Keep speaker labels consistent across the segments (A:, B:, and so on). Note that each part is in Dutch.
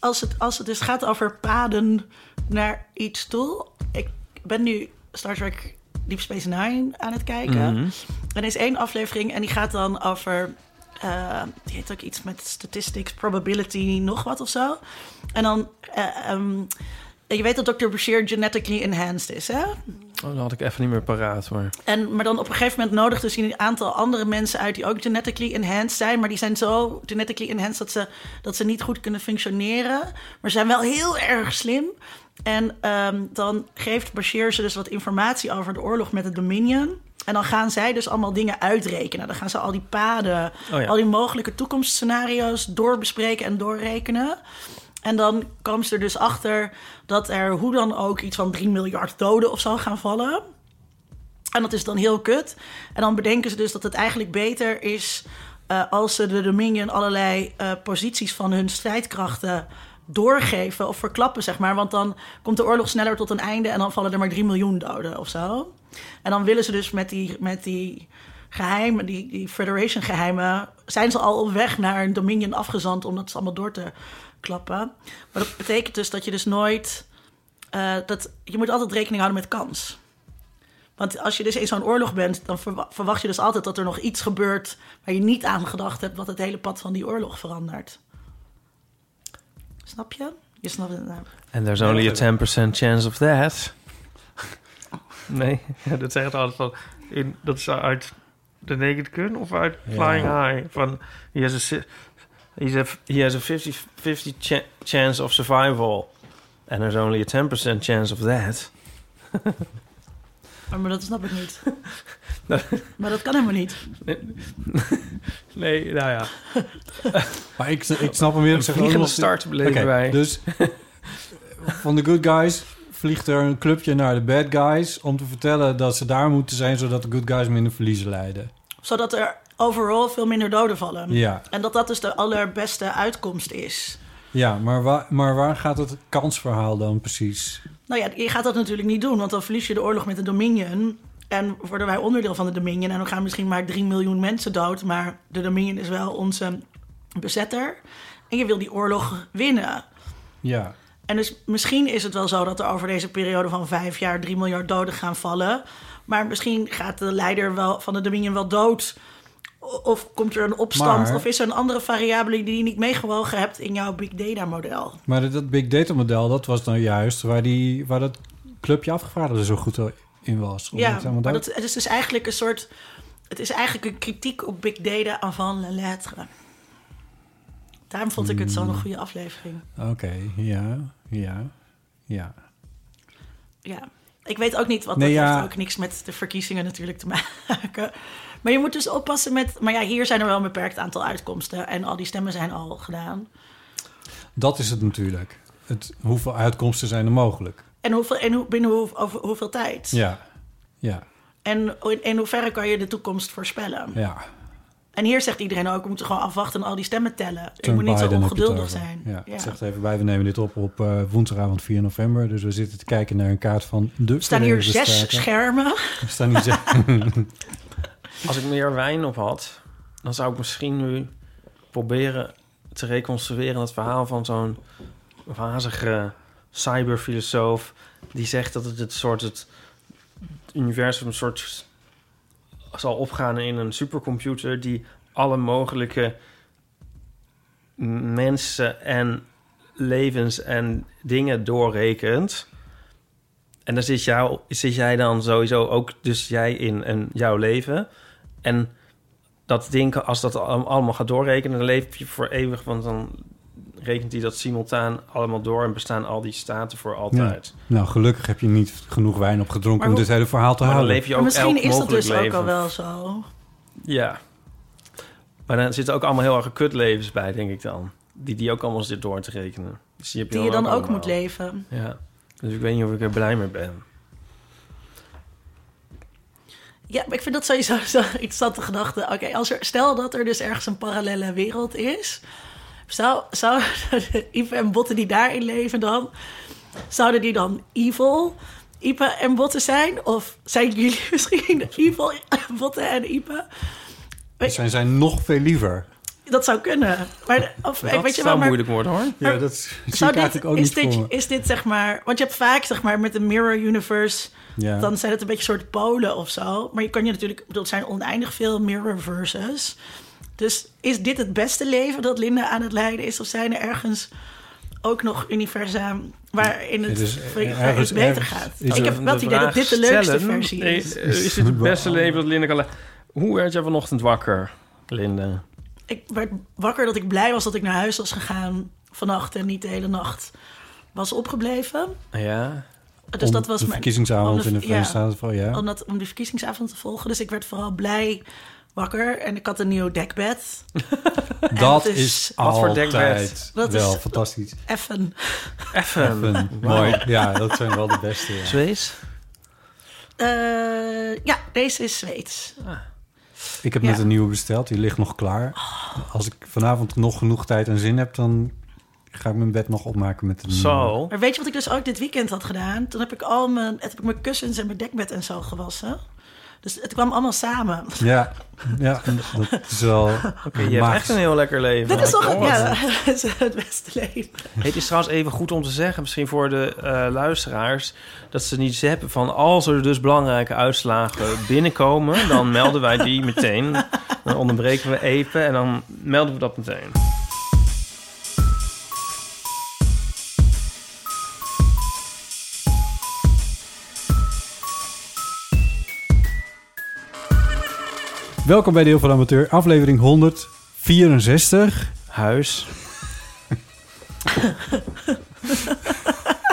A: als het, als het dus gaat over paden naar iets toe. Ik ben nu Star Trek Deep Space Nine aan het kijken. En er is één aflevering en die gaat dan over. eh, die heet ook iets met statistics, probability, nog wat of zo. En dan. eh, ehm, je weet dat Dr. Bashir genetically enhanced is, hè?
B: Oh, dat had ik even niet meer paraat, maar...
A: En, maar dan op een gegeven moment nodigt dus een aantal andere mensen uit die ook genetically enhanced zijn. Maar die zijn zo genetically enhanced dat ze, dat ze niet goed kunnen functioneren. Maar zijn wel heel erg slim. En ehm, dan geeft Bashir ze dus wat informatie over de oorlog met het Dominion. En dan gaan zij dus allemaal dingen uitrekenen. Dan gaan ze al die paden,
B: Oh ja.
A: al die mogelijke toekomstscenario's doorbespreken en doorrekenen. En dan kwam ze er dus achter dat er hoe dan ook iets van 3 miljard doden of zo gaan vallen. En dat is dan heel kut. En dan bedenken ze dus dat het eigenlijk beter is eh, als ze de Dominion allerlei eh, posities van hun strijdkrachten doorgeven of verklappen, zeg maar. Want dan komt de oorlog sneller tot een einde en dan vallen er maar 3 miljoen doden of zo. En dan willen ze dus met die, met die geheimen, die, die Federation geheimen, zijn ze al op weg naar een Dominion afgezand om dat allemaal door te klappen. Maar dat betekent dus dat je dus nooit, eh, dat, je moet altijd rekening houden met kans. Want als je dus in zo'n oorlog bent, dan verwa- verwacht je dus altijd dat er nog iets gebeurt waar je niet aan gedacht hebt wat het hele pad van die oorlog verandert. Snap je? Je snapt het nou.
B: And there's only a 10% chance of that. Nee, ja, dat zegt altijd van... In, dat is uit The Naked Gun of uit Flying High. Van, he has a, si- he's a, he has a 50, 50 cha- chance of survival. And there's only a 10% chance of that.
A: Maar dat snap ik niet. Maar dat kan helemaal niet.
B: Nee, nou ja.
C: Maar ik, ik snap hem weer.
B: Een
C: Ik zeg
B: vliegende
C: ook nog-
B: start beleven
C: Oké,
B: wij.
C: Dus van de good guys vliegt er een clubje naar de bad guys... om te vertellen dat ze daar moeten zijn... zodat de good guys minder verliezen leiden.
A: Zodat er overal veel minder doden vallen.
C: Ja,
A: En dat dat dus de allerbeste uitkomst is.
C: ja maar, waar, maar waar gaat het kansverhaal dan precies?
A: Nou ja, je gaat dat natuurlijk niet doen, want dan verlies je de oorlog met de Dominion. En worden wij onderdeel van de Dominion. En dan gaan misschien maar 3 miljoen mensen dood. Maar de Dominion is wel onze bezetter. En je wil die oorlog winnen.
C: Ja,
A: En dus misschien is het wel zo dat er over deze periode van vijf jaar 3 miljard doden gaan vallen. Maar misschien gaat de leider wel, van de Dominion wel dood. O- Of komt er een opstand?
C: Maar-
A: Of is er een andere variabele die je niet meegewogen hebt in jouw big data model?
C: maar dat, dat big data model... dat was nou juist waar, die, waar dat clubje afgevaardigden zo goed in was. Omdat het
A: Ja,
C: helemaal
A: maar
C: duidelijk-
A: dat, het is dus eigenlijk een soort... Het is eigenlijk een kritiek op Big Data avant la lettre. Daarom vond ik het zo'n
C: Hmm.
A: goede aflevering.
C: Oké, ja, ja, ja.
A: Ja. Ik weet ook niet, want
C: Nee,
A: dat
C: ja.
A: heeft ook niks met de verkiezingen natuurlijk te maken. Maar je moet dus oppassen met... Maar ja, hier zijn er wel een beperkt aantal uitkomsten. En al die stemmen zijn al gedaan.
C: Dat is het natuurlijk. Het, hoeveel uitkomsten zijn er mogelijk?
A: En, hoeveel, en hoe, binnen hoe, over hoeveel tijd?
C: Ja, ja,
A: En in, in hoeverre kan je de toekomst voorspellen?
C: ja.
A: En hier zegt iedereen ook, we moeten gewoon afwachten en al die stemmen tellen. Je moet niet zo
C: Biden heb je het
A: ongeduldig
C: over.
A: zijn.
C: Ja, Ik zeg het even bij, we nemen dit op op eh, woensdagavond 4 november. Dus we zitten te kijken naar een kaart van de
A: Er staan hier
C: Verenigde
A: zes
C: Staten.
A: schermen.
C: Er staan hier zes-
B: Als ik meer wijn op had, dan zou ik misschien nu proberen te reconstrueren het verhaal van zo'n wazige cyberfilosoof die zegt dat het, het soort het universum een soort zal opgaan in een supercomputer die alle mogelijke m- mensen en levens en dingen doorrekent. En dan zit, jou, zit jij dan sowieso ook, dus jij in, en jouw leven. En dat ding, als dat al- allemaal gaat doorrekenen, dan leef je voor eeuwig, want dan rekent hij dat simultaan allemaal door en bestaan al die staten voor altijd.
C: Nou, gelukkig heb je niet genoeg wijn opgedronken
A: Maar
C: om
A: hoe-
C: dit hele verhaal te
B: Maar dan
C: houden.
B: leef je ook
A: Maar misschien
B: elk
A: is dat
B: mogelijk
A: dus ook
B: leven.
A: al wel zo.
B: Ja. Maar dan zitten ook allemaal heel erg kutlevens bij, denk ik dan. Die, die ook allemaal zitten door te rekenen. Dus die, heb
A: Die je dan ook moet
B: allemaal.
A: leven.
B: Ja. Dus ik weet niet of ik er blij mee ben.
A: Ja, maar ik vind dat sowieso zo interessante gedachte. Oké, als er, stel dat er dus ergens een parallele wereld is. Zou, zou Ipe en Botten die daarin leven dan... Zouden die dan evil Ipe en Botten zijn? Of zijn jullie misschien evil Botten en Ipe?
C: Dan zijn zij nog veel liever.
A: Dat zou kunnen. Maar, of,
B: Dat
A: weet je wel,
B: zou
A: maar
B: moeilijk worden, hoor.
C: Ja, dat zie ik
A: Zou
C: eigenlijk ook
A: is,
C: niet
A: dit,
C: voor me.
A: is dit zeg maar... Want je hebt vaak zeg maar met de Mirror Universe...
C: Ja.
A: dan zijn het een beetje soort polen of zo. Maar je kan je natuurlijk... Ik bedoel, het zijn oneindig veel Mirrorverses. Dus is dit het beste leven dat Linda aan het leiden is? Of zijn er ergens ook nog universa waarin het,
C: Het is
A: waarin het
C: ergens-
A: beter
C: ergens
A: gaat?
C: is
A: Ik
C: er
A: heb wel het idee dat dit de leukste versie is.
B: eh, Is dit het beste leven dat Linde kan le- Hoe werd jij vanochtend wakker, Linde?
A: Ik werd wakker dat ik blij was dat ik naar huis was gegaan vannacht... en niet de hele nacht was opgebleven.
B: Ja.
A: Dus
C: Om
A: dat was
C: de
A: mijn...
C: verkiezingsavond
A: om de-
C: in de
A: ja.
C: Verenigde Staten. van, ja.
A: om, dat, om die verkiezingsavond te volgen. Dus ik werd vooral blij wakker. En ik had een nieuw dekbed.
C: Dat
A: het is-
C: is
B: Wat voor
C: altijd
B: dekbed?
A: Dat
C: wel
A: is-
C: fantastisch.
A: Effen.
B: Even.
C: Fun. Mooi. Ja, dat zijn wel de beste. ja.
B: Zwees?
A: Eh, ja, deze is Zweeds.
C: Ik heb
A: Ja.
C: net een nieuwe besteld. Die ligt nog klaar. Als ik vanavond nog genoeg tijd en zin heb, dan ga ik mijn bed nog opmaken met de nieuwe.
B: Zo.
A: Maar weet je wat ik dus ook dit weekend had gedaan? Toen heb ik al mijn, heb ik mijn kussens en mijn dekbed en zo gewassen. Dus het kwam allemaal samen.
C: Ja, ja dat is wel
B: Je hebt echt
C: magisch.
B: een heel lekker leven.
A: Dit is toch
B: Oh,
A: het,
B: wat
A: ja, het is het beste leven.
B: Het is trouwens even goed om te zeggen, misschien voor de eh, luisteraars, dat ze niet zeppen van als er dus belangrijke uitslagen binnenkomen, dan melden wij die meteen. Dan onderbreken we even en dan melden we dat meteen.
C: Welkom bij Deel van de Amateur, aflevering 164.
B: Huis.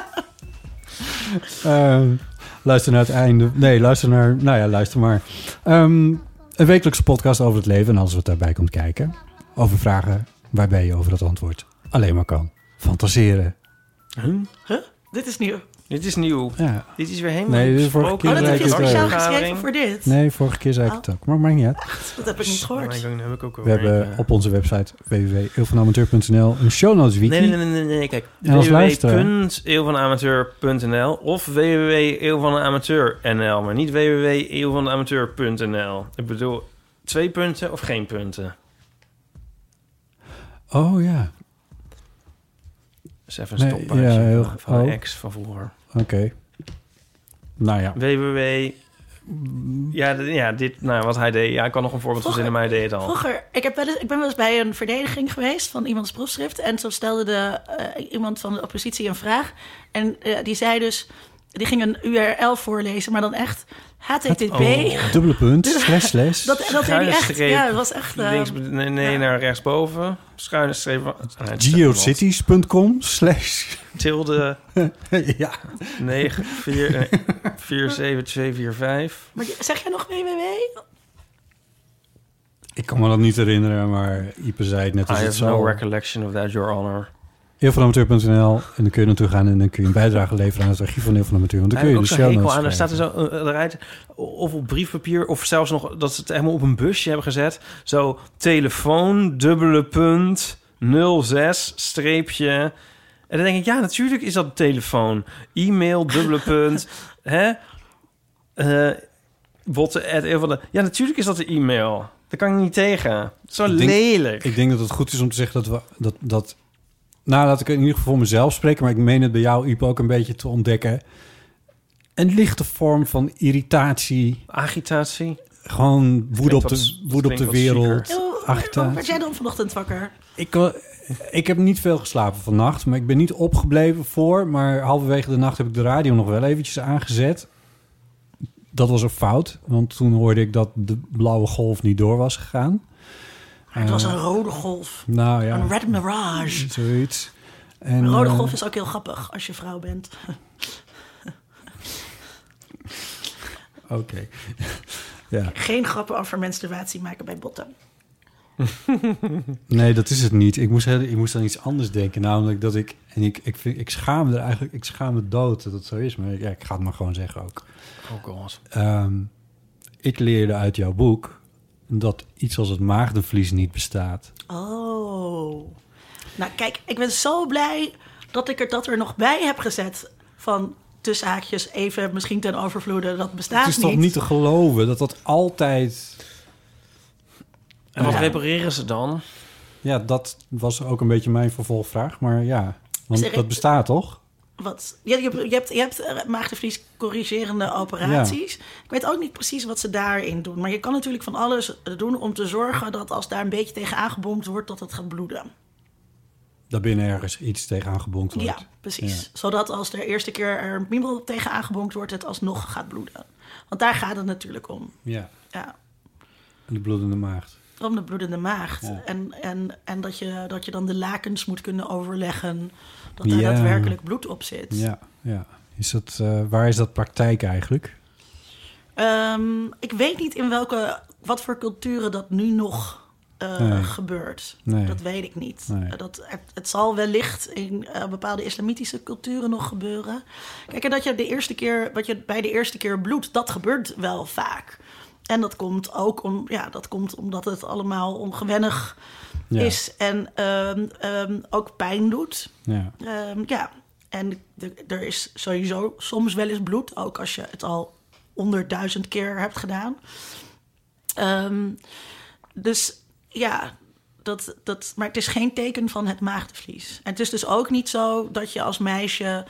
C: Ehm, luister naar het einde. Nee, luister naar... Nou ja, luister maar. Ehm, een wekelijkse podcast over het leven en alles wat daarbij komt kijken. Over vragen waarbij je over het antwoord alleen maar kan fantaseren.
A: Dit is nieuw.
B: Dit is nieuw.
C: Ja.
B: Dit is weer helemaal
C: Nee, dit is
B: besproken.
C: vorige
A: Oh,
C: keer eh,
A: dat heb je
C: Leuk, leuk.
A: speciaal geschreven voor dit?
C: Nee, vorige keer zei ik het ook, maar maakt niet uit.
A: Dat heb ik niet gehoord.
B: Oh my god, dat heb ik ook
C: We hebben
B: alweer.
C: op eh, onze website www.eelvanamateur.nl een show notes
B: Nee,
C: wiki.
B: nee, nee, nee, nee, nee, kijk.
C: En als luisteraar.
B: www.eeuwvanamateur.nl of www.eeuwvanamateur.nl, maar niet www.eeuwvanamateur.nl. Ik bedoel, twee punten of geen punten?
C: Oh ja,
B: Dat is even
C: Nee,
B: een stoppaartje
C: ja, heel
B: van-
C: goed.
B: van mijn
C: Oh.
B: ex van vroeger.
C: oké. Nou ja,
B: www... Ja, d- ja, dit, nou, wat hij deed. Ja, ik kan nog een voorbeeld
A: Vroeger-
B: verzinnen, maar hij deed het al.
A: Vroeger, ik, heb wel eens, ik ben wel eens bij een verdediging geweest van iemands proefschrift. En zo stelde de, eh, iemand van de oppositie een vraag. En eh, die zei dus, die ging een URL voorlezen, maar dan echt HTTP.
B: Oh.
C: dubbele punt, slash slash.
A: Dat, dat deed hij echt.
B: Schuine
A: Ja,
B: streep.
A: dat was echt. eh,
B: Links, nee, nee, naar rechtsboven. Schuine streep. ah, het staat er nog.
C: Geocities.com slash...
B: Tilde eh,
C: ja.
B: 9, 4, nee, 4, 7, 2, 4, 5.
A: maar die- zeg jij nog www?
C: Ik kan me dat niet herinneren, maar Ipe zei het net
B: I
C: als het
B: have no
C: zo.
B: recollection of that, your honor.
C: Eeuwvanamateur.nl en dan kun je naartoe gaan en dan kun je een bijdrage leveren aan het archief van Heel van Amateur. Want dan
B: Daar
C: kun
B: heb
C: je
B: ik
C: de
B: ook zo'n
C: show
B: hekel
C: notes
B: aan. Er staat er
C: krijgen.
B: zo een, een rijtje, of op briefpapier, of zelfs nog dat ze het helemaal op een busje hebben gezet. Zo telefoon, dubbele punt, 06, streepje. En dan denk ik, ja, natuurlijk is dat telefoon. E-mail, dubbele punt, hè? Eh botten, at, heel veel de- ja, natuurlijk is dat de e-mail. Daar kan ik niet tegen. Zo
C: Ik denk-
B: lelijk.
C: Ik denk dat het goed is om te zeggen dat we... Dat, dat, nou, laat ik in ieder geval voor mezelf spreken, maar ik meen het bij jou, Ipe, ook een beetje te ontdekken. Een lichte vorm van irritatie,
B: Agitatie.
C: gewoon woede op
B: wat-
C: de, woede op
B: klinkt
C: de
B: wat zieker.
C: wereld.
A: Hoe- Hoe
C: Agitatie.
A: werd jij dan vanochtend wakker?
C: Ik, eh, ik heb niet veel geslapen vannacht, maar ik ben niet opgebleven voor. Maar halverwege de nacht heb ik de radio nog wel eventjes aangezet. Dat was een fout, want toen hoorde ik dat de blauwe golf niet door was gegaan.
A: Maar het was een rode golf.
C: Nou ja,
A: Een red mirage.
C: zoiets. En,
A: Een rode
C: eh,
A: golf is ook heel grappig als je vrouw bent.
C: Oké. ja.
A: Geen grappen over menstruatie maken bij botten.
C: Nee, dat is het niet. Ik moest, heel- ik moest aan iets anders denken. Namelijk dat ik... En ik, ik, vind, ik schaam me er eigenlijk... Ik schaam me dood dat het zo is. Maar ja, ik ga het maar gewoon zeggen ook.
B: Oh god.
C: Ehm, ik leerde uit jouw boek... dat iets als het maagdenvlies niet bestaat.
A: Oh. Nou, kijk, ik ben zo blij dat ik er dat er nog bij heb gezet. Van tussen haakjes even misschien ten overvloede. Dat bestaat
C: het is toch niet te geloven dat dat altijd...
B: En wat repareren ze dan?
C: Ja, dat was ook een beetje mijn vervolgvraag. Maar ja,
A: Zeg
C: want
A: ik-
C: dat bestaat toch?
A: Wat? Je, je, je hebt, je hebt eh, maagdenvlies corrigerende operaties. Ik weet ook niet precies wat ze daarin doen. Maar je kan natuurlijk van alles eh, doen om te zorgen dat als daar een beetje tegen aangebomd wordt, dat het gaat bloeden.
C: Daarbinnen ergens iets tegenaan gebonkt wordt.
A: Ja, precies. Zodat als de eerste keer er een piemel tegen aangebonkt wordt, het alsnog gaat bloeden. Want daar gaat het natuurlijk om.
C: Ja,
A: Ja.
C: en de bloedende maagd.
A: Om de bloedende maagd.
C: Ja.
A: En, en, en dat, je, dat je dan de lakens moet kunnen overleggen. Dat daar
C: Ja.
A: daadwerkelijk bloed op zit.
C: Ja, ja. Is dat, eh, waar is dat praktijk eigenlijk?
A: Ehm, ik weet niet in welke, wat voor culturen dat nu nog eh,
C: Nee.
A: gebeurt.
C: Nee.
A: Dat weet ik niet.
C: Nee.
A: Eh, Dat, het, het zal wellicht in eh, bepaalde islamitische culturen nog gebeuren. Kijk, en dat je de eerste keer, wat je bij de eerste keer bloedt, dat gebeurt wel vaak. En dat komt ook om, ja, dat komt omdat het allemaal ongewennig
C: Ja.
A: is en ehm, ehm, ook pijn doet.
C: Ja.
A: Ehm, ja, en de- er is sowieso soms wel eens bloed, ook als je het al honderdduizend keer hebt gedaan. Ehm, dus ja, dat, dat, maar het is geen teken van het maagdevlies. En het is dus ook niet zo dat je als meisje,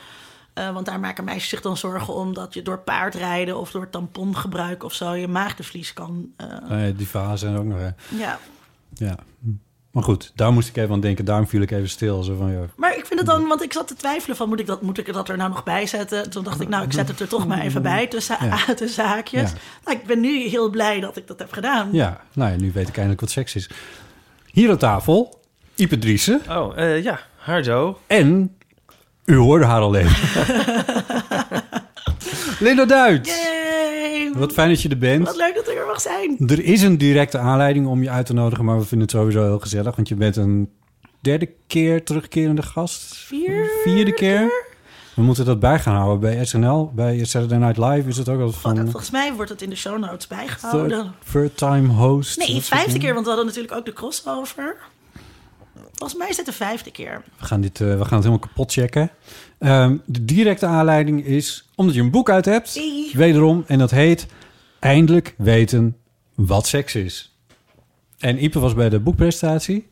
A: eh, want daar maken meisjes zich dan zorgen om, dat je door paardrijden of door tampongebruik of zo je maagdevlies kan. eh,
C: Nee, die verhalen zijn ook nog... hè.
A: ja.
C: Ja. Hm. Maar goed, daar moest ik even aan denken. Daarom viel ik even stil. Zo van, ja,
A: Maar ik vind het dan, want ik zat te twijfelen van moet ik dat, moet ik dat er nou nog bij zetten? Toen dacht ik, nou, ik zet het er toch maar even bij tussen,
C: Mm. Ja.
A: tussen haakjes.
C: Ja.
A: Nou, ik ben nu heel blij dat ik dat heb gedaan.
C: ja, nou ja, nu weet ik eindelijk wat seks is. Hier aan tafel, Ipe Driessen.
B: Oh, eh, ja. Hardo.
C: En u hoorde haar al even. Linda Duit.
A: Yay!
C: Wat fijn dat je er bent.
A: Wat leuk dat ik er mag zijn.
C: Er is een directe aanleiding om je uit te nodigen, maar we vinden het sowieso heel gezellig. Want je bent een derde keer terugkerende gast.
A: Vierde
C: Vierde keer. We moeten dat bij gaan houden. Bij SNL, bij Saturday Night Live is het ook altijd
A: Oh, dat-
C: van
A: volgens mij wordt het in de show notes bijgehouden.
C: third, third time host.
A: Nee,
C: dat soort
A: vijfde
C: dingen.
A: keer, want we hadden natuurlijk ook de crossover. Volgens mij is het de vijfde keer.
C: We gaan, dit, eh, we gaan het helemaal kapot checken. Ehm, de directe aanleiding is omdat je een boek uit hebt.
A: Hey.
C: Wederom. En dat heet Eindelijk weten wat seks is. En Ipe was bij de boekpresentatie.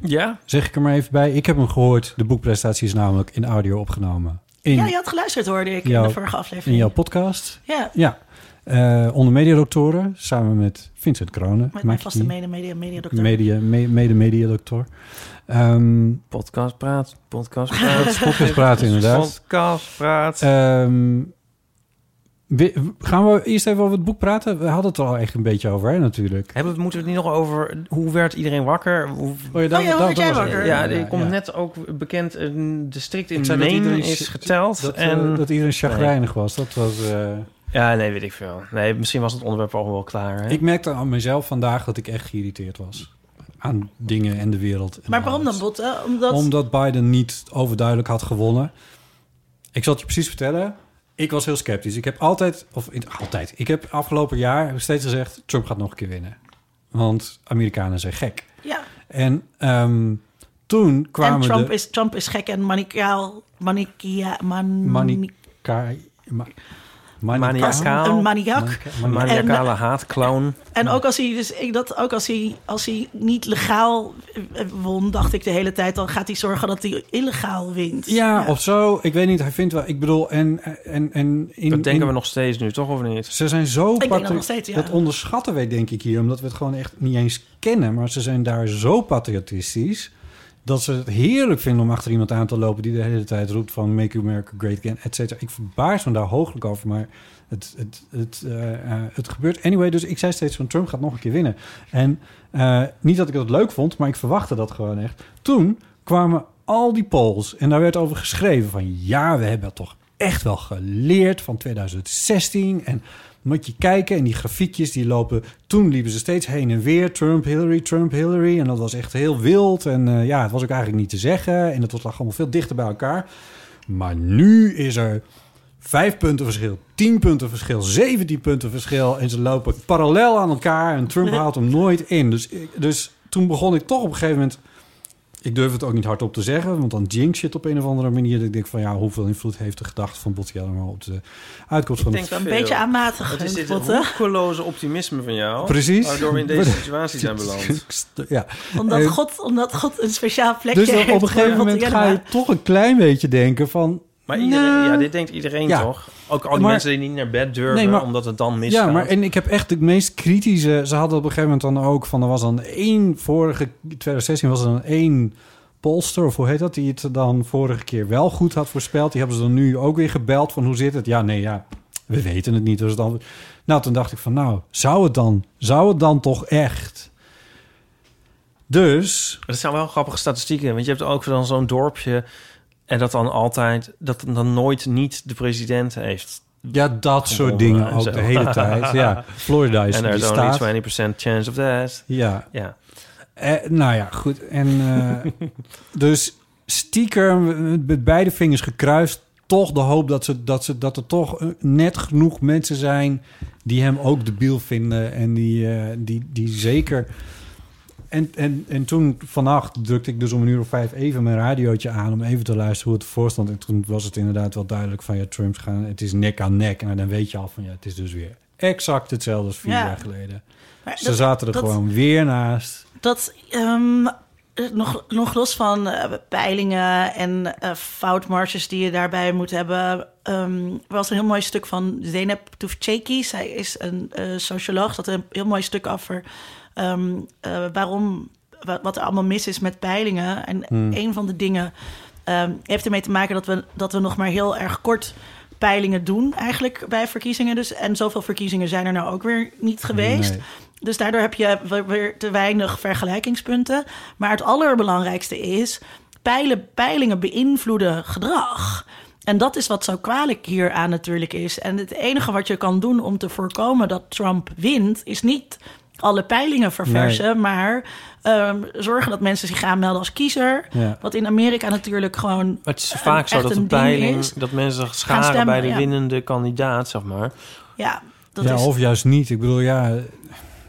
B: Ja?
C: Zeg ik er maar even bij. Ik heb hem gehoord. De boekpresentatie is namelijk in audio opgenomen. In,
A: Ja, je had geluisterd, hoorde ik in
C: Jouw-
A: de vorige
C: in
A: aflevering.
C: jouw podcast.
A: Ja,
C: Ja. Eh, onder mediadoctoren. Samen met Vincent Kronen.
A: met
C: Maak
A: mijn
C: je
A: vaste
C: die?
A: mede media, media
C: media, me- mede mediadoctor. Ehm
B: Podcast praat. Podcast praat. Eh.
C: podcast praten inderdaad.
B: Podcast praat.
C: Ehm, we- gaan we eerst even over het boek praten? We hadden het er al echt een beetje over, hè, natuurlijk.
B: Hebben we, moeten we het niet nog over hoe werd iedereen wakker? Hoe,
C: ja,
A: daar- Oh ja, hoe daar- werd daar jij was- wakker?
B: ja,
A: Ja,
B: er komt net ook bekend een district in
C: Ik zei dat
B: Maine
C: iedereen
B: is
C: sch-
B: geteld.
C: Dat,
A: eh,
B: en,
C: en... dat iedereen chagrijnig was. Dat was eh,
B: eh, ja, nee, weet ik veel. Nee, misschien was het onderwerp al wel klaar. Hè?
C: Ik merkte aan mezelf vandaag dat ik echt geïrriteerd was. Aan dingen en de wereld. en
A: Maar waarom dan,
C: alles.
A: Botte? Omdat...
C: Omdat Biden niet overduidelijk had gewonnen. Ik zal het je precies vertellen. Ik was heel sceptisch. Ik heb altijd, of in- altijd, ik heb afgelopen jaar heb ik steeds gezegd... Trump gaat nog een keer winnen. Want Amerikanen zijn gek.
A: Ja.
C: En ehm, toen kwamen
A: En Trump,
C: de...
A: is, Trump is gek en manicaal. Manikia, man,
C: Manica, ma,
B: Mania-
A: als een maniak.
C: Manica-
B: Een
C: Manica-
B: maniacale haatclown.
A: En ook als hij, dus ik dat, ook als hij, als hij niet legaal eh, won, dacht ik de hele tijd, dan gaat hij zorgen dat hij illegaal wint.
C: Ja, of zo. Ik weet niet. Hij vindt wel... Ik bedoel, en... en, en in,
B: Dat denken
C: in-
B: we nog steeds nu, toch of niet?
C: Ze zijn zo
A: denk dat
C: patri-
A: nog steeds, ja.
C: Dat onderschatten wij denk ik hier, omdat we het gewoon echt niet eens kennen. Maar ze zijn daar zo patriotistisch. dat ze het heerlijk vinden om achter iemand aan te lopen die de hele tijd roept van Make America Great Again, et cetera. Ik verbaas me daar hooglijk over, maar het, het, het, eh, eh, het gebeurt. Anyway, dus ik zei steeds van Trump gaat nog een keer winnen. En eh, niet dat ik dat leuk vond, maar ik verwachtte dat gewoon echt. Toen kwamen al die polls en daar werd over geschreven van ja, we hebben toch echt wel geleerd van 2016 en moet je kijken en die grafiekjes die lopen. Toen liepen ze steeds heen en weer. Trump, Hillary, Trump, Hillary. En dat was echt heel wild. En eh, ja, het was ook eigenlijk niet te zeggen. En het was lag allemaal veel dichter bij elkaar. Maar nu is er vijf punten verschil, tien punten verschil, zeventien punten verschil. En ze lopen parallel aan elkaar. En Trump haalt hem nooit in. Dus, ik- dus toen begon ik toch op een gegeven moment. Ik durf het ook niet hardop te zeggen, want dan jinx je het op een of andere manier. Dat ik denk van ja, hoeveel invloed heeft de gedachte van Botti allemaal op de uitkomst van de
B: denk
A: Een
B: veel.
A: beetje aanmatig.
B: Het is dit
A: Botte.
B: roekeloze optimisme van jou.
C: Precies.
B: Waardoor we in deze situatie zijn beland.
C: Ja.
A: Omdat,
C: Eh,
A: God, omdat God een speciaal plekje
C: Dus dan
A: heeft.
C: op een gegeven
A: voor
C: moment
A: Botte
C: ga je
A: Jellema.
C: toch een klein beetje denken van...
B: Maar iedereen,
C: nou,
B: ja, dit denkt iedereen
C: Ja.
B: toch? Ook al die
C: Maar-
B: mensen die niet naar bed durven,
C: Nee, maar-
B: omdat het dan misgaat.
C: Ja, maar en ik heb echt de meest kritische... Ze hadden op een gegeven moment dan ook van... Er was dan één vorige... 2016 was er dan één polster, of hoe heet dat... die het dan vorige keer wel goed had voorspeld. Die hebben ze dan nu ook weer gebeld van hoe zit het? Ja, nee, ja, we weten het niet. Dus dan, nou, toen dacht ik van nou, zou het dan... Zou het dan toch echt... Dus...
B: Dat zijn wel grappige statistieken. Want je hebt ook dan zo'n dorpje... en dat dan altijd... dat dan nooit niet de president heeft.
C: Ja, dat soort
B: Gewonnen
C: dingen
B: en
C: ook
B: zo.
C: de hele tijd. Ja, Florida is
B: en er
C: die
B: is
C: staat.
B: only 20% chance of that.
C: Ja,
B: Ja.
C: eh, nou ja, goed. En eh, dus stiekem met- met beide vingers gekruist, toch de hoop dat, ze, dat, ze, dat er toch eh, net genoeg mensen zijn die hem ook debiel vinden en die, eh, die, die zeker. En, en, en toen vannacht drukte ik dus om een uur of vijf even mijn radiootje aan om even te luisteren hoe het ervoor stond. En toen was het inderdaad wel duidelijk van ja, Trump gaan, het is nek aan nek. En dan weet je al van ja, het is dus weer exact hetzelfde als vier
A: Ja.
C: jaar geleden.
A: Maar
C: Ze
A: dat-
C: zaten er
A: dat-
C: gewoon weer naast.
A: Dat ehm, eh, nog, nog los van eh, peilingen en eh, foutmarges die je daarbij moet hebben. ehm, er was een heel mooi stuk van Zeynep Tufcheki. Zij is een eh, socioloog. Dat een heel mooi stuk over ehm, eh, waarom, wa- wat er allemaal mis is met peilingen. En een van de dingen ehm, heeft ermee te maken dat we, dat we nog maar heel erg kort peilingen doen eigenlijk bij verkiezingen. Dus, en zoveel verkiezingen zijn er nou ook weer niet geweest.
C: Nee.
A: Dus daardoor heb je we- weer te weinig vergelijkingspunten. Maar het allerbelangrijkste is, peilen, peilingen beïnvloeden gedrag. En dat is wat zo kwalijk hieraan natuurlijk is. En het enige wat je kan doen om te voorkomen dat Trump wint, is niet alle peilingen verversen, maar ehm, zorgen dat mensen zich aanmelden als kiezer.
C: Ja.
A: Wat in Amerika natuurlijk gewoon.
B: Maar het is
A: een-
B: vaak zo
A: echt
B: dat
A: een
B: de
A: ding
B: peiling...
A: is.
B: dat mensen zich scharen
A: stemmen,
B: bij de
A: ja.
B: winnende kandidaat, zeg maar.
A: Ja, dat
C: ja,
A: is.
C: of juist niet. Ik bedoel, ja,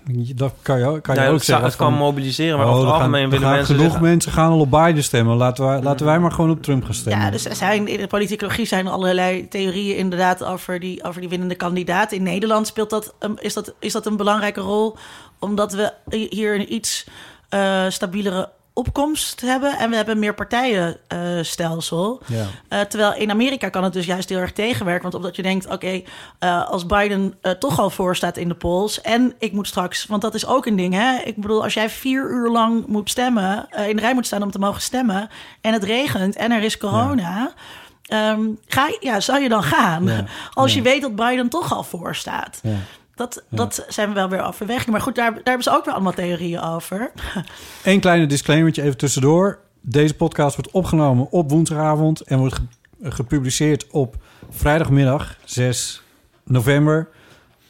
C: je- dat kan je, ook- kan je
B: Nou,
C: ook
B: het, zou-
C: zeggen.
B: het kan
C: van,
B: mobiliseren, maar
C: oh,
B: over
C: er
B: het
C: gaan-
B: algemeen
C: er
B: willen
C: gaan
B: mensen...
C: genoeg
B: zich-
C: mensen gaan al op Biden stemmen. Laten, wij, laten wij maar gewoon op Trump gaan stemmen.
A: Ja, dus er zijn, in de politicologie zijn er allerlei theorieën inderdaad over die, over die winnende kandidaat. In Nederland speelt dat, een- is, dat, is dat een belangrijke rol, omdat we hier een iets eh, stabielere opkomst hebben en we hebben meer partijenstelsel.
C: Ja.
A: Eh, terwijl in Amerika kan het dus juist heel erg tegenwerken. Want omdat je denkt, oké, eh, als Biden eh, toch al voor staat in de polls... en ik moet straks, want dat is ook een ding, hè? Ik bedoel, als jij vier uur lang moet stemmen... eh, in de rij moet staan om te mogen stemmen... en het regent en er is corona... ehm, ga, je- ja, zou je dan gaan?
C: Ja,
A: Als
C: ja.
A: je weet dat Biden toch al voor staat.
C: Ja.
A: Dat, dat zijn wel weer overwegingen. Maar goed, daar, daar hebben ze ook weer allemaal theorieën over.
C: Eén kleine disclaimertje even tussendoor. Deze podcast wordt opgenomen op woensdagavond en wordt ge- gepubliceerd op vrijdagmiddag 6 november.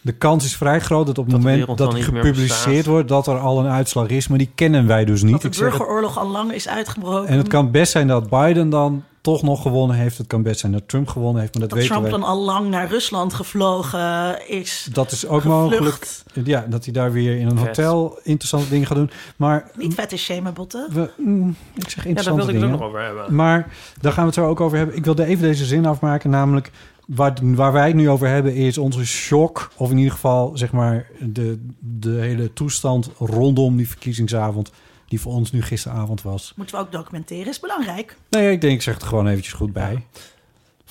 C: De kans is vrij groot dat op het
B: Dat de
C: moment
B: wereld
C: dat
B: dan
C: die
B: niet meer
C: gepubliceerd
B: bestaat.
C: wordt, dat er al een uitslag is. Maar die kennen wij dus niet.
A: Dat de
C: Ik zeg het-
A: burgeroorlog al lang is uitgebroken.
C: En het kan best zijn dat Biden dan toch nog gewonnen heeft. Het kan best zijn dat Trump gewonnen heeft, maar dat,
A: dat
C: weten
A: Trump
C: we.
A: dan al lang naar Rusland gevlogen is.
C: Dat is ook
A: gevlucht.
C: mogelijk. Ja, dat hij daar weer in een
B: Vet.
C: hotel interessante dingen gaat doen. Maar
A: Niet vette shameabotten.
C: we, mm, ik zeg
B: Ja, daar
C: interessante
B: wilde ik het
C: dingen.
B: ook nog over hebben.
C: Maar daar gaan we het zo ook over hebben. Ik wilde even deze zin afmaken, namelijk... Waar, waar wij het nu over hebben is onze shock... of in ieder geval zeg maar de, de hele toestand rondom die verkiezingsavond... die voor ons nu gisteravond was.
A: Moeten we ook documenteren, is belangrijk.
C: Nee, ik denk, ik zeg het gewoon eventjes goed bij.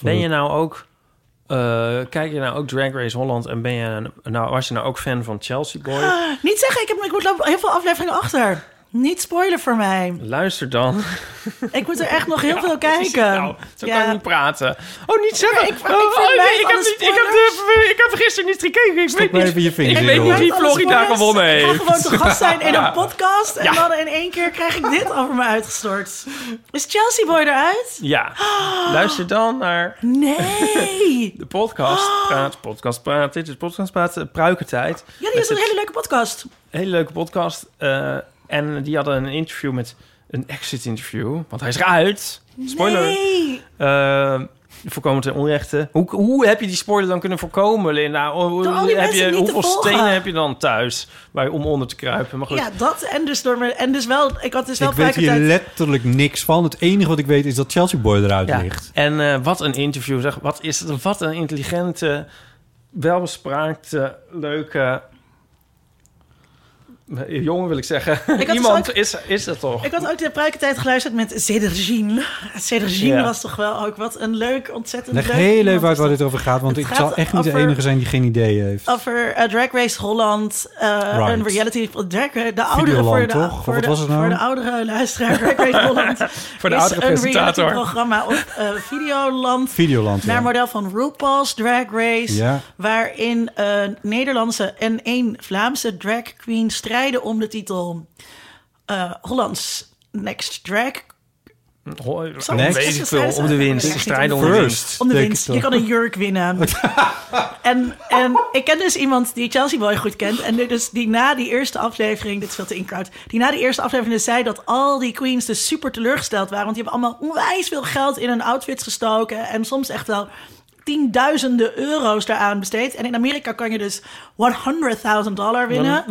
B: Ben je nou ook... eh, kijk je nou ook Drag Race Holland en ben je nou, was je nou ook fan van Chelsea Boy?
A: Ah, Niet zeggen, ik, heb, ik moet lopen heel veel afleveringen achter. Niet spoiler voor mij.
B: Luister dan.
A: Ik moet er echt nog heel veel
B: Precies,
A: kijken.
B: nou, zo kan ik niet praten. Oh, niet zeggen.
A: ik- ik
B: Oh, oh,
A: verwijt
B: nee, ik
A: alle
B: heb niet- ik heb
A: spoilers.
B: de- ik heb gisteren niet gekeken. Ik weet
C: maar
B: niet.
C: even je vingers
B: Ik
C: in
B: weet
C: je
B: niet
C: oren.
B: wie Florida
A: Alles voor
B: gewonnen
A: rest. Ik ga
B: heeft.
A: gewoon te gast zijn in een podcast. En dan in één keer krijg ik dit over me uitgestort. Is Chelsea Boy eruit?
B: Ja. Luister dan naar
A: Nee.
B: de podcast. Praat, podcast, praat. Dit is podcast, praat. eh, Pruikentijd.
A: Ja, die
B: Met
A: is een
B: het-
A: hele leuke podcast.
B: hele leuke podcast. eh, en die hadden een interview met een exit interview. Want hij is eruit. Spoiler.
A: Nee.
B: Eh, voorkomen ten onrechte. Hoe, hoe heb je die spoiler dan kunnen voorkomen, Linda? Hoe- hoe-
A: Door al die
B: heb
A: mensen
B: je,
A: niet te
B: hoeveel
A: volgen.
B: stenen heb je dan thuis waar je om onder te kruipen? Maar goed,
A: Ja, dat en dus door me. En dus wel, ik had dus wel
C: Ik weet hier
A: pruikentijd.
C: letterlijk niks van. Het enige wat ik weet is dat Chelsea Boy eruit
B: Ja.
C: ligt.
B: En eh, wat een interview, zeg. Wat is het? Wat een intelligente, welbespraakte, leuke... Jongen wil ik zeggen.
A: dus
B: Iemand
A: ook-
B: is, is dat toch?
A: Ik had ook de pruikentijd geluisterd met Cedergine. Cedergine
B: Ja.
A: was toch wel ook wat een leuk, ontzettend
C: Leg
A: leuk...
C: heel
A: iemand
C: even uit
A: was
C: waar
A: dat.
C: dit over gaat, want
A: Het
C: ik
A: gaat
C: zal echt niet de
A: over-
C: enige zijn die geen idee heeft.
A: Over eh, Drag Race Holland, eh,
C: Right.
A: een reality van Drag Race. De oudere
C: Videoland,
A: voor de,
C: toch? Of
A: Voor,
C: wat
A: de,
C: was het nou?
A: voor de oudere luisteraar Drag Race Holland.
B: Voor de
A: is
B: oudere
A: een
B: presentator.
A: realityprogramma op eh, Videoland.
C: Videoland.
A: Naar
C: ja.
A: model van RuPaul's Drag Race.
C: Ja.
A: Waarin eh, Nederlandse en één Vlaamse drag queen strijden om de titel eh, Hollands Next Drag.
B: Hoi,
A: Zo,
B: weet
C: Next.
B: ik veel. Om de winst. Strijden om de winst.
C: First.
A: Om de
C: denk
A: winst.
C: ik
A: Je
C: toch.
A: kan een jurk winnen. en, en ik ken dus iemand die Chelsea Boy goed kent. En die dus die na die eerste aflevering, dit is veel te in-crowd. Die na die eerste aflevering dus zei dat al die queens dus super teleurgesteld waren. Want die hebben allemaal onwijs veel geld in hun outfits gestoken. En soms echt wel tienduizenden euro's daaraan besteed. En in Amerika kan je dus 100.000 dollar winnen.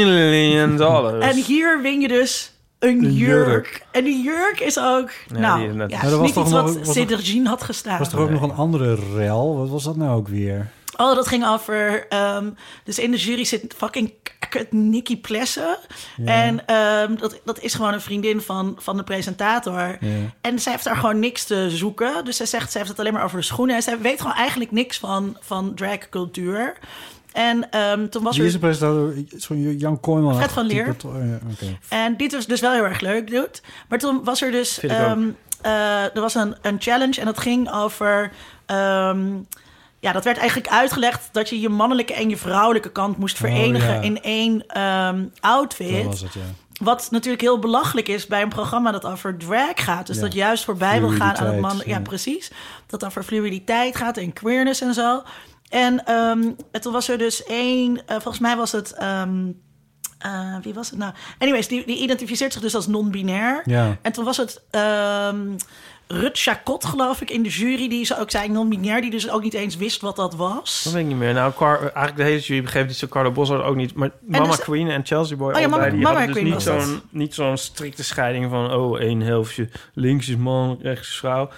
B: Million dollars.
A: En hier win je dus een jurk.
C: jurk.
A: En die jurk is ook,
B: die-
A: nou,
B: dat-
A: ja,
B: Maar
C: er was
A: niet
C: toch
A: iets
C: nog-
A: wat
C: was er-
A: Cedergine had gestaan.
C: Was er ook nog een andere rel? Wat was dat nou ook weer?
A: Oh, dat ging over. ehm, dus in de jury zit fucking k- kut Nikki Plessen. En ehm, dat, dat is gewoon een vriendin van, van de presentator. En zij heeft daar gewoon niks te zoeken. Dus zij zegt, zij heeft het alleen maar over de schoenen. En zij weet gewoon eigenlijk niks van, van dragcultuur. En ehm, toen was
C: Wie
A: er...
C: is de presentator? Zo'n Jan Kooijman.
A: Fred van Leer.
C: Oh, ja, oké.
A: En dit was dus wel heel erg leuk, dude. Maar toen was er dus...
B: Vind ik ook.
A: ehm, eh, er was een, een challenge en dat ging over... ehm, ja, dat werd eigenlijk uitgelegd dat je je mannelijke en je vrouwelijke kant moest verenigen
C: ja.
A: in één ehm,
C: Dat was
A: outfit.
C: het, ja.
A: Wat natuurlijk heel belachelijk is bij een programma dat over drag gaat. Dus
C: Ja.
A: dat juist voorbij wil gaan aan het man.
C: Fluiditeit,
A: Ja,
C: ja.
A: precies. Dat over fluiditeit gaat en queerness en zo. En, ehm, en toen was er dus één, eh, volgens mij was het. ehm, eh, wie was het nou? Anyways, die, die identificeert zich dus als non-binair.
C: Ja.
A: En toen was het ehm Rut Chacot, geloof ik, in de jury. Die ze ook zei non-binair. Die dus ook niet eens wist wat dat was.
B: Dat weet ik niet meer. Nou, Car- eigenlijk de hele jury begreep niet zo. Carlo Bossard ook niet. Maar Mama
A: dus-
B: Queen en Chelsea Boy
A: Oh ja,
B: allebei,
A: Mama-
B: die
A: Mama
B: hadden
A: Queen
B: dus
A: was
B: niet zo'n, niet zo'n strikte scheiding van... oh, één helftje links is man, rechts is vrouw.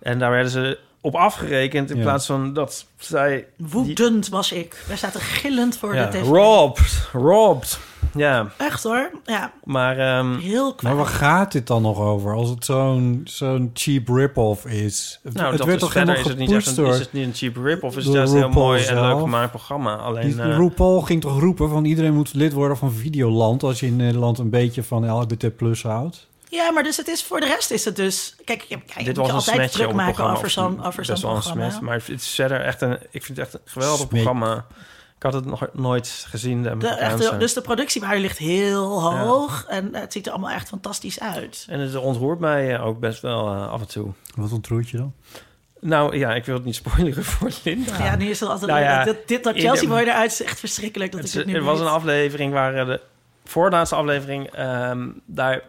B: En daar werden ze op afgerekend in
C: Ja.
B: plaats van dat zij...
A: Woedend was ik. Wij zaten gillend voor
B: Ja,
A: de tv.
B: robbed, robbed. Ja,
A: Echt hoor. Ja,
B: maar... ehm,
A: heel kwaad.
C: Maar waar gaat dit dan nog over? Als het zo'n zo'n cheap rip-off is. Het-
B: nou,
C: het
B: dat
C: werd
B: is
C: toch
B: verder
C: helemaal
B: is het niet echt
C: gepoetst
B: een,
C: door...
B: is het niet een cheap rip of is het
C: door
B: juist een heel
C: RuPaul
B: mooi en leuk
C: zelf.
B: gemaakt programma. Alleen,
C: Die
B: eh,
C: RuPaul ging toch roepen van iedereen moet lid worden van Videoland... als je in Nederland een beetje van LGBT plus houdt?
A: Ja, maar dus het is voor de rest is het dus. Kijk, je, ja, je moet
B: dit was
A: je
B: een
A: altijd
B: smetje
A: druk
B: op het
A: maken
B: programma.
A: over
B: of
A: zo'n over zo'n
B: best wel een
A: programma.
B: smash, maar het is verder echt een... Ik vind het echt een geweldig
C: Smeek.
B: programma. Ik had het nog nooit gezien, de
A: de, echt,
B: Amerikaanse.
A: de- dus de productiewaarde ligt heel hoog en het ziet er allemaal echt fantastisch uit.
B: En het ontroert mij eh, ook best wel eh, af en toe.
C: Wat ontroert je dan?
B: Nou ja, ik wil het niet spoileren voor Linda.
A: Ja, nu is het altijd
B: Nou
A: leuk.
B: ja,
A: dat, dit dat
B: in
A: Chelsea
B: de-
A: Boy eruit is echt verschrikkelijk dat
B: Het,
A: ik het nu
B: er was
A: weet.
B: een aflevering waar eh, de voorlaatste aflevering, ehm, daar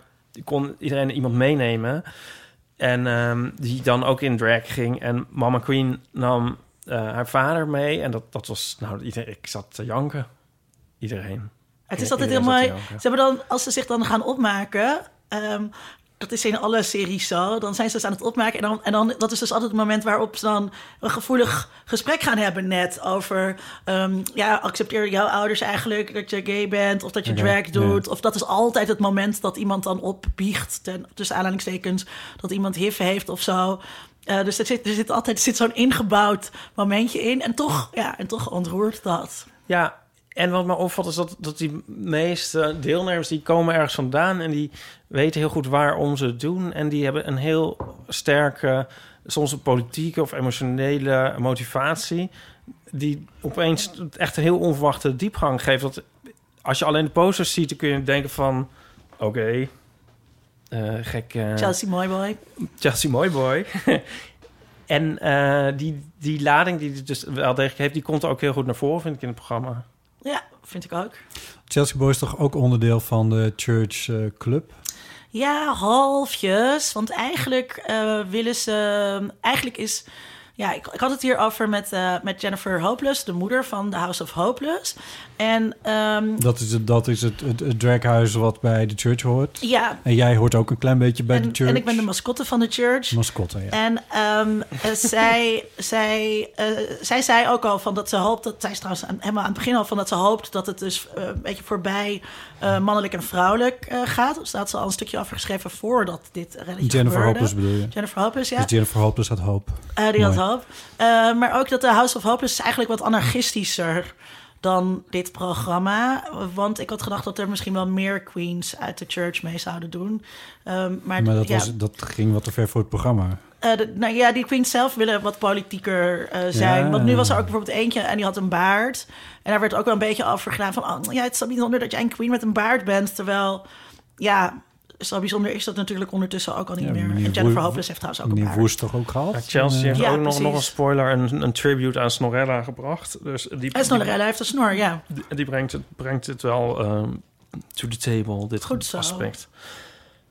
B: kon iedereen iemand meenemen. En ehm, die dan ook in drag ging. En Mama Queen nam eh, haar vader mee. En dat, dat was, nou, iedereen, ik zat te janken. Iedereen.
A: Het
B: Ja,
A: is altijd heel
B: iedereen zat
A: mooi.
B: te janken.
A: Ze hebben dan, als ze zich dan gaan opmaken. ehm, dat is in alle series zo. Dan zijn ze dus aan het opmaken. En, dan, en dan, dat is dus altijd het moment waarop ze dan een gevoelig gesprek gaan hebben. Net over, ehm, ja, accepteren jouw ouders eigenlijk dat je gay bent? Of dat je drag doet? Of dat is altijd het moment dat iemand dan opbiecht. Ten, tussen aanhalingstekens, dat iemand hiv heeft of zo. Eh, dus er zit, er zit altijd er zit zo'n ingebouwd momentje in. En toch, ja, en toch ontroert dat.
B: Ja, En wat me opvalt is dat, dat die meeste deelnemers... die komen ergens vandaan en die weten heel goed waarom ze het doen. En die hebben een heel sterke, soms een politieke of emotionele motivatie... die opeens echt een heel onverwachte diepgang geeft. Dat als je alleen de posters ziet, dan kun je denken van... oké, eh, gek... eh,
A: Chelsea Mooi Boy.
B: Chelsea mooi boy. en eh, die, die lading die het dus wel degelijk heeft, die komt ook heel goed naar voren, vind ik, in het programma.
A: Ja, vind ik ook.
C: Chelsea Boy is toch ook onderdeel van de Church eh, Club?
A: Ja, halfjes. Want eigenlijk eh, willen ze. Eigenlijk is. Ja, ik, ik had het hier over met, eh, met Jennifer Hopeless, de moeder van The House of Hopeless. En ehm,
C: Dat is het, dat is het, het, het draghuis wat bij de church hoort.
A: ja,
C: En jij hoort ook een klein beetje bij
A: en,
C: de church.
A: en ik ben de mascotte van de church.
C: mascotte. Ja.
A: En ehm, eh, zij, zij, eh, zij zei ook al van dat ze hoopt, dat zij is trouwens aan- helemaal aan het begin al van dat ze hoopt dat het dus eh, een beetje voorbij eh, mannelijk en vrouwelijk eh, gaat. Dus daar had ze al een stukje afgeschreven voordat dit relletje
C: Jennifer
A: gebeurde.
C: Hopeless bedoel je?
A: Jennifer Hopeless, ja.
C: Dus Jennifer Hopeless had hoop.
A: Eh, die had
C: Mooi.
A: hoop. Eh, maar ook dat de House of Hope is eigenlijk wat anarchistischer dan dit programma. Want ik had gedacht dat er misschien wel meer queens uit de church mee zouden doen. Ehm, maar
C: Maar dat,
A: ja,
C: was, dat ging wat te ver voor het programma.
A: eh, de- nou ja, die queens zelf willen wat politieker eh, zijn.
C: Ja.
A: Want nu was er ook bijvoorbeeld eentje en die had een baard. En daar werd ook wel een beetje over gedaan van... Oh, ja, het is zo bijzonder dat jij een queen met een baard bent. Terwijl, ja, zo bijzonder is dat natuurlijk ondertussen ook al niet
C: Ja,
A: meer. En
C: meneer
A: Jennifer
C: Woe-
A: Hopeless heeft trouwens ook een
C: Meneer
A: baard.
C: Woest toch ook gehad? eh,
B: Ja, Chelsea heeft
A: Ja,
B: ook nog,
A: precies.
B: nog een spoiler, een, een tribute aan Snorella gebracht. Dus die,
A: En Snorrella heeft een snor, ja.
B: Die, die brengt, het, brengt het wel ehm, to the table, dit
A: Goed zo.
B: aspect.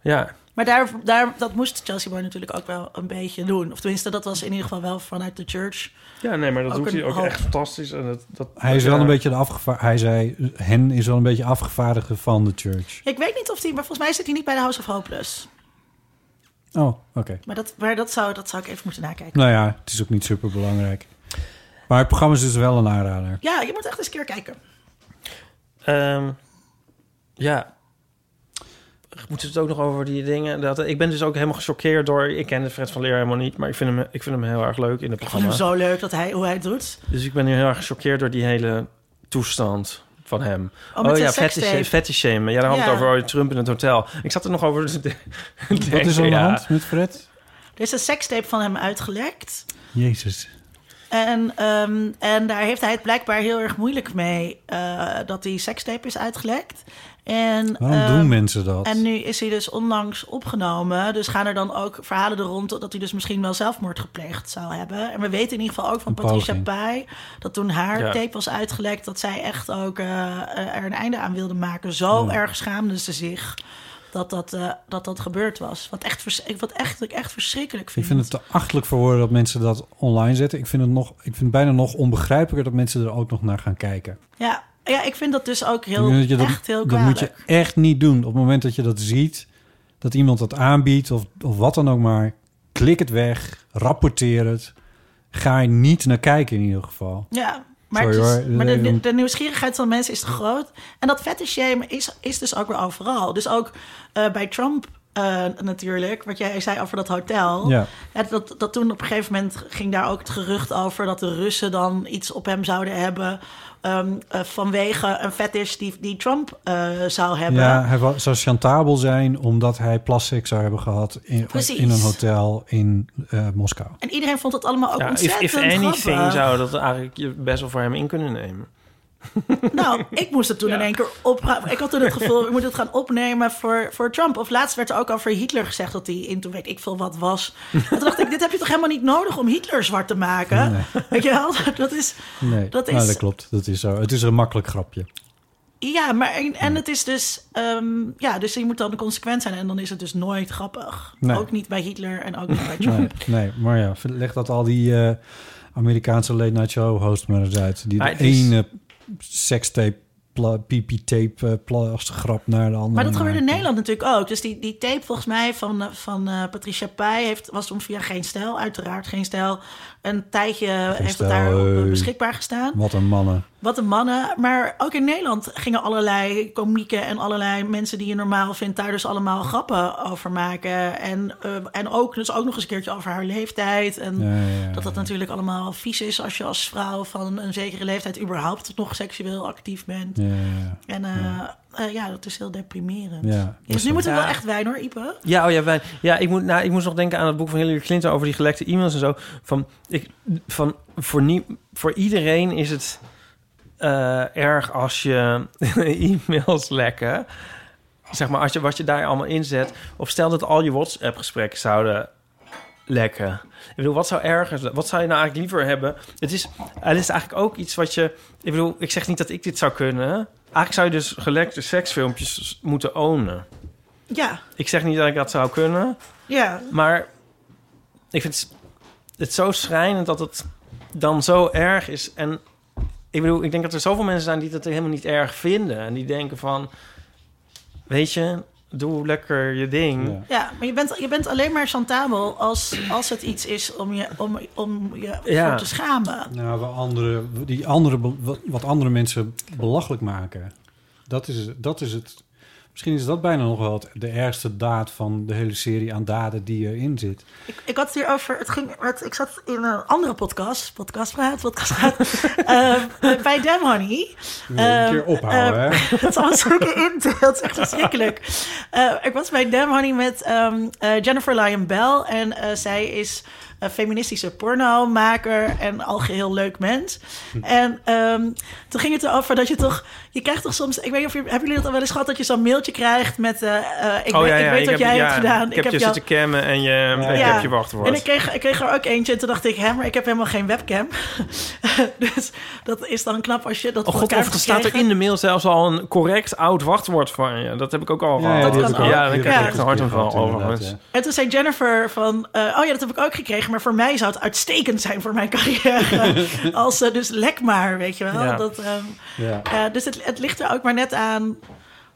B: Ja,
A: Maar daar, daar, dat moest Chelsea Boy natuurlijk ook wel een beetje doen. Of tenminste, dat was in ieder geval wel vanuit de church.
B: ja, nee, maar dat
A: Ook
B: doet
A: een
B: hij ook
A: half.
B: echt fantastisch. En dat, dat,
C: Hij is wel
B: ja.
C: een beetje de afgevaar... Hij zei, hen is wel een beetje afgevaardigde van de church.
A: Ik weet niet of die, maar volgens mij zit hij niet bij de House of Hopeless.
C: Oh, oké.
A: Maar dat, maar dat, zou, dat zou ik even moeten nakijken.
C: Nou ja, het is ook niet super belangrijk. Maar het programma is dus wel een aanrader.
A: Ja, je moet echt eens een keer kijken.
B: Ehm, ja. Moeten we het ook nog over die dingen? Dat, ik ben dus ook helemaal gechoqueerd door... Ik ken de Fred van Leer helemaal niet, maar ik vind hem, ik vind hem heel erg leuk in het
A: Ik vond
B: programma.
A: hem zo leuk dat hij, hoe hij het doet.
B: Dus ik ben nu heel erg gechoqueerd door die hele toestand van hem.
A: Oh, met zijn
B: ja,
A: sekstape.
B: fetish, fetish shame. Ja, daar had
A: Ja.
B: het over oh, Trump in het hotel. Ik zat er nog over te de-
C: Wat is er
B: denken,
C: aan de
B: ja.
C: hand met Fred?
A: Er is een sekstape van hem uitgelekt.
C: Jezus.
A: En, ehm, en daar heeft hij het blijkbaar heel erg moeilijk mee eh, dat die sekstape is uitgelekt. En,
C: Waarom
A: ehm,
C: doen mensen dat?
A: En nu is hij dus onlangs opgenomen. Dus gaan er dan ook verhalen er rond dat hij dus misschien wel zelfmoord gepleegd zou hebben. En we weten in ieder geval ook van
C: Een
A: Patricia
C: poging.
A: Pai... dat toen haar
B: Ja.
A: tape was uitgelekt... dat zij echt ook eh, eh, er een einde aan wilde maken. Zo erg schaamde ze zich dat dat, eh, dat, dat gebeurd was. Wat, echt vers- ik- wat echt, ik echt verschrikkelijk
C: Ik
A: vind.
C: vind het te achtelijk voor woorden dat mensen dat online zetten. Ik vind het, nog, ik vind het bijna nog onbegrijpelijker dat mensen er ook nog naar gaan kijken.
A: ja, ja, ik vind dat dus ook
C: Ik
A: heel,
C: vind dat je dat-
A: echt heel
C: dat moet
A: kwalijk.
C: je echt niet doen. Op het moment dat je dat ziet, dat iemand dat aanbiedt of, of wat dan ook maar, klik het weg, rapporteer het. Ga er niet naar kijken in ieder geval.
A: Ja, maar,
C: Sorry
A: het is-
C: hoor,
A: maar
C: even
A: de,
C: een-
A: de nieuwsgierigheid van mensen is te groot. En dat vette shame is, is dus ook weer overal. Dus ook eh, bij Trump eh, natuurlijk, wat jij zei over dat hotel.
C: Ja.
A: dat, dat toen op een gegeven moment ging daar ook het gerucht over... dat de Russen dan iets op hem zouden hebben... ehm, eh, vanwege een fetish die, die Trump eh, zou hebben.
C: Ja, hij wa- zou chantabel zijn omdat hij plastic zou hebben gehad in,
A: Precies.
C: in een hotel in eh, Moskou.
A: En iedereen vond dat allemaal ook
B: Ja, if,
A: ontzettend
B: if anything
A: grappig.
B: zou dat eigenlijk je best wel voor hem in kunnen nemen.
A: Nou, ik moest het toen in één keer opruimen. Ik had toen het gevoel, ik moet het gaan opnemen voor, voor Trump. Of laatst werd er ook over Hitler gezegd dat hij in toen weet ik veel wat was. En toen dacht ik, dit heb je toch helemaal niet nodig om Hitler zwart te maken? Weet je wel? Dat is,
C: Nee,
A: dat
C: nou,
A: is-
C: dat klopt. Dat is zo. Het is een makkelijk grapje.
A: ja, maar en, en het is dus, ehm, ja, dus je moet dan consequent zijn. En dan is het dus nooit grappig.
C: Nee.
A: Ook niet bij Hitler en ook niet bij Trump.
C: Nee, nee, maar ja, leg dat al die eh, Amerikaanse late night show host maar dus- eens uit. Die
B: Ah,
C: de
B: het is-
C: ene sekstape, pla, pipi-tape, eh, plastic grap naar de andere.
A: Maar dat gebeurde in
C: maken.
A: Nederland natuurlijk ook. Dus die, die tape volgens mij van, eh, van eh, Patricia Pai heeft, was toen via Geen Stijl, uiteraard Geen Stijl. Een tijdje heeft
C: Stijl,
A: het daar eh,
C: hey.
A: beschikbaar gestaan.
C: Wat een mannen.
A: Wat een mannen. Maar ook in Nederland gingen allerlei komieken en allerlei mensen die je normaal vindt daar dus allemaal grappen over maken. En, eh, en ook, dus ook nog eens een keertje over haar leeftijd. En
C: Ja, ja, ja,
A: Mm. dat dat
C: ja.
A: natuurlijk allemaal vies is als je als vrouw van een zekere leeftijd überhaupt nog seksueel actief bent.
C: Ja, ja,
A: En eh, eh, ja, dat is heel deprimerend.
C: ja.
A: Dus nu moeten we
B: Ja.
A: wel echt wijn hoor, Ipe.
B: Ja, oh ja, wij, ja ik, moet, nou, ik moest nog denken aan het boek van Hillary Clinton over die gelekte e-mails en zo. Van, ik, van, voor, nie, voor iedereen is het eh, erg als je e-mails lekken. Zeg maar, als je, wat je daar allemaal inzet. Of stel dat al je WhatsApp-gesprekken zouden lekken. Ik bedoel, wat zou erger zijn? Wat zou je nou eigenlijk liever hebben? Het is, het is eigenlijk ook iets wat je... Ik bedoel, ik zeg niet dat ik dit zou kunnen. Eigenlijk zou je dus gelekte seksfilmpjes moeten ownen.
A: Ja,
B: Ik zeg niet dat ik dat zou kunnen,
A: ja.
B: maar ik vind het- het zo schrijnend dat het dan zo erg is. En ik bedoel, ik denk dat er zoveel mensen zijn die dat helemaal niet erg vinden. En die denken van, weet je, doe lekker je ding.
C: Ja.
A: Ja, maar je bent, je bent alleen maar chantabel als, als het iets is om je, om, om je
B: Ja.
A: voor te schamen.
C: Nou, wat andere, die andere, be- wat- wat andere mensen belachelijk maken. Dat is, dat is het. Misschien is dat bijna nog wel het- de ergste daad van de hele serie aan daden die erin zit.
A: Ik, ik had het hier over. Het ging, het, ik zat in een andere podcast. Podcast praat, podcast praat. eh, bij Dem Honey.
C: Wil je een
A: Ehm,
C: keer ophouden,
A: ehm,
C: hè?
A: Het was zoeken in. Dat is echt verschrikkelijk. Eh, ik was bij Dem Honey met ehm, eh, Jennifer Lyon Bell. En eh, zij is een feministische pornomaker en al geheel leuk mens. En ehm, toen ging het erover dat je toch... Je krijgt toch soms... Ik weet niet of je, hebben jullie dat al wel eens gehad? Dat je zo'n mailtje krijgt met... eh, eh,
B: Oh,
A: ik, weet, ik weet wat jij hebt gedaan.
B: Ik heb je
A: jou-
B: zitten cammen en, je, en ik
A: Ja.
B: heb je wachtwoord.
A: en ik kreeg, ik kreeg er ook eentje en toen dacht ik, hè, maar ik heb helemaal geen webcam. dus dat is dan knap als je dat
B: Oh
A: voor
B: god,
A: elkaar
B: of er
A: hebt
B: staat er
A: gekregen.
B: in de mail zelfs al een correct oud wachtwoord van je. Dat heb ik ook al
C: Ja,
B: gehad.
C: die
A: heb ik ook.
B: ja, dan
C: Die
B: krijg
A: heb
B: ik
A: ik
B: echt een
C: ook
B: hartaanval
C: gehad, inderdaad,
B: overigens.
C: ja.
A: En toen zei Jennifer van, eh, oh ja, dat heb ik ook gekregen, maar voor mij zou het uitstekend zijn voor mijn carrière. als eh, dus lek maar, weet je wel.
B: Ja.
A: Dat, ehm,
C: Ja.
A: eh, dus het, het ligt er ook maar net aan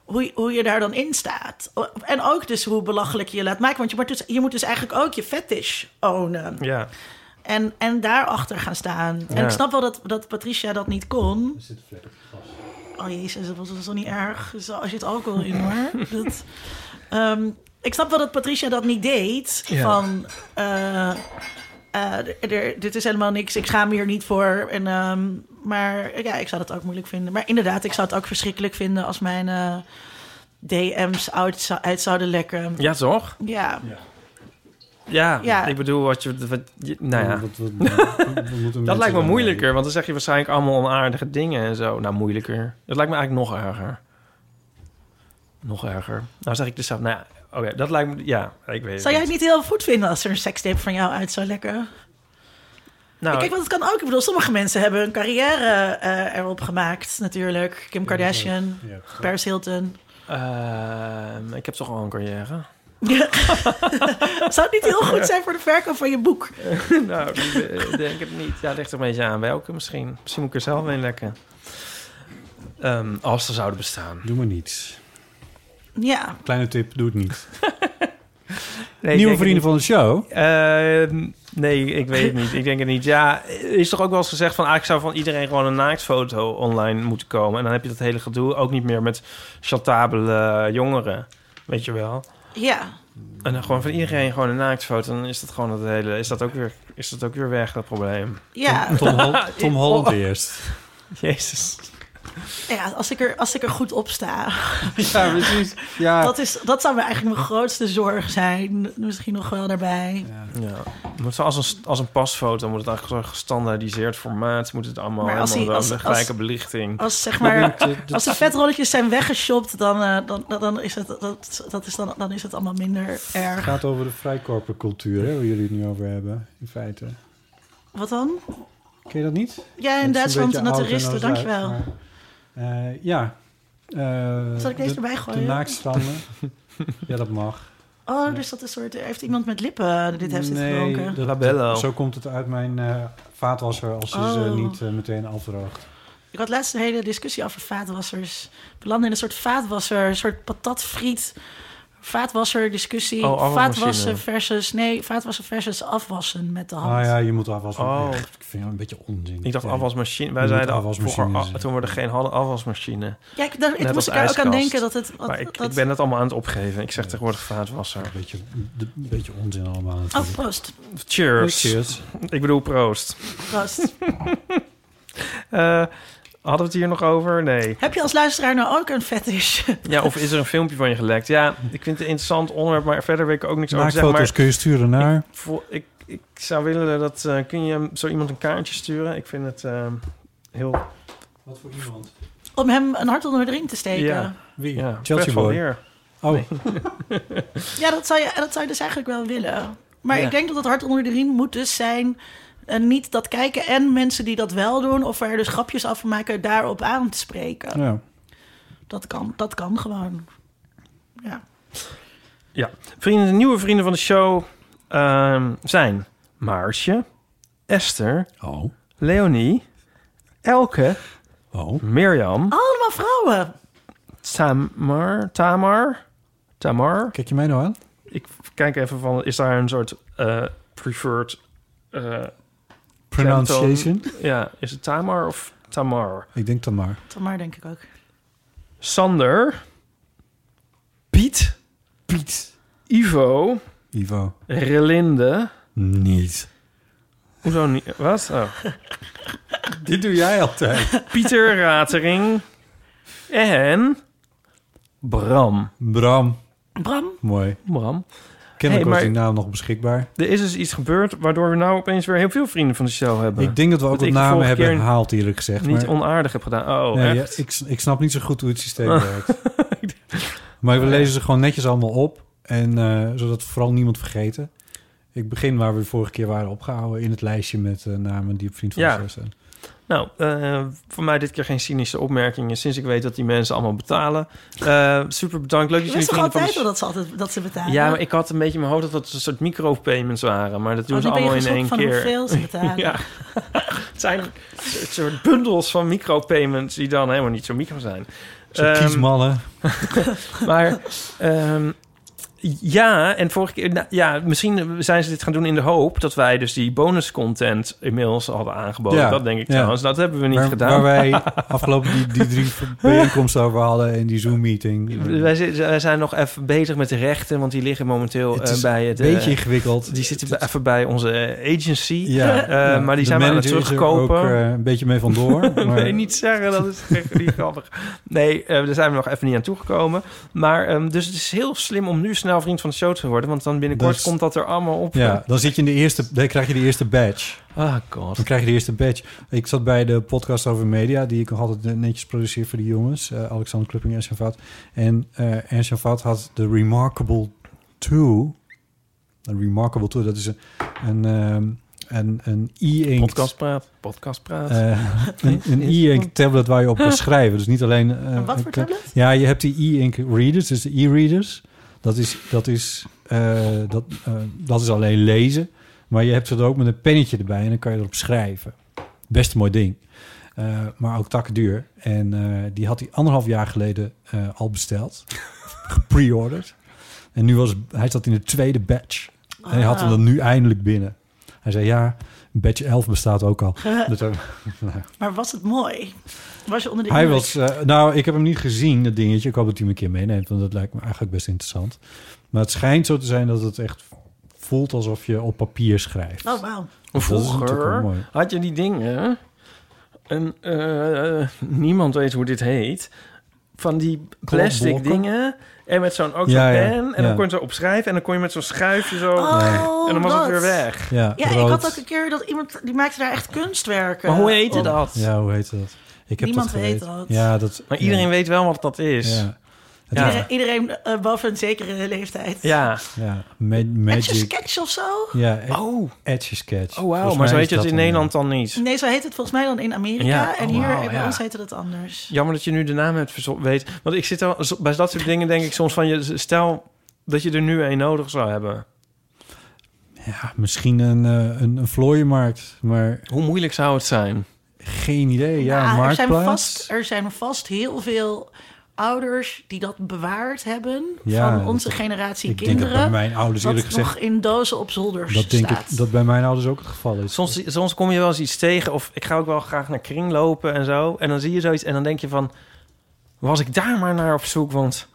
A: hoe, je- hoe je daar dan in staat. En ook dus hoe belachelijk je je laat maken. Want je moet dus, je moet dus eigenlijk ook je fetish ownen.
B: Ja.
A: En, en daarachter gaan staan. En
B: Ja.
A: ik snap wel dat, dat Patricia dat niet kon. Oh jezus, dat was dat is toch niet erg. Zo, Als je het alcohol in hoor. Dat, Ehm, ik snap wel dat Patricia dat niet deed.
B: Ja.
A: Van, eh, eh, d- er- dit is helemaal niks. Ik schaam me hier niet voor. En, ehm, maar ja, ik zou dat ook moeilijk vinden. Maar inderdaad, ik zou het ook verschrikkelijk vinden als mijn eh, DM's uit, zou- uit zouden lekken.
B: ja, toch?
A: Ja.
B: Ja,
A: Ja.
B: ik bedoel, wat je, wat je- nou ja.
C: Wat- wat- wat- wat moeten
B: Dat
C: mensen
B: lijkt me
C: dan
B: moeilijker, want dan zeg je waarschijnlijk allemaal onaardige dingen en zo. Nou, moeilijker. Dat lijkt me eigenlijk nog erger. Nog erger. Nou zeg ik dus zelf, nou ja, oké, dat lijkt me, ja, ik weet het
A: Zou jij het niet heel goed vinden als er een sekstape van jou uit zou lekken?
B: Nou,
A: Kijk, want het kan ook. Ik bedoel, sommige mensen hebben hun carrière eh, erop gemaakt, natuurlijk. Kim Kardashian,
C: Ja, dat-
A: Paris Hilton.
B: ehm, ik heb toch al een carrière.
A: Zou het niet heel goed zijn voor de verkoop van je boek?
B: nou, die, eh, denk het niet. Ja, het ligt er een beetje aan welke misschien. Misschien moet ik er zelf een lekken. Ehm, als ze zouden bestaan.
C: Doe maar niet.
A: Ja.
C: Kleine tip, doe het niet.
B: Nee, ik denk
C: Nieuwe
B: het
C: vrienden
B: niet.
C: van de show.
B: Ehm, nee, ik weet het niet. Ik denk het niet. Ja, er is toch ook wel eens gezegd van... eigenlijk zou van iedereen gewoon een naaktfoto online moeten komen. En dan heb je dat hele gedoe ook niet meer met chantabele jongeren. Weet je wel.
A: Ja.
B: En dan gewoon van iedereen gewoon een naaktfoto. Dan is dat gewoon het hele... Is dat ook weer, is dat ook weer weg, dat probleem.
A: Ja. Oh.
C: Tom, Hol- Tom Holland eerst.
B: Jezus.
A: ja, als ik, er, als ik er goed op sta.
C: Ja, precies. Ja,
A: Dat, is, dat zou me eigenlijk mijn grootste zorg zijn. Misschien nog wel daarbij.
B: Ja. Moet zo als, een, als een pasfoto moet het eigenlijk zo'n gestandaardiseerd formaat. Moet het allemaal
A: Maar als
B: helemaal
A: hij-
B: zo
A: als-
B: de gelijke
A: als-
B: belichting.
A: Als, zeg maar,
C: Dat- dat-
A: als de vetrolletjes zijn weggeshopt, dan, eh, dan, dan, dan is het, dat, dat is dan, dan is het allemaal minder
C: Het
A: erg.
C: gaat over de vrijkorpercultuur, hè, waar jullie het nu over hebben, in feite.
A: Wat dan?
C: Ken je dat niet?
A: Ja, in Duitsland, naturisten, dankjewel.
C: Eh ja. Eh,
A: Zal ik deze
C: de-
A: erbij
C: De
A: gooien?
C: naakstanden. ja, dat mag.
A: Oh, dus dat is een soort. Heeft iemand met lippen eh, dit heeft
C: Nee,
A: nee, gedronken?
C: dat-
B: Labello.
C: Zo komt het uit mijn eh, vaatwasser als je ze
A: Oh.
C: niet eh, meteen afdroogt.
A: Ik had laatst een hele discussie over vaatwassers. We belanden in een soort vaatwasser, een soort patatfriet Vaatwasser discussie.
B: Oh, afwasmachine.
A: vaatwassen versus... Nee, vaatwassen versus afwassen met de hand.
B: Nou
C: Ah ja, je moet afwas.
B: Oh.
C: Ik vind dat een beetje onzin.
B: Ik dacht
C: Ja.
B: afwasmachine. Wij
C: moet
B: zeiden
C: afwasmachine
B: vroeger, ah,
C: zeggen.
B: toen we er geen hadden, afwasmachine.
A: Ja, ik, daar, ik
B: Net
A: moest
B: als
A: ik daar ook aan denken
B: ijskast.
A: dat het... wat-
B: maar ik,
A: dat...
B: ik ben dat allemaal aan het opgeven. Ik zeg tegenwoordig vaatwasser.
C: Beetje, een beetje onzin allemaal.
A: Oh,
C: natuurlijk.
A: proost.
B: Cheers.
C: Cheers.
B: Ik bedoel proost.
A: Proost.
B: Eh, hadden we het hier nog over? Nee.
A: Heb je als luisteraar nou ook een fetish?
B: Ja, of is er een filmpje van je gelekt? Ja, ik vind het een interessant onderwerp, maar verder weet ik ook niks over te
C: Maakfoto's
B: zeggen. Maar
C: kun je sturen naar.
B: voor, ik, ik zou willen dat... eh, kun je zo iemand een kaartje sturen? Ik vind het eh, heel...
C: Wat voor iemand?
A: Om hem een hart onder de ring te steken.
B: Ja.
A: Ja,
C: Wie?
B: Ja,
C: Chelsea
B: Fred van
C: Boy.
B: Leer.
C: Oh,
A: dat, zou je, dat zou je dus eigenlijk wel willen. Maar
B: Ja.
A: ik denk dat het hart onder de riem moet dus zijn... En niet dat kijken en mensen die dat wel doen... of er dus grapjes af maken daarop aan te spreken.
C: ja.
A: Dat, kan, dat kan gewoon. Ja.
B: Ja, vrienden, de nieuwe vrienden van de show ehm, zijn Maarsje, Esther,
C: Oh,
B: Leonie, Elke,
C: oh.
B: Mirjam,
A: Allemaal vrouwen.
B: Tamar, Tamar, Tamar.
C: Kijk je mij nou aan?
B: Ik kijk even van, is daar een soort eh, preferred... eh,
C: Pronunciation?
B: ja, is het Tamar of Tamar?
C: Ik denk dan maar.
A: Tamar denk ik ook.
B: Sander, Piet,
C: Piet.
B: Ivo,
C: Ivo.
B: Relinde.
C: Niet.
B: Hoezo niet? Wat? Oh.
C: Dit doe jij altijd.
B: Pieter Ratering en Bram.
C: Bram.
A: Bram,
C: Mooi.
B: Bram.
C: Kennelijk
B: Hey,
C: was
B: maar-
C: die naam nog beschikbaar.
B: Er is dus iets gebeurd waardoor we nou opeens weer heel veel vrienden van de show hebben.
C: Ik denk dat we ook
B: Wat
C: wat
B: ik de
C: namen
B: vorige
C: hebben
B: keer
C: gehaald, eerlijk gezegd.
B: niet
C: maar-
B: onaardig heb gedaan. Oh,
C: Nee, ja,
B: echt? Oh.
C: ik, s- ik snap niet zo goed hoe het systeem werkt. Maar we lezen ze gewoon netjes allemaal op. En, eh, zodat we vooral niemand vergeten. Ik begin waar we de vorige keer waren opgehouden... in het lijstje met eh, namen die op Vriend van
B: Ja.
C: de Show staan.
B: Nou, eh, voor mij dit keer geen cynische opmerkingen... sinds ik weet dat die mensen allemaal betalen. Eh, super bedankt. Leuk dat
A: je
B: jullie
A: wist toch
B: vrienden van de
A: altijd wel dat ze, altijd, dat ze betalen?
B: Ja, maar ik had een beetje in mijn hoofd dat dat een soort micropayments waren. Maar dat doen
A: Oh,
B: ze
A: nu ben je
B: allemaal in
A: geschokt
B: één
A: van
B: keer.
A: hoeveel ze betalen.
B: Ja. Het zijn een soort bundels van micropayments die dan helemaal niet zo micro zijn.
C: Zo
B: Ehm,
C: kiesmannen.
B: Maar ehm, ja, en vorige keer, nou, ja, misschien zijn ze dit gaan doen in de hoop dat wij dus die bonuscontent inmiddels hadden aangeboden.
C: Ja,
B: dat denk ik
C: ja.
B: trouwens. Dat hebben we niet
C: waar,
B: gedaan.
C: waar wij afgelopen die, die drie bijeenkomsten over hadden... en die Zoom-meeting.
B: wij, zi- wij zijn nog even bezig met de rechten, want die liggen momenteel
C: Het
B: eh,
C: is
B: bij
C: een
B: het. eh,
C: beetje ingewikkeld.
B: die zitten bij- even bij onze eh, agency.
C: Ja,
B: Eh, maar die
C: de
B: zijn we aan het
C: manager is er
B: terugkopen.
C: ook eh, een beetje mee vandoor. maar
B: Nee, niet zeggen, dat is echt niet grappig. Nee, eh, daar zijn we nog even niet aan toegekomen. Maar ehm, dus het is heel slim om nu snel vriend van de show te worden. Want dan binnenkort
C: Dat is-
B: komt dat er allemaal op.
C: Dus- Ja, dan zit je in de eerste... Dan krijg je de eerste badge.
B: Ah, god.
C: Dan krijg je de eerste badge. Ik zat bij de podcast over media, die ik nog altijd netjes produceer voor die jongens. eh, Alexander Klupping en Shavat. En eh en Shavat had de Remarkable 2. De Remarkable 2, dat is een, een, ehm, een, een e-ink...
B: Podcast praat. Podcast praat.
C: eh, een een e-ink tablet waar je op kan schrijven. Dus niet alleen... eh,
A: En wat voor
C: een-
A: tablet?
C: Ja, je hebt die e-ink readers, dus de e-readers. Dat is, dat, is, eh, dat, eh, dat is alleen lezen. Maar je hebt het ook met een pennetje erbij en dan kan je erop schrijven. Best een mooi ding. Eh, maar ook takduur. En eh, die had hij anderhalf jaar geleden eh, al besteld. Gepreorderd. En nu was, hij zat in de tweede batch. En hij had hem dan nu eindelijk binnen. Hij zei, ja, batch 11 bestaat ook al. Dus, eh,
A: Maar was het mooi? Was je onder de
C: hij
A: indruk?
C: was, eh, nou, ik heb hem niet gezien, dat dingetje. Ik hoop dat hij me een keer meeneemt, want dat lijkt me eigenlijk best interessant. Maar het schijnt zo te zijn dat het echt voelt alsof je op papier schrijft.
A: Oh, wauw.
C: natuurlijk wel
B: Vroeger
C: mooi.
B: had je die dingen. En eh, niemand weet hoe dit heet. Van die plastic
C: Klapblokken.
B: dingen. En met zo'n ook zo'n
C: Ja, ja,
B: pen. En
C: ja.
B: dan kon je zo opschrijven. En dan kon je met zo'n schuifje zo.
A: Oh,
B: en dan was
A: dat.
B: het weer weg.
C: Ja,
A: Ja, ik
C: rood.
A: had ook een keer dat iemand... Die maakte daar echt kunstwerken. Oh.
B: Maar hoe heette
A: op.
B: dat?
C: Ja, hoe heet dat? Ik heb
A: Niemand
C: dat
A: weet
C: geweten.
A: dat.
C: Ja, dat.
B: Maar iedereen
C: ja,
B: weet wel wat dat is. Ja.
C: Ja. Het
B: Ja.
C: ja.
A: Iedereen, iedereen eh, boven een zekere leeftijd.
C: ja. Ma-
A: Met je
C: magic.
A: sketch of zo?
C: Ja, e-
B: Oh,
C: Edge Sketch.
B: oh wauw.
C: Volgens
B: Maar zo
C: mij
B: heet
C: is
B: het in
C: dat eh,
B: Nederland dan niet.
A: Nee, zo heet het volgens mij dan in Amerika.
B: Ja,
A: en
B: oh,
A: hier
B: wauw,
A: bij
B: ja.
A: ons heette het anders.
B: Jammer dat je nu de naam hebt verzo- weet. Want ik zit al, zo- bij dat soort dingen denk ik soms van je. Stel dat je er nu een nodig zou hebben.
C: Ja, misschien een, eh, een, een vlooienmarkt, maar
B: Hoe moeilijk zou het zijn?
C: geen idee. Ja,
A: Nou, er, zijn
C: marktplaats.
A: vast, er zijn vast heel veel ouders die dat bewaard hebben
C: Ja,
A: van onze
C: dat-
A: generatie
C: Ik denk dat
A: kinderen.
C: bij mijn
B: dus
C: ouders
A: dat
C: eerlijk gezegd...
A: nog in dozen op zolders
C: Dat denk
A: staat.
C: ik dat bij mijn ouders ook het geval is.
B: Soms, soms kom je wel eens iets tegen. Of ik ga ook wel graag naar kring lopen en zo. En dan zie je zoiets en dan denk je van... Was ik daar maar naar op zoek? Want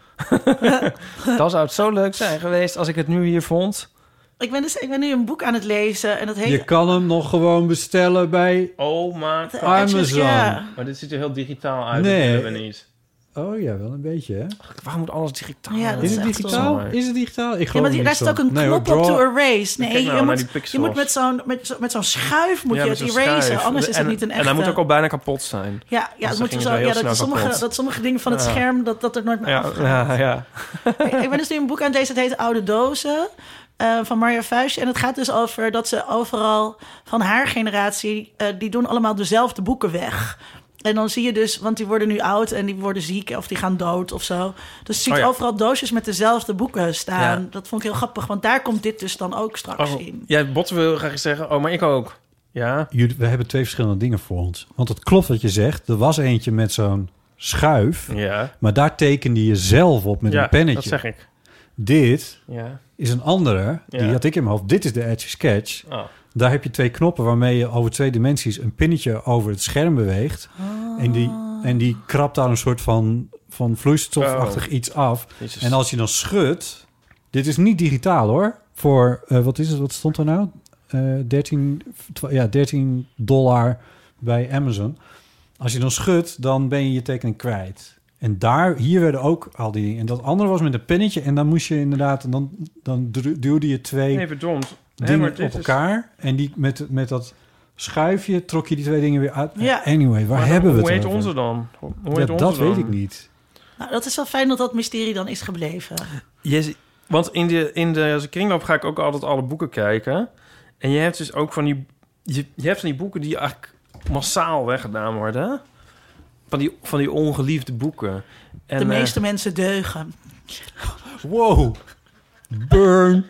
B: dan zou het zo leuk zijn geweest als ik het nu hier vond.
A: Ik ben, dus, ik ben nu een boek aan het lezen en dat heet...
C: Je kan hem nog gewoon bestellen bij...
B: Oh my
A: The
B: god.
A: Anxious-
C: Amazon.
A: eh, Ja.
B: Maar dit ziet er heel digitaal uit.
C: Nee.
B: Dat willen we niet.
C: Oh ja, wel een beetje, hè?
B: Waarom moet alles digitaal?
A: Ja, dat
C: Is
A: is
C: het
A: echt
C: digitaal?
B: wel-
C: Is het digitaal? Ik geloof
A: Ja, maar
C: er
A: die- daar
C: niks
A: zit ook
C: van.
A: een
C: Nee,
A: knop
C: hoor,
A: op to
C: draw-
A: erase.
B: Kijk
A: Nee,
B: nou
A: je,
B: naar die
A: moet, je
B: pixels.
A: moet met zo'n met zo, met zo'n schuif moet
B: Ja,
A: je
B: met
A: het
B: zo'n
A: erasen.
B: schuif.
A: Anders is het
B: En-
A: niet een echte.
B: En hij moet ook al bijna kapot zijn.
A: Ja, ja,
B: dan
A: het moet je
B: ging
A: zo,
B: het wel
A: ja
B: heel
A: dat,
B: snel
A: sommige,
B: kapot.
A: dat sommige dingen van het
B: Ja.
A: scherm, dat, dat er nooit meer
B: Ja, ja, ja.
A: Ik ben dus nu een boek aan het lezen, het heet Oude Dozen. eh, van Marja Vuijsje. En het gaat dus over dat ze overal van haar generatie... eh, die doen allemaal dezelfde boeken weg. En dan zie je dus... want die worden nu oud en die worden ziek... of die gaan dood of zo. Dus je ziet
B: Oh ja.
A: overal doosjes met dezelfde boeken staan.
B: Ja.
A: Dat vond ik heel grappig, want daar komt dit dus dan ook straks
B: Oh,
A: in.
B: ja, Botten wil graag zeggen, oh, maar ik ook. Ja,
C: Jullie- we hebben twee verschillende dingen voor ons. Want het klopt wat je zegt. Er was eentje met zo'n schuif.
B: ja.
C: Maar daar tekende je zelf op met
B: ja,
C: een pennetje.
B: dat zeg ik.
C: Dit
B: Ja.
C: is een andere. Die
B: Ja.
C: had ik in mijn hoofd. Dit is de Edge Sketch.
B: Oh.
C: Daar heb je twee knoppen waarmee je over twee dimensies een pinnetje over het scherm beweegt. En, die, en die krabt daar een soort van, van vloeistofachtig iets af.
B: Oh. Jezus.
C: En als je dan schudt. Dit is niet digitaal hoor. Voor, eh, wat is het, wat stond er nou? Eh 13, twa- ja, 13 dollar bij Amazon. Als je dan schudt, dan ben je je tekening kwijt. En daar, hier werden ook al die dingen. En dat andere was met een pennetje. En dan moest je inderdaad, en dan, dan dru- duwde je twee
B: Nee, verdomd. Nee,
C: dingen
B: maar dit
C: op
B: is-
C: elkaar. En die, met, met dat schuifje trok je die twee dingen weer uit.
A: Ja.
C: Anyway, waar
B: Maar
C: hebben we het
B: Hoe heet
C: over?
B: onze dan? Hoe
C: Ja,
B: heet onze
C: dat
B: dan?
C: weet ik niet.
A: Nou, dat is wel fijn dat dat mysterie dan is gebleven.
B: Jezus, want in de, in de als ik kringloop ga ik ook altijd alle boeken kijken. En je hebt dus ook van die... Je, je hebt van die boeken die eigenlijk massaal weggedaan worden. Van die, van die ongeliefde boeken. En,
A: de
B: eh,
A: meeste mensen deugen.
C: Wow. Burn.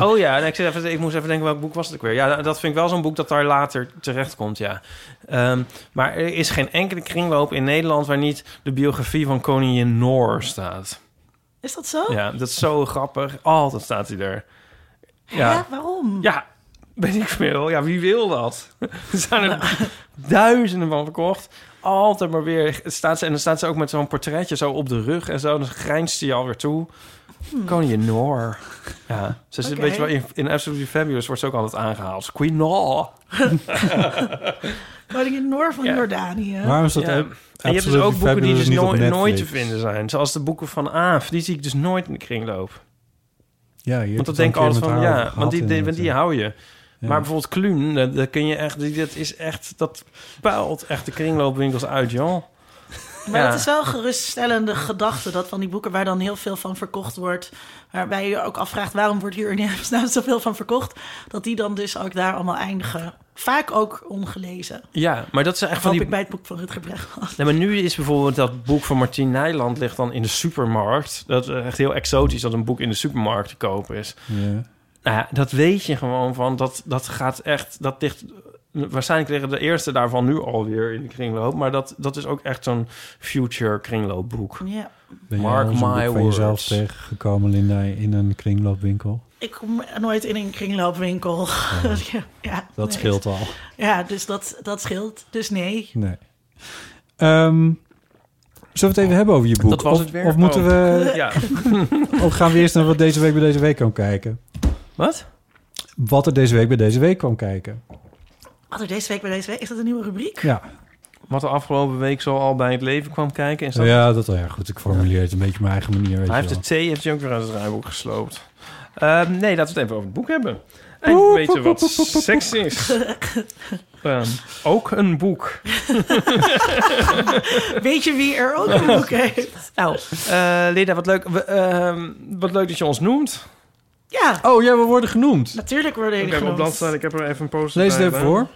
B: Oh ja, en ik, zit even, ik moest even denken welk boek was het ook weer. Ja, dat vind ik wel zo'n boek dat daar later terecht komt, ja. Ehm, maar er is geen enkele kringloop in Nederland waar niet de biografie van koningin Noor staat.
A: Is dat zo?
B: Ja, dat is zo grappig. Altijd staat hij er. Ja,
A: Hè? waarom?
B: ja, weet ik veel. Ja, wie wil dat? Er zijn er duizenden van verkocht. Altijd maar weer staat ze en dan staat ze ook met zo'n portretje zo op de rug en zo. Dan grijnst ze je alweer toe. Koningin Noor. Ja, ze is
A: Oké.
B: weet je wel, in, in Absolutely Fabulous wordt ze ook altijd aangehaald. Queen Noor.
A: Koningin Noor van
B: Ja.
A: Jordanië.
C: Waarom is dat
B: Ja.
C: ook-
B: En je hebt dus
C: Absolutely
B: ook boeken die
C: Fabulous
B: dus
C: niet op
B: nooit, nooit te
C: Netflix?
B: vinden zijn. Zoals de boeken van Aaf. Die zie ik dus nooit in de kringloop.
C: Ja, je hebt
B: Want
C: het
B: dat denk ik
C: al een keer
B: altijd
C: met
B: van,
C: haar
B: ja,
C: over
B: want die,
C: gehad
B: die, want
C: inderdaad,
B: die
C: ja.
B: hou je.
C: Ja.
B: Maar bijvoorbeeld Kluun, dat, dat kun je echt, die- dat is echt, dat puilt echt de kringloopwinkels uit, joh.
A: Maar
B: Ja.
A: dat is wel een geruststellende gedachte dat van die boeken waar dan heel veel van verkocht wordt, waarbij je je ook afvraagt waarom wordt hier in hemelsnaam zoveel van verkocht, dat die dan dus ook daar allemaal eindigen. Vaak ook ongelezen.
B: Ja, maar dat zijn echt
A: Hoop
B: van die...
A: ik bij het boek van Rutger Bregman.
B: Nee, maar nu is bijvoorbeeld dat boek van Martien Nijland ligt dan in de supermarkt. Dat is echt heel exotisch dat een boek in de supermarkt te koop is.
C: Ja.
B: Nou ja, dat weet je gewoon van. Dat, dat gaat echt. Dat ligt. Waarschijnlijk liggen de eerste daarvan nu alweer in de kringloop. Maar dat, dat is ook echt zo'n future kringloopboek.
A: Ja.
C: Ben
B: Mark
C: jij al eens een
B: my
C: boek van jezelf
B: words.
C: tegengekomen, Linda, in een kringloopwinkel?
A: Ik kom nooit in een kringloopwinkel. Dus Ja, ja,
C: Dat
A: nee.
C: scheelt al.
A: Ja, dus dat, dat scheelt. Dus nee.
C: Nee. Ehm, zullen we het even hebben over je boek?
B: Dat was
C: of,
B: het weer.
C: Of moeten
B: Oh.
C: we...
B: Ja.
C: Of gaan we eerst naar wat deze week bij deze week kwam kijken?
B: Wat?
C: Wat er deze week bij deze week kwam kijken.
A: Wat er deze week bij deze week? Is dat een nieuwe rubriek?
C: Ja,
B: Wat de afgelopen week zo al bij het leven kwam kijken. Is dat...
C: ja dat wel. Ja, goed, ik formuleer het een beetje op mijn eigen manier.
B: Hij
C: Weet je
B: heeft
C: wel.
B: de thee heeft hij ook weer uit het rijboek gesloopt. Ehm, nee, laten we het even over het boek hebben. En weten wat seks is. Ehm, ook een boek.
A: Weet je wie er ook een boek heeft?
B: Nou, eh Lida, wat leuk, we, ehm, wat leuk dat je ons noemt.
A: Ja,
C: Oh ja, we worden genoemd.
A: natuurlijk worden
B: Ik
A: jullie
B: heb op
A: genoemd.
B: bladzijde, ik heb er even een post
C: Lees het even voor.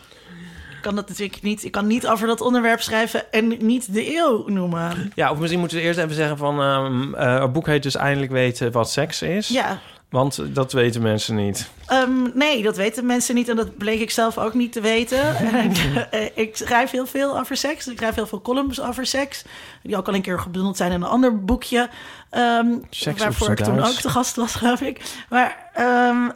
A: Ik kan dat natuurlijk niet. Ik kan niet over dat onderwerp schrijven en niet de eeuw noemen.
B: Ja, of misschien moeten we eerst even zeggen van... ehm, eh, het boek heet dus Eindelijk weten wat seks is.
A: Ja,
B: Want eh, dat weten mensen niet.
A: Ehm, nee, dat weten mensen niet en dat bleek ik zelf ook niet te weten. Eh, ik schrijf heel veel over seks. Ik schrijf heel veel columns over seks. Die ook al een keer gebundeld zijn in een ander boekje. ehm,
B: Seks
A: waarvoor
B: op
A: ik
B: z'n
A: toen
B: Duits.
A: ook te gast was, geloof ik. Maar, ehm,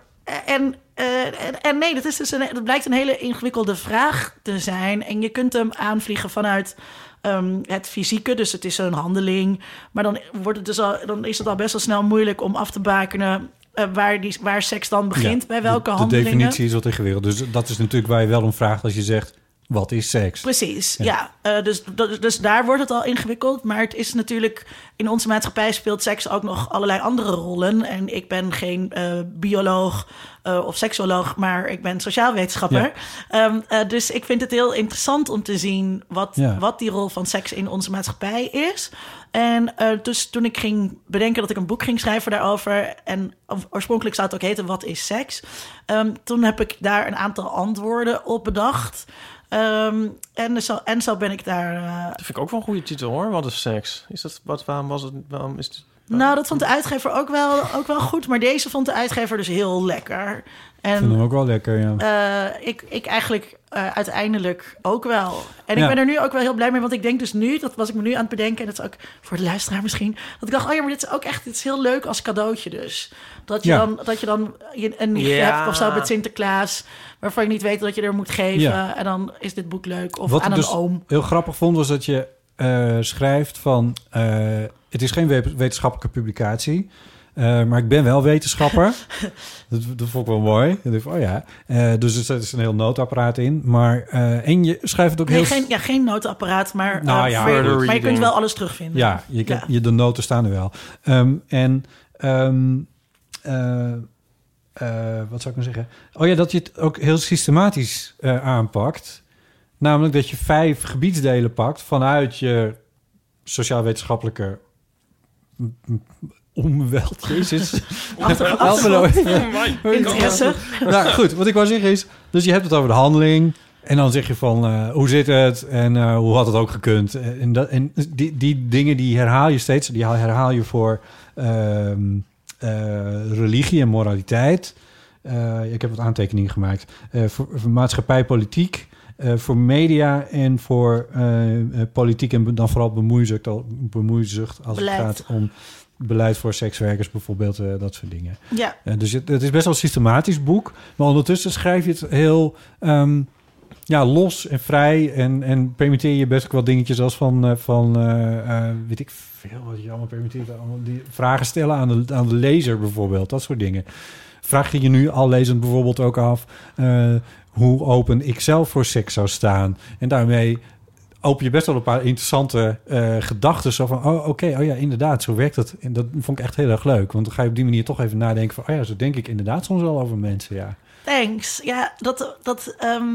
A: en, eh, en, en nee, dat, is dus een, dat blijkt een hele ingewikkelde vraag te zijn. En je kunt hem aanvliegen vanuit ehm, het fysieke. Dus het is een handeling. Maar dan, wordt het dus al, dan is het al best wel snel moeilijk om af te bakenen... eh, waar, die, waar seks dan begint,
C: Ja,
A: bij welke
C: de,
A: handelingen.
C: De definitie is wat ingewikkeld. Dus dat is natuurlijk waar je wel om vraagt als je zegt... wat is seks?
A: Precies, ja. Eh, dus, dat- dus daar wordt het al ingewikkeld. Maar het is natuurlijk... In onze maatschappij speelt seks ook nog allerlei andere rollen. En ik ben geen eh, bioloog eh, of seksoloog... maar ik ben sociaal wetenschapper. Ehm, eh, dus ik vind het heel interessant om te zien... Wat,
C: Ja.
A: wat die rol van seks in onze maatschappij is. En eh, dus toen ik ging bedenken dat ik een boek ging schrijven daarover... en of- oorspronkelijk zou het ook heten Wat is seks? Ehm, toen heb ik daar een aantal antwoorden op bedacht... Ehm, en, zo, en zo ben ik daar. eh,
B: Dat vind ik ook wel een goede titel hoor. Wat is seks? Is dat, wat, waarom was het? Waarom is het
A: nou, dat vond de uitgever ook wel, ook wel goed. Maar deze vond de uitgever dus heel lekker.
C: Ik vind
A: En
C: hem ook wel lekker, ja.
A: eh, ik, ik eigenlijk eh, uiteindelijk ook wel. En
C: Ja.
A: ik ben er nu ook wel heel blij mee. Want ik denk dus nu, dat was ik me nu aan het bedenken. En dat is ook voor de luisteraar misschien. Dat ik dacht, oh ja, maar dit is ook echt dit is heel leuk als cadeautje dus. Dat je
C: Ja.
A: dan, dat je dan je- een nichtje
B: Ja.
A: hebt of zo met Sinterklaas. Waarvan je niet weet dat je er moet geven.
C: Ja.
A: En dan is dit boek leuk. Of
C: Wat
A: aan
C: ik dus
A: een oom.
C: heel grappig vond, was dat je eh, schrijft van... eh, het is geen we- wetenschappelijke publicatie... eh, maar ik ben wel wetenschapper. dat, dat vond ik wel mooi. Ik dacht, oh ja. Eh, dus er zit een heel noodapparaat in. Maar, eh, en je schrijft het ook
A: Nee,
C: heel...
A: geen, ja, geen noodapparaat, maar,
C: Nou
A: eh,
C: ja,
A: maar je-
B: further
A: maar je kunt
B: reading.
A: wel alles terugvinden.
C: Ja, je kan,
A: Ja.
C: Je, de noten staan er wel. Ehm, en ehm, eh, eh, wat zou ik nou zeggen? Oh ja, dat je het ook heel systematisch eh, aanpakt. Namelijk dat je vijf gebiedsdelen pakt vanuit je sociaal-wetenschappelijke omweld. Jezus.
A: Achter-
C: Almelo.
A: Interesse.
C: Nou goed, wat ik wou zeggen is... Dus je hebt het over de handeling. En dan zeg je van, eh, hoe zit het? En eh, hoe had het ook gekund? En, dat, en die, die dingen die herhaal je steeds. Die herhaal je voor ehm, eh, religie en moraliteit. Eh, ik heb wat aantekeningen gemaakt. Eh, voor, voor maatschappij, politiek. eh, voor media en voor eh, eh, politiek en dan vooral bemoeizucht, al- bemoeizucht als
A: Beleid.
C: het gaat om beleid voor sekswerkers bijvoorbeeld, eh, dat soort dingen.
A: Ja,
C: Ja, dus het, het is best wel een systematisch boek. Maar ondertussen schrijf je het heel ehm, ja, los en vrij. En, en permitteer je best ook wel dingetjes als van... eh, van eh, eh, weet ik veel wat je allemaal permitteert. Allemaal die vragen stellen aan de, aan de lezer bijvoorbeeld. Dat soort dingen. Vraag je je nu al lezend bijvoorbeeld ook af... eh, hoe open ik zelf voor seks zou staan. En daarmee open je best wel een paar interessante eh, gedachten. Zo van, oh oké, oh ja, inderdaad, zo werkt dat. En dat vond ik echt heel erg leuk. Want dan ga je op die manier toch even nadenken van... oh ja, zo denk ik inderdaad soms wel over mensen, ja.
A: thanks. Ja, dat, dat, ehm,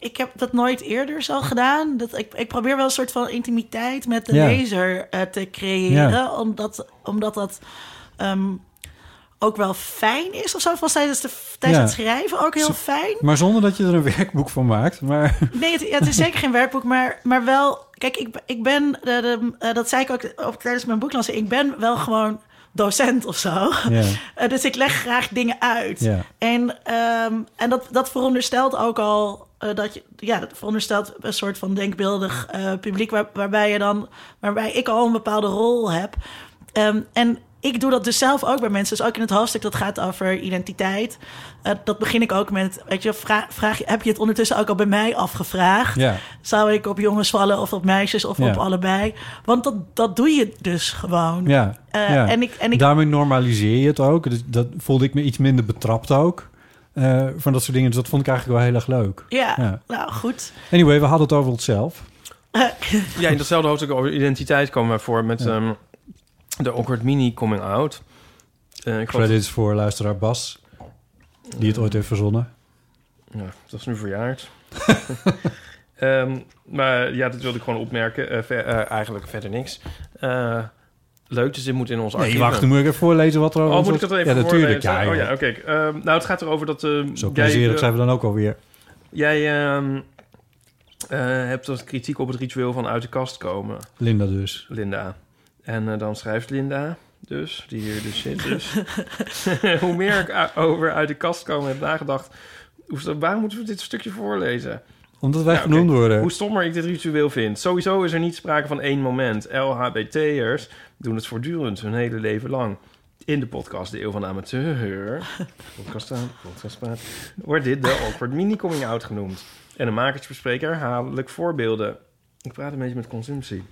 A: ik heb dat nooit eerder zo gedaan. Dat, ik, ik probeer wel een soort van intimiteit met de
C: Ja.
A: lezer eh, te creëren.
C: Ja.
A: Omdat, omdat dat ehm, ook wel fijn is of zo. Van tijdens, de, tijdens
C: Ja.
A: het schrijven ook heel fijn.
C: Maar zonder dat je er een werkboek van maakt. Maar
A: Nee, het, ja, het is zeker geen werkboek, maar, maar wel... Kijk, ik, ik ben, eh, de, eh, dat zei ik ook op- tijdens mijn boeklancering... ik ben wel gewoon docent of zo.
C: Ja.
A: Eh, dus ik leg graag dingen uit.
C: Ja.
A: En, ehm, en dat, dat veronderstelt ook al... eh, dat je, ja, dat veronderstelt een soort van denkbeeldig eh, publiek... Waar, waarbij, je dan, waarbij ik al een bepaalde rol heb. Ehm, en ik doe dat dus zelf ook bij mensen. Dus ook in het hoofdstuk dat gaat over identiteit. eh, dat begin ik ook met, weet je, vraag, vraag, je- heb je het ondertussen ook al bij mij afgevraagd?
C: Ja.
A: Zou ik op jongens vallen of op meisjes of
C: Ja.
A: op allebei? Want dat, dat doe je dus gewoon.
C: ja,
A: Eh,
C: ja.
A: en ik- en ik-
C: daarmee normaliseer je het ook. Dus dat voelde ik me iets minder betrapt ook. eh, van dat soort dingen. Dus dat vond ik eigenlijk wel heel erg leuk.
A: Ja,
C: Ja.
A: nou goed. Eh,
C: Anyway, we hadden het over onszelf.
B: Ja, in datzelfde hoofdstuk over identiteit komen we voor met ehm, de awkward mini coming out. Eh, ik geloof-
C: Credits voor luisteraar Bas. Die
B: Eh,
C: het ooit heeft verzonnen.
B: ja, dat is nu verjaard. Ehm, maar ja, dat wilde ik gewoon opmerken. Eh, ver- eh, eigenlijk verder niks. Eh, leuk, dus dit moet in ons
C: Nee,
B: archief.
C: wacht, dan moet ik even voorlezen wat er over
B: Oh,
C: ons
B: moet ik
C: was.
B: dat even
C: Ja, natuurlijk.
B: voorlezen?
C: Ja,
B: oh
C: joh.
B: ja, oké. Ehm, nou, het gaat erover dat... ehm,
C: Zo
B: jij,
C: plezierig
B: eh,
C: zijn we dan ook alweer.
B: Jij ehm, eh, hebt wat kritiek op het ritueel van uit de kast komen,
C: Linda dus.
B: Linda. En eh, dan schrijft Linda... dus, die hier dus zit. Dus. hoe meer ik a- over uit de kast komen heb nagedacht... Hoe, waarom moeten we dit stukje voorlezen?
C: Omdat wij
B: Ja, Nou, oké.
C: genoemd worden.
B: Hoe stommer ik dit ritueel vind. Sowieso is er niet sprake van één moment. LHBT'ers doen het voortdurend hun hele leven lang. In de podcast De Eeuw van de Amateur... podcast aan, podcast praat, wordt dit de awkward mini-coming-out genoemd. En de makers bespreken herhaaldelijk voorbeelden. Ik praat een beetje met consumptie.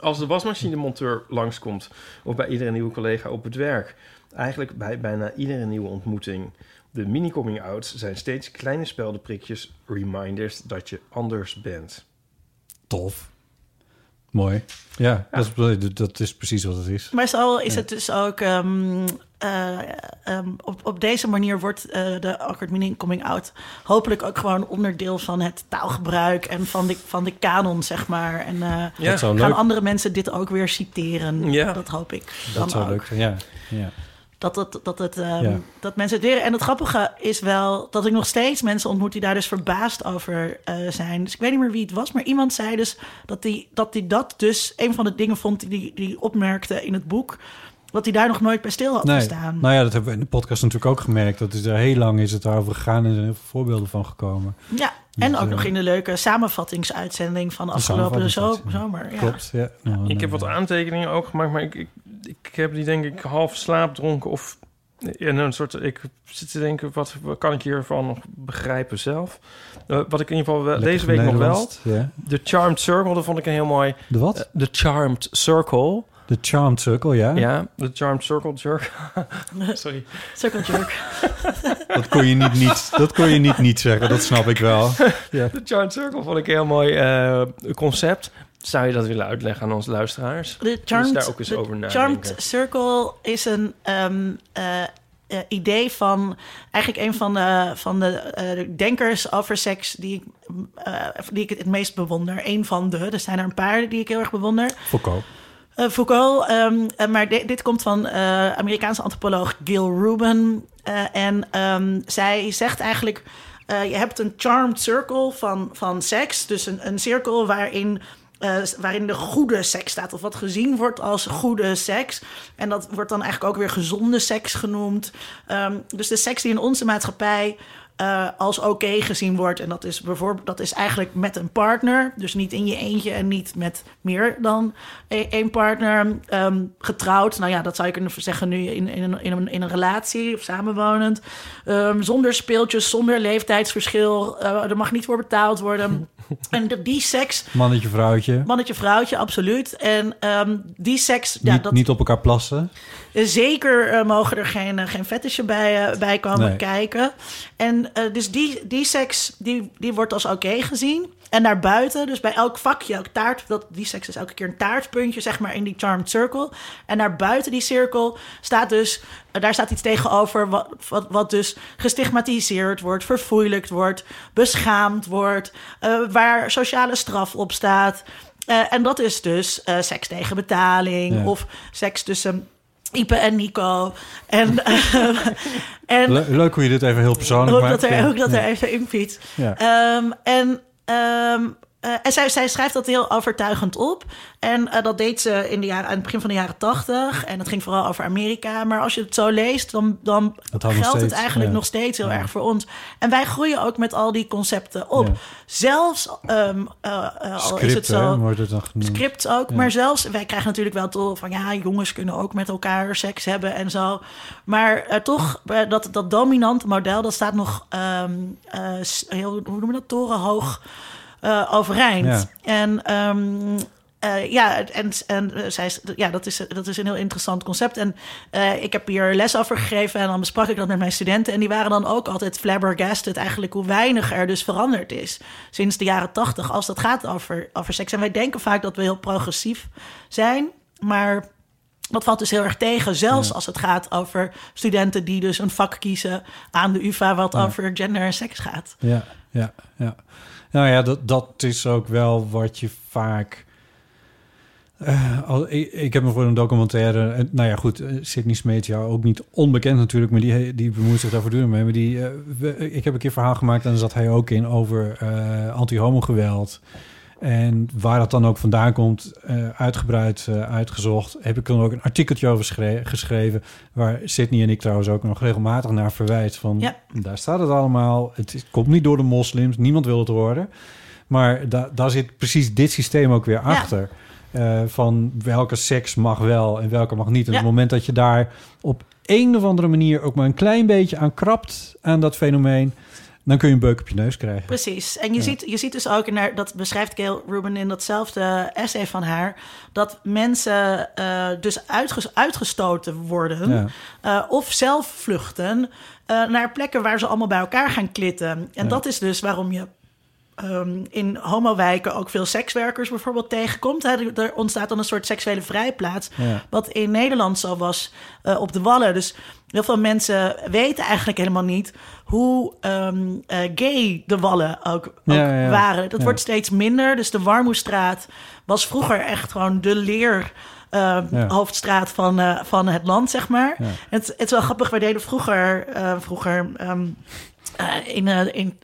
B: Als de wasmachinemonteur langskomt... of bij iedere nieuwe collega op het werk... eigenlijk bij bijna iedere nieuwe ontmoeting... De mini-coming-outs zijn steeds kleine speldenprikjes, reminders dat je anders bent.
C: Tof. Mooi. Ja, Dat, is, dat is precies wat het is.
A: Maar zo is het dus ook. ehm, eh, ehm, op, op deze manier wordt eh, de awkward meaning coming out hopelijk ook gewoon onderdeel van het taalgebruik en van de, van de kanon, zeg maar. En eh,
B: Ja.
C: dat zou
A: gaan
C: leuk,
A: andere mensen dit ook weer citeren.
B: Ja.
A: Dat hoop ik.
C: dat
A: dan
C: zou
A: ook.
C: leuk zijn. Ja, ja.
A: Dat, dat, dat, het, ehm,
C: Ja.
A: dat mensen het leren. En het grappige is wel dat ik nog steeds mensen ontmoet die daar dus verbaasd over eh, zijn. Dus ik weet niet meer wie het was, maar iemand zei dus dat hij dat, die dat dus een van de dingen vond die die, die opmerkte in het boek. Dat hij daar nog nooit bij stil had
C: Nee,
A: gestaan.
C: nou ja, dat hebben we in de podcast natuurlijk ook gemerkt. Dat is er heel lang is het daarover gegaan en er zijn heel veel voorbeelden van gekomen.
A: Ja, en
C: Dus,
A: ook
C: eh,
A: nog in de leuke samenvattingsuitzending van afgelopen zo,
C: samenvattingsuitzending.
A: zomer. Ja.
C: Klopt, ja. Nou,
B: Ik
C: nou,
B: heb wat
C: ja.
B: aantekeningen ook gemaakt, maar ik, ik, ik heb die denk ik half slaapdronken of in een soort. Ik zit te denken, wat, wat kan ik hiervan nog begrijpen zelf? Eh, wat ik in ieder geval wel-
C: Lekker
B: deze week nog wel.
C: Nederlands, Ja.
B: De Charmed Circle, dat vond ik een heel mooi.
C: De
B: eh,
C: wat?
B: De Charmed Circle.
C: De Charmed Circle, ja.
B: Ja, de Charmed Circle Jerk. Sorry.
A: Circle jerk.
C: Dat, kon je niet, niet, dat kon je niet niet zeggen, dat snap ik wel.
B: De Charmed Circle vond ik een heel mooi eh, concept. Zou je dat willen uitleggen aan onze luisteraars?
A: De
B: Dus
A: charmed,
B: daar ook eens
A: de
B: over nadenken.
A: charmed circle is een ehm, eh, eh, idee van eigenlijk een van de, van de eh, denkers over seks die, ik, eh, die ik het meest bewonder. Een van de, er zijn er een paar die ik heel erg bewonder.
C: Foucault.
A: Eh, Foucault, ehm, eh, maar di- dit komt van eh, Amerikaanse antropoloog Gil Rubin. Eh, en ehm, zij zegt eigenlijk: eh, je hebt een charmed circle van, van seks. Dus een, een cirkel waarin. eh, s- waarin de goede seks staat, of wat gezien wordt als goede seks. En dat wordt dan eigenlijk ook weer gezonde seks genoemd. Ehm, dus de seks die in onze maatschappij eh, als oké gezien wordt. En dat is, bijvoorbeeld, dat is eigenlijk met een partner. Dus niet in je eentje en niet met meer dan e- één partner. Ehm, getrouwd, nou ja, dat zou je kunnen zeggen nu in, in, een, in, een, in een relatie of samenwonend. Ehm, zonder speeltjes, zonder leeftijdsverschil. Eh, er mag niet voor betaald worden. en de- die seks,
C: Mannetje, vrouwtje.
A: mannetje, vrouwtje, absoluut. En ehm, die seks, ja,
C: niet,
A: dat
C: niet op elkaar plassen.
A: eh, Zeker eh, mogen er geen, eh, geen fetishen bij, eh, bij komen
C: Nee.
A: kijken. En eh, dus die, die seks, die, die wordt als oké gezien. En daarbuiten, dus bij elk vakje, elk taart, dat, die seks is elke keer een taartpuntje, zeg maar, in die charmed circle. En daar buiten die cirkel staat dus, eh, daar staat iets tegenover wat, wat, wat dus gestigmatiseerd wordt, verfoeilijkt wordt, beschaamd wordt, eh, waar sociale straf op staat. Eh, en dat is dus eh, seks tegen betaling
C: Ja.
A: of seks tussen Ipe en Nico. En, eh, en
C: Le- leuk hoe je dit even heel persoonlijk
A: ook
C: maakt.
A: dat er,
C: Ja.
A: ook dat er
C: Ja.
A: even in fiets.
C: Ja.
A: Ehm, en ehm, eh, en zij, zij schrijft dat heel overtuigend op. En eh, dat deed ze in de jaren, aan het begin van de jaren tachtig. En dat ging vooral over Amerika. Maar als je het zo leest, dan, dan
C: Dat houdt nog
A: geldt het
C: steeds,
A: eigenlijk
C: ja.
A: nog steeds heel
C: Ja.
A: erg voor ons. En wij groeien ook met al die concepten op.
C: Ja.
A: Zelfs ehm, eh, eh, al is het
C: Script, hè,
A: zo
C: wordt het dan genoemd.
A: script ook. Maar zelfs, wij krijgen natuurlijk wel tol van ja, jongens kunnen ook met elkaar seks hebben en zo. Maar eh, toch, eh, dat, dat dominante model, dat staat nog ehm, eh, s- heel, hoe noemen we dat, torenhoog eh, overeind. En ehm, eh, ja, en, en eh, zij, is- ja dat, is, dat is een heel interessant concept. En eh, ik heb hier les over gegeven en dan besprak ik dat met mijn studenten. En die waren dan ook altijd flabbergasted eigenlijk hoe weinig er dus veranderd is sinds de jaren tachtig als dat gaat over, over seks. En wij denken vaak dat we heel progressief zijn, maar dat valt dus heel erg tegen. Zelfs als het gaat over studenten die dus een vak kiezen aan de UvA wat over gender en seks gaat.
C: Ja, ja, ja. Nou ja, dat, dat is ook wel wat je vaak... eh, al, ik, ik heb me voor een documentaire... en nou ja, goed, eh, Sydney Smeet, jou ook niet onbekend natuurlijk... maar die, die bemoeit zich daar voortdurend mee. Maar die, eh, we- ik heb een keer verhaal gemaakt en daar zat hij ook in... over eh anti-homo geweld... En waar dat dan ook vandaan komt, eh, uitgebreid eh, uitgezocht, heb ik dan ook een artikeltje over schre- geschreven. Waar Sydney en ik trouwens ook nog regelmatig naar verwijt. Van
A: Ja.
C: daar staat het allemaal. Het is- komt niet door de moslims, niemand wil het horen. Maar da- daar zit precies dit systeem ook weer achter. Eh, van welke seks mag wel en welke mag niet. En
A: Ja.
C: op het moment dat je daar op een of andere manier ook maar een klein beetje aan krabt aan dat fenomeen, dan kun je een beuk op je neus krijgen.
A: Precies. En je, ziet, je ziet dus ook, en daar- dat beschrijft Gail Rubin in datzelfde essay van haar, dat mensen eh, dus uitges- uitgestoten worden
C: Ja.
A: eh, of zelf vluchten eh, naar plekken waar ze allemaal bij elkaar gaan klitten. En dat is dus waarom je ehm, in homowijken ook veel sekswerkers bijvoorbeeld tegenkomt. Hè. Er- Er ontstaat dan een soort seksuele vrijplaats.
C: Ja.
A: Wat in Nederland zo was eh, op de Wallen. Dus heel veel mensen weten eigenlijk helemaal niet hoe ehm, eh, gay de Wallen ook, ook
C: Ja, ja, ja.
A: waren. Dat
C: Ja.
A: wordt steeds minder. Dus de Warmoestraat was vroeger echt gewoon de leer. ehm,
C: Ja.
A: hoofdstraat van, eh, van het land, zeg maar.
C: Ja.
A: Het, het is wel grappig, wij deden vroeger, eh, vroeger ehm, eh, in, eh, in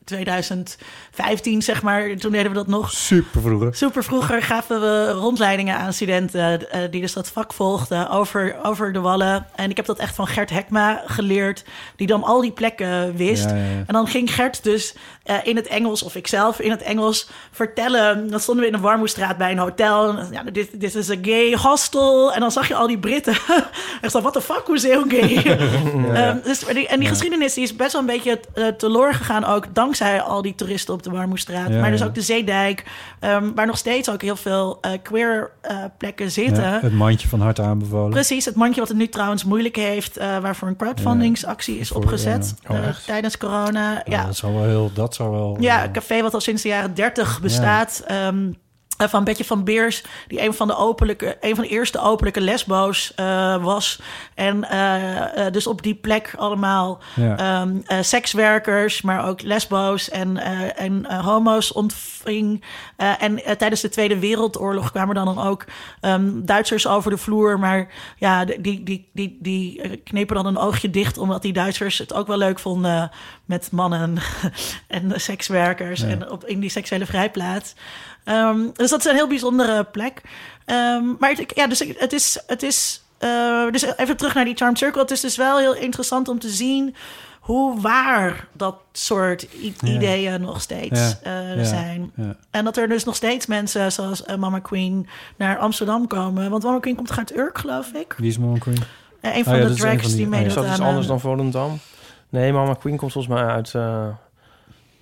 A: 2015, zeg maar, toen deden we dat nog.
C: Super vroeger.
A: Super vroeger gaven we rondleidingen aan studenten eh, die dus dat vak volgden over, over de wallen. En ik heb dat echt van Gert Hekma geleerd, die dan al die plekken wist.
C: Ja, ja, ja.
A: En dan ging Gert dus eh, in het Engels, of ikzelf in het Engels, vertellen. Dan stonden we in de Warmoestraat bij een hotel. En, dan, ja, dit, dit is een gay hostel. En dan zag je al die Britten. Echt zo, what the fuck, hoe is heel gay? Ehm, dus, maar die- en die geschiedenis die is best wel een beetje eh, teloor gegaan... ook dankzij al die toeristen op de Warmoestraat.
C: Ja,
A: maar dus
C: ja.
A: ook de Zeedijk, ehm, waar nog steeds ook heel veel eh, queer eh, plekken zitten.
C: Ja, het mandje van harte aanbevolen.
A: Precies, het mandje wat het nu trouwens moeilijk heeft... eh, waarvoor een crowdfundingsactie is
C: Voor,
A: opgezet
B: ja. Oh,
A: eh,
B: echt?
A: tijdens corona.
C: Ja,
A: ja,
C: Dat zou wel heel... Dat zou wel
A: ja,
C: eh,
A: een café wat al sinds de jaren 30 bestaat. ehm, eh, van Betje van Beers, die een van de, openlijke, een van de eerste openlijke lesbo's eh, was. En eh, eh, dus op die plek allemaal
C: Ja.
A: ehm, eh, sekswerkers, maar ook lesbo's en, eh, en eh, homo's ontving. Eh, en eh, tijdens de Tweede Wereldoorlog kwamen dan ook ehm, Duitsers over de vloer. Maar ja, de- die, die, die, die eh, knepen dan een oogje dicht, omdat die Duitsers het ook wel leuk vonden met mannen en sekswerkers en op, in die seksuele vrijplaats. Ehm, dus dat is een heel bijzondere plek. Ehm, maar het, ik- ja, dus ik- het is. Het is eh, dus even terug naar die Charmed Circle. Het is dus wel heel interessant om te zien hoe waar dat soort i-
C: Ja.
A: ideeën nog steeds
C: Ja.
A: eh,
C: Ja.
A: zijn.
C: Ja.
A: En dat er dus nog steeds mensen zoals eh, Mama Queen naar Amsterdam komen. Want Mama Queen komt toch uit Urk, geloof ik.
C: Wie is Mama Queen?
A: Eh, een van
C: ja, dat
A: de
C: is een van
A: drags
C: die-
A: die,
C: oh ja.
A: meedoet
B: Is dat
A: aan...
B: iets anders
A: eh,
B: dan Volendam? Nee, Mama Queen komt volgens mij uit... eh,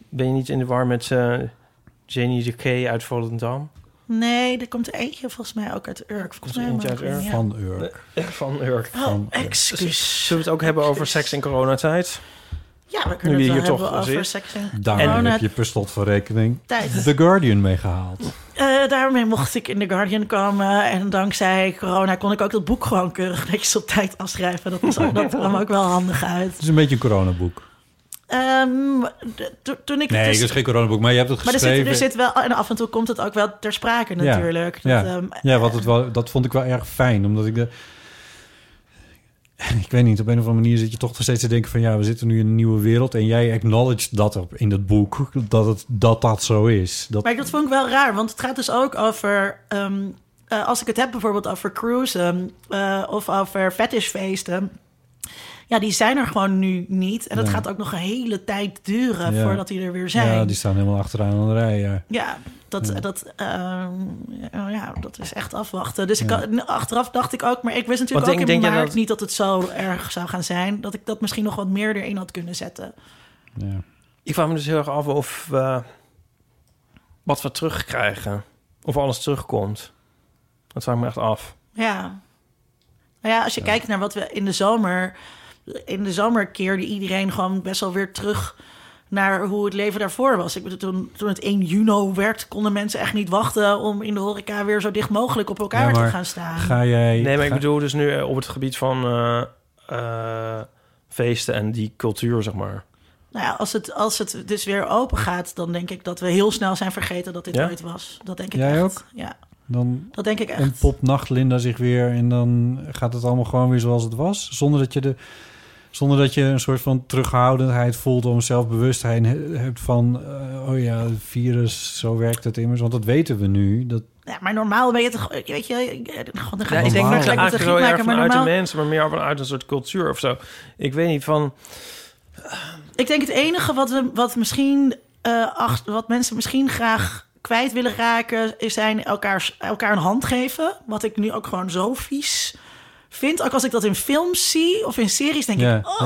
B: ben je niet in de war met eh Jenny de K uit Volendam?
A: Nee, er komt er eentje volgens mij ook uit Urk. Volgens
B: Komt
A: mij
B: er eentje
A: Mama
B: uit
A: Queen,
B: Urk?
A: ja.
C: Van Urk.
B: Van Urk.
A: Oh,
C: Van-
A: excuus.
B: Zullen we het ook hebben over seks in coronatijd?
A: Ja, we kunnen
B: Nu je
A: het
B: hier
A: wel
B: toch
A: hebben over
B: zit.
A: seks en
C: Daar
A: corona
C: heb je per slot van rekening
A: tijd.
C: The Guardian mee gehaald.
A: Eh, daarmee mocht ik in The Guardian komen. En dankzij corona kon ik ook dat boek gewoon keurig netjes op tijd afschrijven. Dat, was ook, dat kwam ook wel handig uit.
C: Het is een beetje een coronaboek.
A: Ehm, de- to- toen ik
C: Nee,
A: het
C: het
A: dus-
C: is geen coronaboek, maar je hebt het
A: maar er
C: geschreven.
A: zit, er zit wel... En af en toe komt het ook wel ter sprake
C: Ja,
A: natuurlijk.
C: Ja,
A: Dat, ehm,
C: ja wat het wel, dat vond ik wel erg fijn, omdat ik de... Ik weet niet, op een of andere manier zit je toch nog steeds te denken van... ja, we zitten nu in een nieuwe wereld en jij acknowledged dat op- in dat boek, dat het, dat, dat zo is. Dat,
A: Maar dat vond ik wel raar, want het gaat dus ook over... ehm, eh, als ik het heb bijvoorbeeld over cruisen eh, of over fetishfeesten... Ja, die zijn er gewoon nu niet. En dat
C: Nee.
A: gaat ook nog een hele tijd duren
C: Ja.
A: voordat die er weer zijn.
C: Ja, die staan helemaal achteraan aan de rij, ja.
A: Ja, dat, dat, ehm, ja, dat is echt afwachten. Dus ik kan- achteraf dacht ik ook, maar ik wist natuurlijk
B: Wat
A: ook
B: denk-
A: in
B: denk jij
A: maart
B: dat-
A: niet dat het zo erg zou gaan zijn. Dat ik dat misschien nog wat meer erin had kunnen zetten.
C: ja.
B: Ik vraag me dus heel erg af of we- wat we terugkrijgen. Of alles terugkomt. Dat vraag ik me echt af.
A: Ja. Nou ja, als je kijkt naar wat we in de zomer... In de zomer keerde iedereen gewoon best wel weer terug naar hoe het leven daarvoor was. Ik bedoel, toen, toen het 1 juni werd, konden mensen echt niet wachten... om in de horeca weer zo dicht mogelijk op elkaar
C: Ja, maar
A: te gaan staan.
C: Ga jij...
B: Nee, maar ik
C: ga-
B: bedoel dus nu eh, op het gebied van eh, eh, feesten en die cultuur, zeg maar.
A: Nou ja, als het, als het dus weer open gaat, dan denk ik dat we heel snel zijn vergeten dat dit
B: Ja?
A: ooit was. Dat denk ik
C: Jij
A: echt.
C: ook?
A: Ja,
C: Dan
A: dat denk ik echt.
C: ontpopt Nachtlinda zich weer en dan gaat het allemaal gewoon weer zoals het was. Zonder dat je de... Zonder dat je een soort van terughoudendheid voelt om zelfbewustzijn he- hebt van... eh, oh ja, virus, zo werkt het immers. Want dat weten we nu. Dat,
A: Ja, maar normaal ben je toch... Weet je, eh, god, dan ga
B: Ja,
A: ik
B: ik denk dat
A: gelijk
B: het
A: met de
B: eigenlijk wel
A: griep
B: erg
A: maken, maar
B: vanuit de
A: normaal...
B: mensen, maar meer vanuit een soort cultuur of zo. Ik weet niet van.
A: Ik denk het enige wat, we, wat, misschien, eh, ach- wat mensen misschien graag kwijt willen raken... is zijn elkaars, elkaar een hand geven. Wat ik nu ook gewoon zo vies vind. Ook als ik dat in films zie of in series, denk
C: Ja,
A: ik... Och,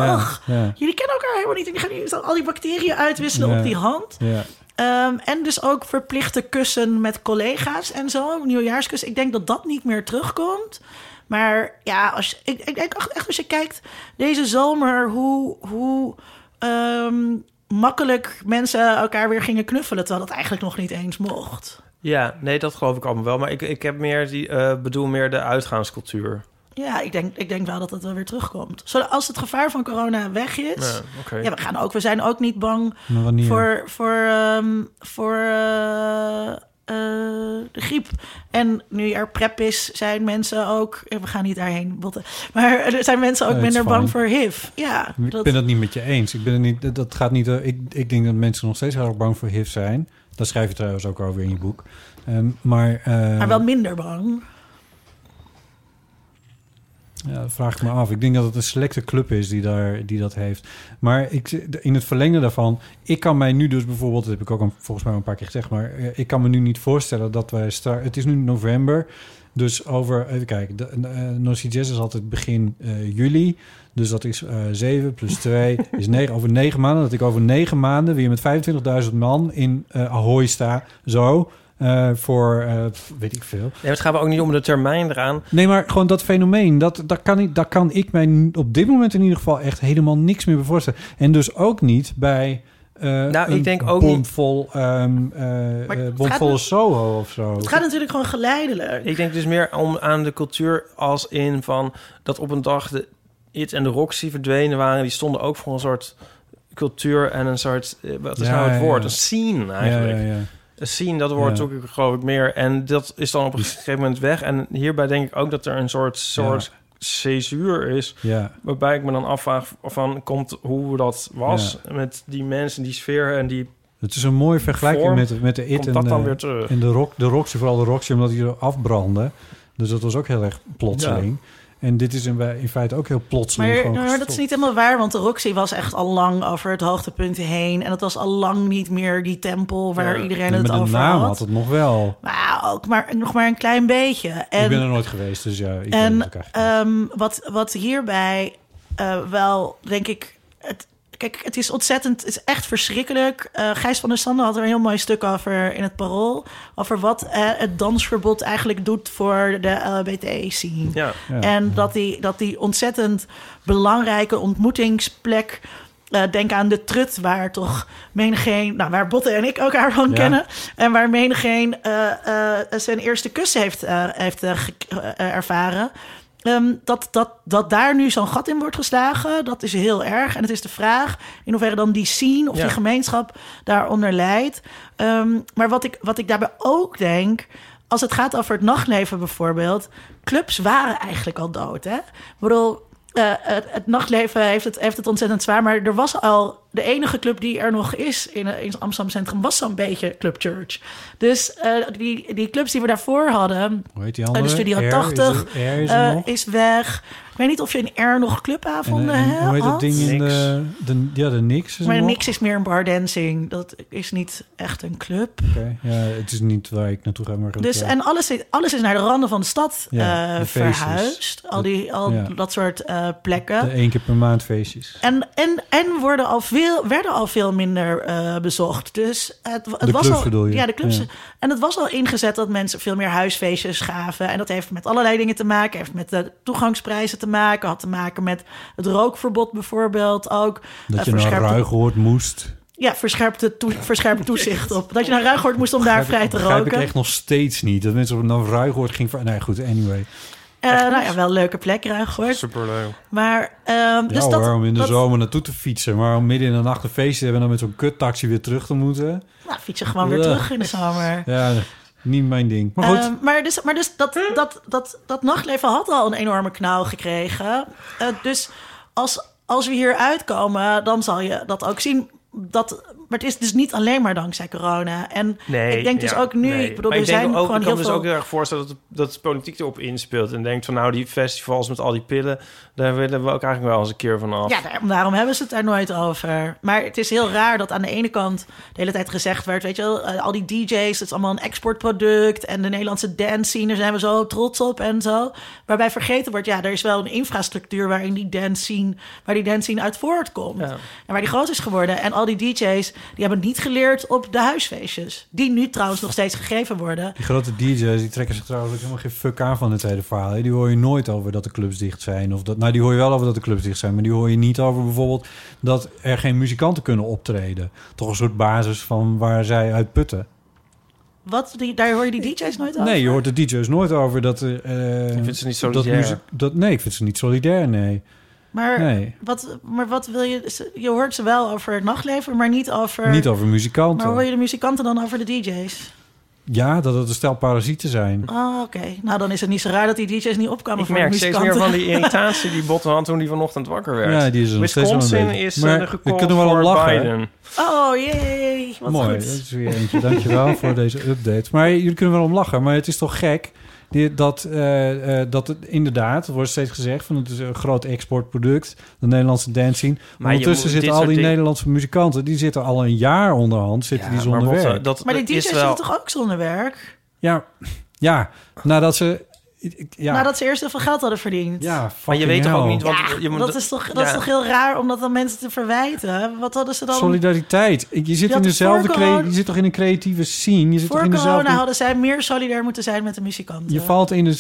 C: ja, ja.
A: jullie kennen elkaar helemaal niet. En die gaan jullie al die bacteriën uitwisselen
C: Ja.
A: op die hand.
C: ja.
A: Ehm, en dus ook verplichte kussen met collega's en zo. Nieuwjaarskus. Ik denk dat dat niet meer terugkomt. Maar ja, als je, ik, ik denk echt als je kijkt deze zomer hoe, hoe ehm, makkelijk mensen elkaar weer gingen knuffelen. Terwijl dat eigenlijk nog niet eens mocht.
B: Ja, nee, dat geloof ik allemaal wel. Maar ik, ik heb meer die, eh, bedoel meer de uitgaanscultuur.
A: Ja, ik denk, ik denk wel dat dat wel weer terugkomt. Zodat als het gevaar van corona weg is.
B: Ja, oké.
A: Ja, we, gaan ook, we zijn ook niet bang
C: Maar wanneer?
A: voor, voor, ehm, voor eh, eh, de griep. En nu er prep is, zijn mensen ook... eh, We gaan niet daarheen botten. Maar er zijn mensen ook
C: Nee,
A: minder
C: it's fine.
A: bang voor HIV. Ja,
C: Ik
A: dat,
C: ben dat niet met je eens. Ik, ben er niet, dat- dat gaat niet, eh, ik, ik denk dat mensen nog steeds heel erg bang voor HIV zijn. Daar schrijf je trouwens ook over in je boek. Ehm, maar, eh,
A: maar wel minder bang.
C: Ja, dat vraag ik me af. Ik denk dat het een selecte club is die, daar, die dat heeft. Maar ik, in het verlengde daarvan, ik kan mij nu dus bijvoorbeeld, dat heb ik ook een, volgens mij een paar keer gezegd, maar eh, ik kan me nu niet voorstellen dat wij stra- Het is nu november, dus over, even kijken, de, eh, Noisy Jazz is altijd begin eh, juli. Dus dat is eh 7 plus 2 is 9. Over 9 maanden, dat ik over 9 maanden weer met 25.000 man in eh Ahoy sta. Zo, eh, voor eh, weet ik veel.
B: Nee, maar het gaat wel ook niet om de termijn eraan.
C: Nee, maar gewoon dat fenomeen, dat, dat, kan ik, dat kan ik mij n- op dit moment in ieder geval echt helemaal niks meer bevoorstellen. En dus ook niet bij eh
B: Nou, ik
C: een
B: denk ook
C: bomvol, ehm, eh,
A: Maar
C: eh,
A: het
C: bomvolle
A: gaat- dus-
C: Soho of zo.
A: Het gaat natuurlijk gewoon geleidelijk.
B: Ik denk dus meer om, aan de cultuur als in van dat op een dag de It en de Roxy verdwenen waren. Die stonden ook voor een soort cultuur en een soort, eh, wat is
C: Ja,
B: nou het
C: ja,
B: woord?
C: ja.
B: Een scene
C: ja,
B: eigenlijk.
C: ja, ja.
B: Een scene, dat woord
C: Ja.
B: zoek ik geloof ik meer. En dat is dan op een gegeven moment weg. En hierbij denk ik ook dat er een soort, soort césuur is.
C: ja.
B: Waarbij ik me dan afvraag van komt hoe dat was met die mensen, die sfeer en die
C: Het is een mooie vergelijking
B: Vorm,
C: met, met de IT
B: komt
C: en
B: dat
C: de,
B: dan weer terug.
C: en de, rock, de Roxy, vooral de Roxy, omdat die er afbrandde. Dus dat was ook heel erg plotseling. En dit is in, in feite ook heel plotseling.
A: Maar,
C: gewoon
A: nou, dat is
C: gestopt.
A: niet helemaal waar, want de Roxy was echt al lang over het hoogtepunt heen. En het was al lang niet meer die tempel waar
B: Ja.
A: iedereen
C: Nee,
A: het
C: maar de
A: over
C: naam
A: had.
C: had het nog wel.
A: Maar ook maar, nog maar een klein beetje.
C: ik
A: En,
C: ben er nooit geweest, dus ja. Ik weet het
A: en
C: ook eigenlijk niet.
A: ehm, wat, wat hierbij eh, wel, denk ik... Het, kijk, het is ontzettend, het is echt verschrikkelijk. Eh, Gijs van der Sande had er een heel mooi stuk over in het Parool. Over wat eh, het dansverbod eigenlijk doet voor de LHBT-scene.
B: Ja.
C: Ja.
A: En dat die, dat die ontzettend belangrijke ontmoetingsplek... eh, denk aan de trut waar toch menigeen... Nou, waar Botte en ik elkaar van
C: Ja.
A: kennen. En waar menigeen eh, eh, zijn eerste kus heeft, eh, heeft eh, ge- eh, ervaren. Ehm, dat, dat, dat daar nu zo'n gat in wordt geslagen, dat is heel erg. En het is de vraag in hoeverre dan die scene of
B: Ja.
A: die gemeenschap daaronder leidt. Ehm, maar wat ik, wat ik daarbij ook denk, als het gaat over het nachtleven bijvoorbeeld... clubs waren eigenlijk al dood, hè? Ik bedoel, eh, het, het nachtleven heeft het, heeft het ontzettend zwaar. Maar er was al de enige club die er nog is in, eh, in het Amsterdam Centrum, was zo'n beetje Club Church. Dus eh, die, die clubs die we daarvoor hadden.
C: Hoe heet die
A: eh,
C: andere?
A: de Studio
C: R is
A: 80
C: er- R is er
A: eh,
C: nog.
A: is weg. Ik weet niet of je in R nog
C: En,
A: clubavonden
C: eh, en
A: hè,
C: hoe heet dat
A: had.
C: ding in de, de... Ja, de Nix is er
A: Maar
C: nog.
A: niks is meer een bardancing. Dat is niet echt een club.
C: Oké, Ja, het is niet waar ik naartoe ga, maar... goed,
A: Dus,
C: ja.
A: en alles, is- alles is naar de randen van de stad
C: Ja,
A: eh,
C: de feestjes.
A: verhuisd. Al,
C: De-
A: die, al
C: ja.
A: dat soort eh, plekken.
C: De één keer per maand feestjes.
A: En, en, en worden al veel, werden al veel minder eh, bezocht. Dus het, het
C: De
A: was
C: clubs
A: al,
C: bedoel je?
A: Ja, de clubs.
C: Ja.
A: En het was al ingezet dat mensen veel meer huisfeestjes gaven. En dat heeft met allerlei dingen te maken. Heeft met de toegangsprijzen te maken. Had te maken met het rookverbod bijvoorbeeld ook.
C: Dat
A: Eh,
C: je naar
A: verscherpte-
C: ruig hoort moest.
A: Ja, verscherpte, toe- verscherpt toezicht op. Dat je naar Ruigoord moest om daar vrij te
C: Begrijp ik
A: roken.
C: echt nog steeds niet. Dat mensen op naar ruig hoort ging... van- Nee, goed, anyway.
A: Eh, nou ja, wel een leuke plek Ruigoord.
B: Superleuk.
A: Maar ehm,
C: Ja
A: dus
C: hoor,
A: dat,
C: om in de
A: dat-
C: zomer naartoe te fietsen. Maar om midden in de nacht een feest te hebben... en dan met zo'n kuttaxi weer terug te moeten.
A: Nou, fietsen gewoon weer
C: Ja.
A: terug in de zomer.
C: Ja, niet mijn ding. Maar goed,
A: Ehm, maar dus, maar dus dat, dat, dat, dat nachtleven had al een enorme knauw gekregen. Eh, dus als, als we hier uitkomen, dan zal je dat ook zien. Dat, maar het is dus niet alleen maar dankzij corona. En
B: Nee,
A: ik denk dus
B: ja,
A: ook nu,
B: nee.
A: ik bedoel,
B: Maar
A: er
B: denk
A: zijn
B: ook,
A: gewoon
B: Ik kan
A: heel
B: me
A: veel...
B: dus ook heel erg voorstellen dat, dat de politiek erop inspeelt. En denkt van nou, die festivals met al die pillen... daar willen we ook eigenlijk wel eens een keer van af.
A: Ja, daar- daarom hebben ze het daar nooit over. Maar het is heel raar dat aan de ene kant de hele tijd gezegd werd... weet je wel, eh, al die DJ's, het is allemaal een exportproduct... en de Nederlandse dance scene, daar zijn we zo trots op en zo. Waarbij vergeten wordt, ja, er is wel een infrastructuur... waarin die dance scene, waar die dance scene uit voortkomt.
B: Ja.
A: En waar die groot is geworden. En al die DJ's, die hebben niet geleerd op de huisfeestjes. Die nu trouwens nog steeds gegeven worden.
C: Die grote DJ's die trekken zich trouwens ook helemaal geen fuck aan van het hele verhaal. hè. Die hoor je nooit over dat de clubs dicht zijn. Of dat, nou, die hoor je wel over dat de clubs dicht zijn. Maar die hoor je niet over bijvoorbeeld dat er geen muzikanten kunnen optreden. Toch een soort basis van waar zij uit putten.
A: Wat, die, daar hoor je die DJ's nooit over?
C: Nee, je hoort de DJ's nooit over dat... eh
B: Ik vind ze niet solidair.
C: Dat dat, nee, ik vind ze niet solidair, nee.
A: Maar,
C: Nee.
A: wat, maar wat wil je... ze- Je hoort ze wel over het nachtleven, maar niet over...
C: Niet over muzikanten.
A: maar hoor je de muzikanten dan over de DJ's?
C: Ja, dat het een stel parasieten zijn.
A: Oh, oké. Nou, dan is het niet zo raar dat die DJ's niet opkwamen
B: Ik
A: voor de
B: merk steeds
A: muzikanten.
B: meer van die irritatie die Botten had toen die vanochtend wakker werd.
C: Ja, die is er nog steeds wel een
B: Wisconsin
C: beetje.
B: is
C: Maar
B: eh,
C: we
B: gecallt
C: kunnen wel om
B: voor
C: lachen, hè?
B: Biden.
A: Oh, jee. Wat
C: Mooi, dat
A: goed.
C: is weer eentje. Dankjewel voor deze update. Maar jullie kunnen wel om lachen, maar het is toch gek die- dat, eh, eh, dat het inderdaad, er wordt steeds gezegd, van het is een groot exportproduct, de Nederlandse dance scene. Maar
B: Maar je
C: ondertussen
B: moet-
C: zitten
B: dit
C: al die
B: soort dingen-
C: Nederlandse muzikanten, die zitten al een jaar onderhand, zitten die zonder
B: Botte,
C: werk.
B: eh, dat,
A: Maar die
B: dat
A: DJ's
B: is wel...
A: zitten toch ook zonder werk?
C: Ja, ja, nadat ze... ik- ik- Ja,
A: Nadat ze eerst heel veel geld hadden verdiend.
C: ja
B: Maar je weet toch ook niet wat...
A: Ja,
B: je moet-
A: dat, is toch, dat is
B: Ja.
A: toch heel raar om dat aan mensen te verwijten? Wat hadden ze dan...
C: Solidariteit. Ik- Je zit,
A: Ja,
C: in
A: voor
C: dezelfde crea-
A: corona-
C: je zit toch in een creatieve scene? Je zit
A: voor
C: toch in
A: corona
C: dezelfde...
A: hadden zij meer solidair moeten zijn met de muzikanten.
C: Je valt in de...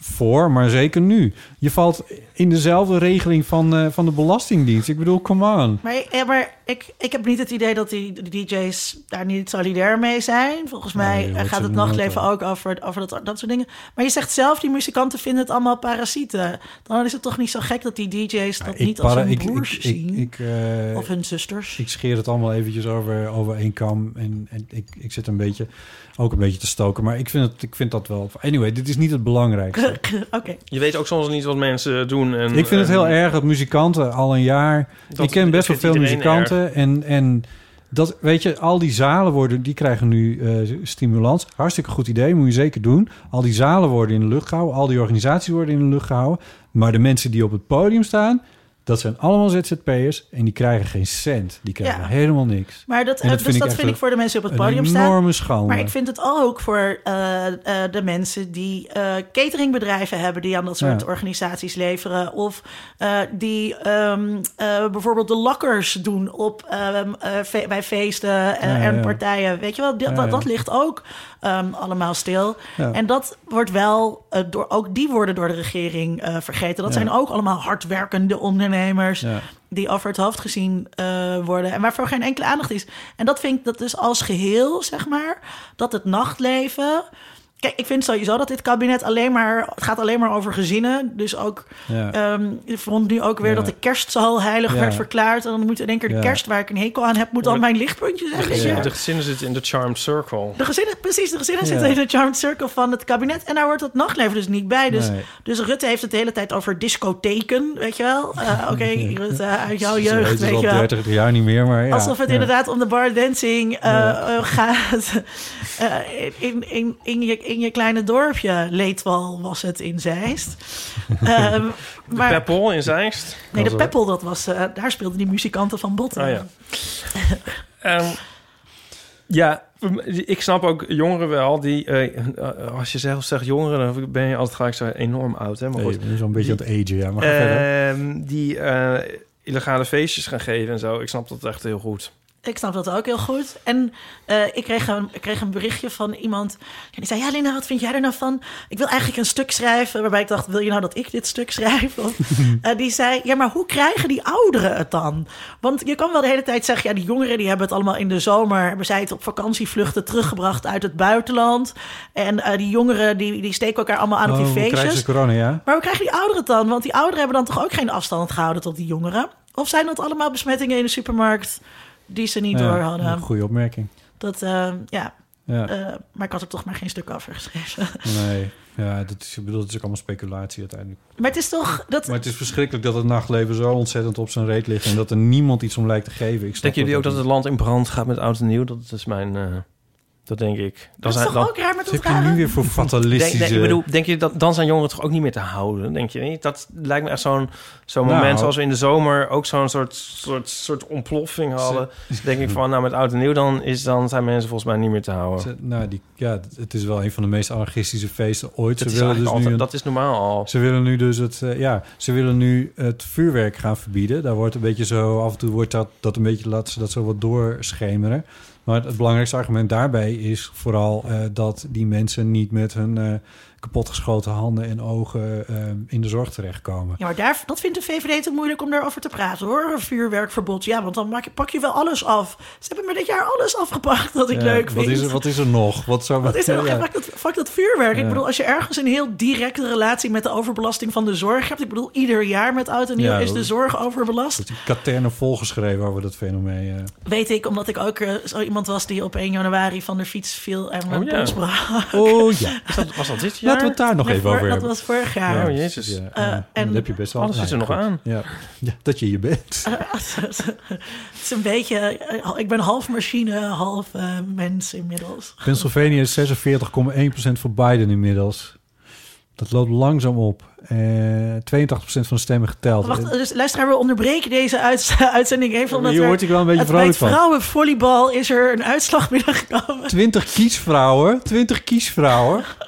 C: Voor, maar zeker nu. Je valt in dezelfde regeling van, eh, van de Belastingdienst. Ik bedoel, come on.
A: Maar, ja, maar ik, ik heb niet het idee dat die, die DJ's daar niet solidair mee zijn. Volgens
C: Nee,
A: mij
C: je
A: eh,
C: hoort
A: gaat
C: ze
A: het
C: nooit
A: nachtleven
C: over.
A: ook over, over dat, dat soort dingen. Maar je zegt zelf, die muzikanten vinden het allemaal parasieten. Dan is het toch niet zo gek dat die DJ's dat niet als
C: para-
A: hun
C: ik,
A: broers
C: ik,
A: zien.
C: ik, ik, eh,
A: of hun zusters.
C: ik scheer het allemaal eventjes over, over één kam. En, en ik, ik zit een beetje, ook een beetje te stoken. Maar ik vind, het, ik vind dat wel... Anyway, dit is niet het belangrijkste.
A: Oké.
B: Je weet ook soms niet wat mensen doen. En, ehm,
C: Ik vind het
B: en-
C: heel erg dat muzikanten al een jaar.
B: Dat
C: ik ken best wel
B: vindt
C: veel
B: iedereen
C: muzikanten. En, en dat, weet je, al die zalen worden, die krijgen nu eh, stimulans. Hartstikke goed idee, moet je zeker doen. Al die zalen worden in de lucht gehouden, al die organisaties worden in de lucht gehouden. Maar de mensen die op het podium staan, dat zijn allemaal ZZP'ers. En die krijgen geen cent. Die krijgen
A: Ja.
C: helemaal niks.
A: Maar dat,
C: En
A: eh,
C: dat
A: dus
C: vind ik
A: dat
C: echt
A: vind
C: een-
A: ik voor de mensen die op het
C: Een
A: podium staan.
C: enorme schande.
A: Maar ik vind het ook voor eh, eh, de mensen die eh, cateringbedrijven hebben... die aan dat soort
C: Ja.
A: organisaties leveren. Of eh, die ehm, eh, bijvoorbeeld de lakkers doen op, ehm, eh, fe- bij feesten eh,
C: Ja,
A: en
C: ja.
A: partijen. Weet je wel, dat,
C: Ja, ja.
A: dat, dat ligt ook ehm, allemaal stil.
C: Ja.
A: En dat wordt wel, eh, door, ook die worden door de regering eh, vergeten. Dat
C: Ja.
A: zijn ook allemaal hardwerkende ondernemers
C: Ja.
A: die over het hoofd gezien eh, worden en waarvoor geen enkele aandacht is. En dat vind ik dat dus als geheel, zeg maar, dat het nachtleven. Kijk, ik vind sowieso dat dit kabinet alleen maar. Het gaat alleen maar over gezinnen. Dus ook.
C: Ja.
A: ehm, ik vond nu ook weer
C: Ja.
A: dat de kerst zo heilig
C: Ja.
A: werd verklaard. En dan moet in één keer de
C: Ja.
A: kerst waar ik een hekel aan heb, moet dan mijn lichtpuntje zijn. weet je?
B: De gezinnen zitten in de charmed circle.
A: De gezinnen, precies, de gezinnen
C: Ja.
A: zitten in de charmed circle van het kabinet. En daar wordt het nachtleven dus niet bij. Dus,
C: Nee.
A: dus Rutte heeft het de hele tijd over discotheken, weet je wel. Eh, Oké, Rutte, uit jouw
C: Ze
A: jeugd,
C: weten het
A: weet je
C: al
A: wel.
C: 30 jaar niet meer. Maar ja,
A: Alsof het
C: ja.
A: inderdaad om de bar dancing eh, eh, gaat. Eh, in, in, in, je, in je kleine dorpje, Leetwal was het in Zeist. Ehm, maar,
B: Peppel in Zeist.
A: nee, de Peppel, dat was, eh, daar speelden die muzikanten van Botten.
B: Ah, ja. Ehm, ja, m- ik snap ook jongeren wel. Die, eh, als je zelf zegt jongeren, dan ben je altijd gelijk zo enorm oud. Hè? Maar
C: Nee,
B: goed,
C: je bent zo'n beetje aan het agen, ja. Maar ga verder.
B: Ehm, die eh, illegale feestjes gaan geven en zo. Ik snap dat echt heel goed.
A: Ik snap dat ook heel goed. En eh, ik, kreeg een, ik kreeg een berichtje van iemand. En die zei: Ja, Lina, wat vind jij er nou van? Ik wil eigenlijk een stuk schrijven. Waarbij ik dacht: Wil je nou dat ik dit stuk schrijf? Of, eh, die zei: Ja, maar hoe krijgen die ouderen het dan? Want je kan wel de hele tijd zeggen: Ja, die jongeren die hebben het allemaal in de zomer. Hebben zij het op vakantievluchten teruggebracht uit het buitenland? En eh, die jongeren die, die steken elkaar allemaal aan op
C: Oh,
A: die
C: hoe krijgen
A: feestjes.
C: ze corona, ja?
A: Maar hoe krijgen die ouderen het dan? Want die ouderen hebben dan toch ook geen afstand gehouden tot die jongeren? Of zijn dat allemaal besmettingen in de supermarkt die ze niet
C: Ja,
A: door hadden?
C: Goede opmerking.
A: Dat, eh, ja,
C: Ja.
A: eh, maar ik had er toch maar geen stuk over geschreven.
C: Nee. Ja, dat is, ik bedoel, het is ook allemaal speculatie uiteindelijk.
A: Maar het is toch... Dat,
C: Maar het is verschrikkelijk dat het nachtleven zo ontzettend op zijn reet ligt... en dat er niemand iets om lijkt te geven. Ik snap
B: Denken jullie ook dat
C: niet.
B: het land in brand gaat met oud en nieuw? Dat is mijn... eh, dat denk ik. Dan
A: dat is
B: zijn,
A: toch
B: dan,
A: ook raar met
C: Wat
A: dat
C: heb je nu
A: rare...
C: weer voor
B: denk,
C: fatalistische...
B: denk- ik bedoel, denk je dat dan zijn jongeren toch ook niet meer te houden? Denk je niet? Dat lijkt me echt zo'n zo'n
C: Nou.
B: moment zoals we in de zomer ook zo'n soort, soort, soort ontploffing hadden. denk ik van, nou met oud en nieuw dan, is, dan zijn mensen volgens mij niet meer te houden.
C: Ze- Nou, die, ja, het is wel een van de meest anarchistische feesten ooit.
B: Dat
C: Ze
B: is,
C: willen, dus
B: eigenlijk
C: nu
B: altijd,
C: een-
B: dat is normaal al.
C: ze willen nu dus het, eh, ja, ze willen nu het vuurwerk gaan verbieden. Daar wordt een beetje zo, af en toe wordt dat, dat een beetje, laten ze dat zo wat doorschemeren. Maar het belangrijkste argument daarbij is vooral eh, dat die mensen niet met hun eh, kapotgeschoten handen en ogen eh, in de zorg terechtkomen.
A: Ja, maar daar, dat vindt de VVD te moeilijk om daarover te praten, hoor. Een vuurwerkverbod. Ja, want dan maak je, pak je wel alles af. Ze hebben me dit jaar alles afgepakt dat ik
C: Ja,
A: leuk
C: Eh, wat
A: vind.
C: is, er, wat is er nog? Wat, zou,
A: Wat is er nog?
C: ja.
A: Fuck dat, fuck dat vuurwerk.
C: Ja.
A: Ik bedoel, als je ergens een heel directe relatie met de overbelasting van de zorg hebt. Ik bedoel, ieder jaar met oud en nieuw
C: Ja,
A: is
C: dat-
A: de zorg overbelast.
C: Die katernen volgeschreven over dat fenomeen. eh.
A: Weet ik, omdat ik ook eh, zo iemand was die op 1 januari van de fiets viel en mijn
B: Oh, ja.
A: pols brak.
C: Oh ja,
B: Is dat, was dat dit jaar?
C: laten we het daar nog
A: Nee,
C: even
A: voor-
C: over hebben.
A: Dat was vorig jaar.
B: Oh, jezus.
C: Ja,
A: Eh,
C: ja.
A: en-
C: dan heb je best wel. Nou,
B: Alles zit er nog
C: goed.
B: aan.
C: Ja. Ja, dat je hier bent.
A: Het is een beetje... eh, Ik ben half machine, half eh, mens inmiddels.
C: Pennsylvania is 46,1% voor Biden inmiddels. Dat loopt langzaam op. Eh 82% van de stemmen geteld.
A: Wacht, dus luisteraar, we onderbreken deze uitz- uitzending even.
C: maar
A: Omdat
C: hier
A: er-
C: word ik wel een beetje
A: het-
C: vrolijk
A: Bij
C: van.
A: het vrouwenvolleybal is er een uitslag binnengekomen.
C: 20 kiesvrouwen. 20 kiesvrouwen.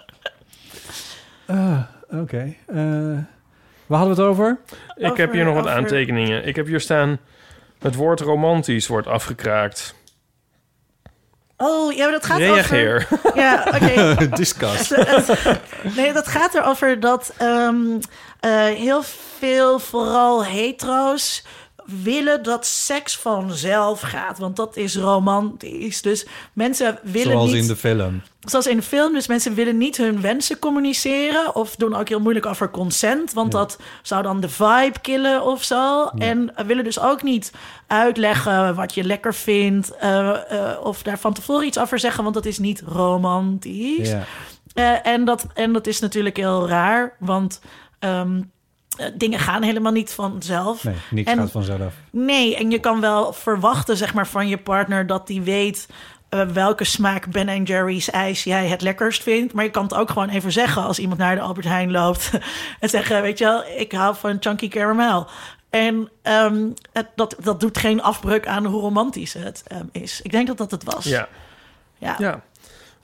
C: Ah, Oké. Eh, waar hadden we het over?
B: Ik heb hier nog wat
A: Over- over-
B: aantekeningen. Ik heb hier staan... Het woord romantisch wordt afgekraakt.
A: Oh, ja, maar dat gaat
B: Reageer.
A: over... Ja, oké.
C: Discuss.
A: Dus, eh, Nee, dat gaat erover dat ehm, eh, heel veel, vooral hetero's, willen dat seks vanzelf gaat. Want dat is romantisch. Dus mensen willen
C: Zoals
A: niet...
C: in de film.
A: Zoals in de film, dus mensen willen niet hun wensen communiceren... of doen ook heel moeilijk over consent... want dat zou dan de vibe killen of zo. En willen dus ook niet uitleggen wat je lekker vindt... eh, eh, of daar van tevoren iets over zeggen... want dat is niet romantisch.
C: Ja.
A: Eh, en, dat, en dat is natuurlijk heel raar, want ehm, eh, dingen gaan helemaal niet vanzelf.
C: Nee, niks
A: en,
C: gaat vanzelf.
A: Nee, en je kan wel verwachten zeg maar, van je partner dat die weet eh, welke smaak Ben Jerry's ijs jij het lekkerst vindt. Maar je kan het ook gewoon even zeggen als iemand naar de Albert Heijn loopt en zeggen: Weet je wel, ik hou van chunky caramel. En ehm, het, dat, dat doet geen afbreuk aan hoe romantisch het ehm, is. Ik denk dat dat het was.
B: Ja.
A: Ja.
B: ja.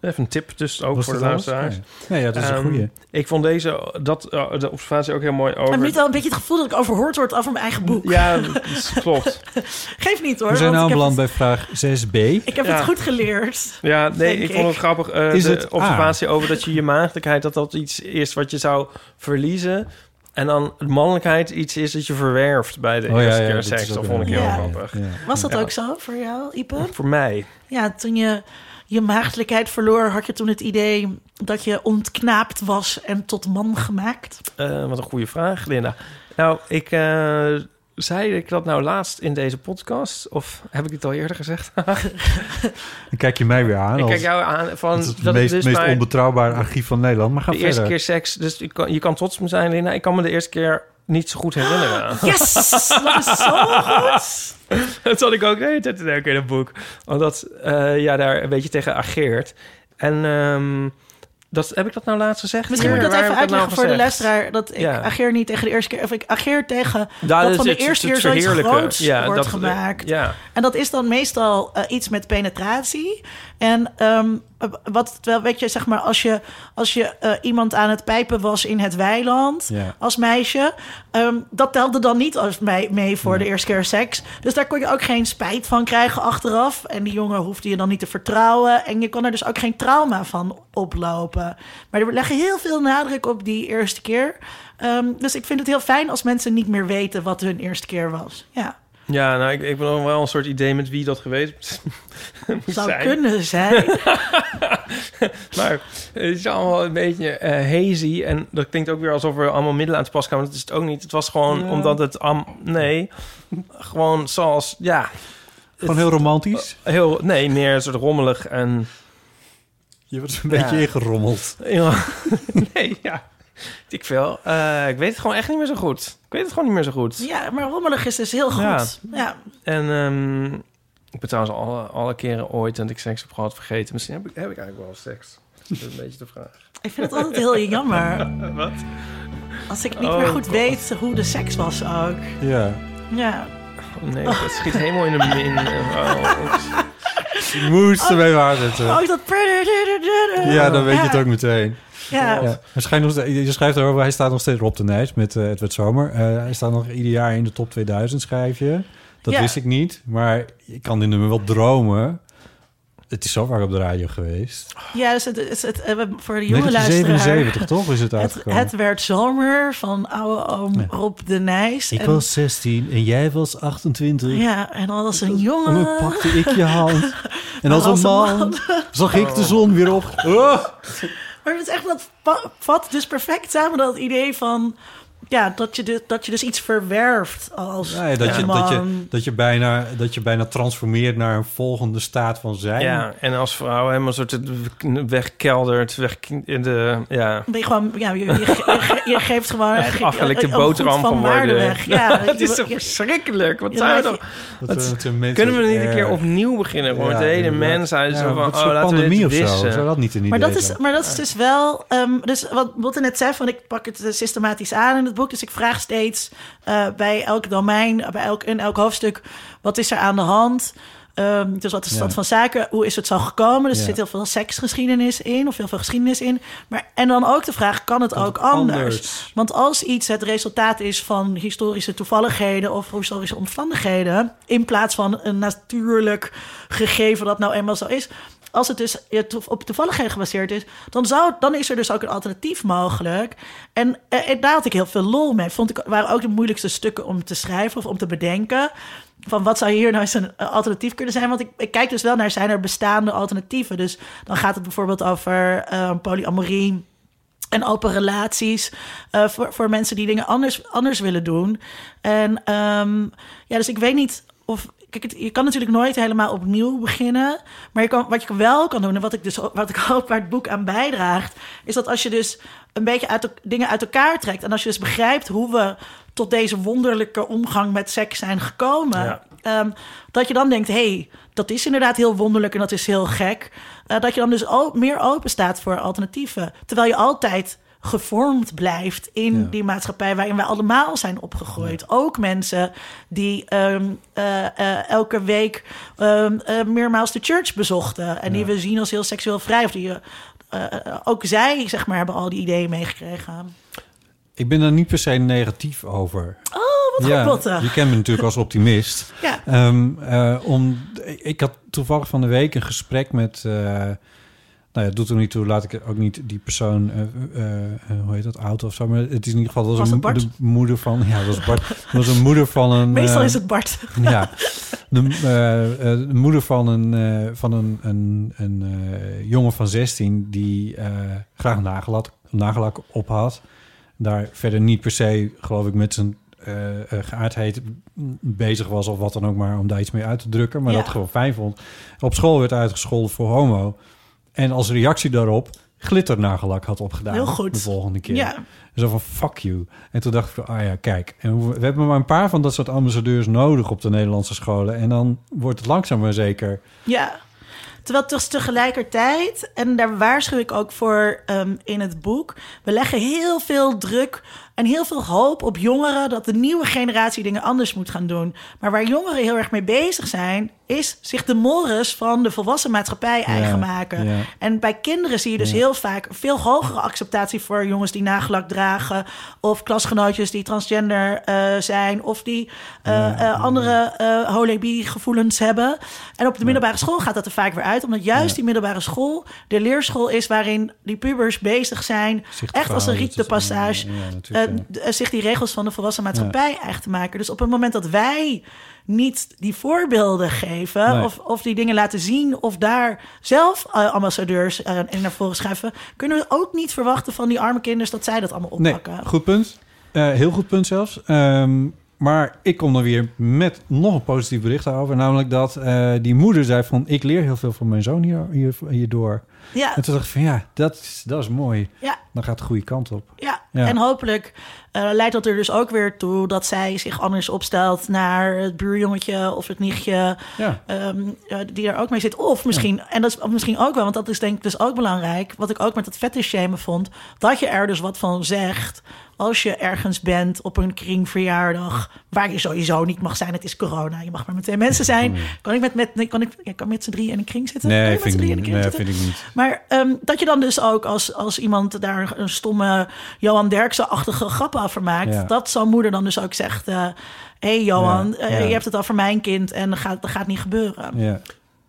B: Even een tip dus ook
C: Was
B: voor de
C: dat alles?
B: luisteraars.
C: Nee. Nee, ja, dat is een
B: Ehm,
C: goeie.
B: Ik vond deze dat, eh, de observatie ook heel mooi
A: Ik heb
B: over.
A: nu al een beetje het gevoel dat ik overhoord word over mijn eigen boek.
B: Ja, dat is- klopt.
A: Geef niet hoor.
C: We zijn
A: want ik heb
C: nou
A: het-
C: aanbeland bij vraag 6b.
A: Ik heb
B: Ja.
A: het goed geleerd.
B: Ja, nee,
A: Denk
B: ik vond het
A: ik.
B: grappig. eh,
C: Is
B: de
C: het
B: observatie over dat je je maagdelijkheid, dat dat iets is wat je zou verliezen. En dan mannelijkheid iets is dat je verwerft bij de
C: Oh, ja,
B: eerste
C: ja,
B: keer
C: dat is
B: seks.
C: ook
B: Dat
C: een-
B: vond ik heel
A: Ja.
B: grappig.
C: Ja.
A: Was dat
B: Ja.
A: ook zo voor jou, Ipe?
B: Voor mij.
A: Ja, toen je je maagdelijkheid verloor, had je toen het idee dat je ontknaapt was en tot man gemaakt?
B: Eh, wat een goede vraag, Linda. Nou, ik eh, zei ik dat nou laatst in deze podcast? Of heb ik het al eerder gezegd?
C: Dan kijk je mij weer aan.
B: ik
C: als-
B: kijk jou aan van
C: dat is het
B: dat ik
C: meest,
B: dus
C: meest
B: maar-
C: onbetrouwbare archief van Nederland. Maar ga
B: de eerste
C: verder.
B: keer seks. Dus je kan, je kan trots op me zijn, Linda. Ik kan me de eerste keer niet zo goed herinneren.
A: Yes! dat is zo goed!
B: dat zat ik ook de hele tijd te denken in het boek. Omdat eh ja, daar een beetje tegen ageert. En ehm, dat, heb ik dat nou laatst gezegd?
A: Misschien moet ik
B: Hier,
A: dat
B: waar
A: even
B: heb ik
A: uitleggen
B: nou
A: voor de
B: gezegd?
A: luisteraar. Dat ik
B: Ja.
A: ageer niet tegen de eerste keer... Of ik ageer tegen
B: Ja,
A: dat
B: is
A: van de
B: het- het-
A: eerste
B: het
A: keer zoiets
B: verheerlijken.
A: groots wordt
B: dat-
A: gemaakt.
B: Ja,
A: En dat is dan meestal eh, iets met penetratie. En ehm, wat, wel, weet je, zeg maar, als je, als je eh, iemand aan het pijpen was in het weiland
C: Ja.
A: als meisje, ehm, dat telde dan niet als mij, mee voor de eerste keer seks. Dus daar kon je ook geen spijt van krijgen achteraf. En die jongen hoefde je dan niet te vertrouwen. En je kon er dus ook geen trauma van oplopen. Maar er leggen heel veel nadruk op die eerste keer. Ehm, dus ik vind het heel fijn als mensen niet meer weten wat hun eerste keer was. Ja.
B: ja nou, ik, ik heb nog wel een soort idee met wie dat geweest moet
A: Zou
B: zijn.
A: kunnen zijn.
B: Maar het is allemaal een beetje eh, hazy. En dat klinkt ook weer alsof er allemaal middelen aan te pas kwamen. Dat is het ook niet. Het was gewoon omdat het... am- nee, gewoon zoals... Ja,
C: Gewoon heel romantisch.
B: heel... Nee, meer een soort rommelig en...
C: Je wordt een
B: Ja.
C: beetje ingerommeld.
B: Ja. nee, ja. Ik veel. Eh, ik weet het gewoon echt niet meer zo goed. Ik weet het gewoon niet meer zo goed.
A: Ja, maar rommelig is dus heel goed.
B: Ja.
A: Ja.
B: En ehm, ik ben trouwens alle, alle keren ooit dat ik seks heb gehad vergeten. Misschien heb ik, heb ik eigenlijk wel seks. Dat is een beetje de vraag.
A: ik vind het altijd heel jammer.
B: Wat?
A: Als ik niet
B: Oh,
A: meer goed
B: God.
A: weet hoe de seks was ook.
C: Ja.
A: Ja.
B: Nee, dat schiet helemaal in de min. Oh, oeps.
C: Je moest ermee waarzetten.
A: Oh, dat...
C: Ja, dan weet je het ook meteen.
A: Ja.
C: Ja. Hij schijnt nog steeds- je schrijft erover, hij staat nog steeds Rob de Nijs met eh, Edward Zomer. Eh, hij staat nog ieder jaar in de top 2000, schrijf je. Dat
A: Ja.
C: wist ik niet, maar ik kan dit nummer wel dromen. Het is zo vaak op de radio geweest.
A: Ja, dus het, het, het, eh, voor de jonge luisteraar.
C: 1977, toch, is het
A: Het,
C: uitgekomen?
A: het werd zomer van oude oom Rob de Nijs.
C: ik
A: En-
C: was 16 en jij was 28.
A: Ja, en dan was een
C: En
A: jongen.
C: dan pakte ik je hand. En als een
A: Als een
C: man Oh.
A: man.
C: zag ik de zon weer op.
A: Maar het is echt dat pa- vat dus perfect samen dat idee van ja, dat je, dus, dat je dus iets verwerft als
C: Ja, ja, dat, je,
A: man.
C: dat, je, dat, je bijna, dat je bijna transformeert naar een volgende staat van zijn.
B: Ja, en als vrouw helemaal soort wegkeldert, weg in de ja.
A: Ben je gewoon, ja, je, je, je- je geeft gewoon
B: Echt afgelekte
A: een- een oh, goed
B: boterham van
A: waarde
B: worden.
A: weg. Ja,
B: het is
A: je-
B: zo
A: je-
B: verschrikkelijk. Wat
A: je
B: zou je
A: lijkt-
B: toch-
C: Dat
B: Wat-
C: we het een mens
B: Kunnen we niet een keer
C: erg-
B: opnieuw beginnen? Gewoon
C: Ja,
B: de hele
C: inderdaad.
B: mensheid is zo van,
C: wat
B: oh,
C: soort
B: laten we dit
C: pandemie of zo.
B: wissen.
C: Zou dat niet een idee
A: Maar dat, is,
C: zijn?
A: maar dat is dus wel. ehm, dus wat Botte net zei, van ik pak het eh, systematisch aan in het boek. Dus ik vraag steeds eh, bij elk domein, bij elk, in elk hoofdstuk, wat is er aan de hand? Ehm, dus wat is de stand
C: Ja.
A: van zaken? Hoe is het zo gekomen? Dus
C: Ja.
A: er zit heel veel seksgeschiedenis in, of heel veel geschiedenis in. Maar, en dan ook de vraag: kan het ook anders?
C: anders?
A: Want als iets het resultaat is van historische toevalligheden of historische omstandigheden, in plaats van een natuurlijk gegeven dat nou eenmaal zo is, als het dus ja, to- op toevalligheden gebaseerd is, dan, zou, dan is er dus ook een alternatief mogelijk. En, eh, en daar had ik heel veel lol mee. Vond ik waren ook de moeilijkste stukken om te schrijven of om te bedenken. Van wat zou hier nou eens een eh, alternatief kunnen zijn? Want ik, ik kijk dus wel naar zijn er bestaande alternatieven. Dus dan gaat het bijvoorbeeld over eh, polyamorie en open relaties eh, voor, voor mensen die dingen anders, anders willen doen. En ehm, ja, dus ik weet niet of. Kijk, het- je kan natuurlijk nooit helemaal opnieuw beginnen. Maar je kan, wat je wel kan doen, en wat ik, dus, wat ik hoop waar het boek aan bijdraagt, is dat als je dus een beetje uit, elk- dingen uit elkaar trekt. En als je dus begrijpt hoe we tot deze wonderlijke omgang met seks zijn gekomen.
B: Ja.
A: Ehm, dat je dan denkt, hé, hey, dat is inderdaad heel wonderlijk en dat is heel gek. Eh, dat je dan dus ook meer open staat voor alternatieven. Terwijl je altijd gevormd blijft in
C: Ja.
A: die maatschappij waarin wij allemaal zijn opgegroeid. Ook mensen die ehm, eh, eh, elke week ehm, eh, meermaals de church bezochten. En die we zien als heel seksueel vrij. Of die, eh, eh, ook zij, zeg maar, hebben al die ideeën meegekregen.
C: Ik ben daar niet per se negatief over.
A: Oh, wat
C: ja,
A: goed, Botte.
C: je kent me natuurlijk als optimist.
A: Ja.
C: Ehm, eh, om, ik had toevallig van de week een gesprek met... eh, nou ja, doet er niet toe. Laat ik ook niet die persoon... eh, eh, eh, hoe heet dat? Oud of zo. Maar het is in ieder geval... dat
A: Was
C: een,
A: het Bart?
C: de moeder van... Ja, dat was Bart. Dat was een moeder van een...
A: Meestal
C: eh,
A: is het Bart.
C: Ja, de, eh, eh, de moeder van een, eh, van een, een, een eh, jongen van 16 die eh, graag nagellak, nagellak op had. Daar verder niet per se, geloof ik, met zijn eh, eh, geaardheid bezig was of wat dan ook maar om daar iets mee uit te drukken. Maar
A: Ja.
C: dat gewoon fijn vond. Op school werd uitgescholden voor homo. En als reactie daarop glitternagellak had opgedaan.
A: Heel goed.
C: De volgende keer.
A: Ja.
C: Zo van, fuck you. En toen dacht ik, ah ja, kijk. En hoe- we hebben maar een paar van dat soort ambassadeurs nodig op de Nederlandse scholen. En dan wordt het langzaam maar zeker.
A: Ja. Terwijl het dus tegelijkertijd, en daar waarschuw ik ook voor ehm, in het boek, we leggen heel veel druk en heel veel hoop op jongeren dat de nieuwe generatie dingen anders moet gaan doen. Maar waar jongeren heel erg mee bezig zijn, is zich de mores van de volwassen maatschappij eigen maken.
C: ja.
A: En bij kinderen zie je dus heel vaak een veel hogere acceptatie voor jongens die nagelak dragen. Of klasgenootjes die transgender eh, zijn. Of die eh, eh, andere eh holibi-gevoelens hebben. En op de middelbare school gaat dat er vaak weer uit. Omdat juist die middelbare school de leerschool is waarin die pubers bezig zijn.
C: Zich te
A: echt als een
C: verhouden
A: riet de
C: tussen-
A: passage.
C: ja, natuurlijk,
A: eh,
C: ja.
A: d- eh, zich die regels van de volwassen maatschappij eigen te maken. Dus op het moment dat wij niet die voorbeelden geven
C: Nee.
A: of, of die dingen laten zien of daar zelf eh, ambassadeurs eh, in naar voren schuiven, kunnen we ook niet verwachten van die arme kinders dat zij dat allemaal
C: Nee,
A: oppakken.
C: goed punt. Eh, heel goed punt zelfs. Ehm, Maar ik kom er weer met nog een positief bericht over. Namelijk dat eh, die moeder zei van... ik leer heel veel van mijn zoon hier, hier, hierdoor.
A: Ja.
C: En toen dacht ik van ja, dat is, dat is mooi.
A: Ja.
C: Dan gaat de goede kant op.
A: Ja,
C: Ja.
A: en hopelijk eh, leidt dat er dus ook weer toe dat zij zich anders opstelt naar het buurjongetje of het nichtje
C: Ja.
A: ehm, eh, die er ook mee zit. Of misschien, en dat is misschien ook wel, want dat is denk ik dus ook belangrijk, wat ik ook met dat fetish shamen vond, dat je er dus wat van zegt als je ergens bent op een kringverjaardag, waar je sowieso niet mag zijn, het is corona, je mag maar met twee mensen zijn. Kan ik met, met, nee, kan ik, ja, kan ik met z'n drie in een kring zitten? Kan je
C: Mm. Nee,
A: met
C: vind
A: z'n
C: ik,
A: drieën in
C: niet,
A: een kring
C: nee
A: zitten?
C: vind ik niet.
A: Maar ehm, dat je dan dus ook als, als iemand daar een stomme Johan Derksen-achtige grap over maakt...
C: Ja.
A: dat zo'n moeder dan dus ook zegt... eh, hey Johan,
C: Ja,
A: eh,
C: ja.
A: je hebt het over mijn kind en dat gaat, dat gaat niet gebeuren.
C: Ja.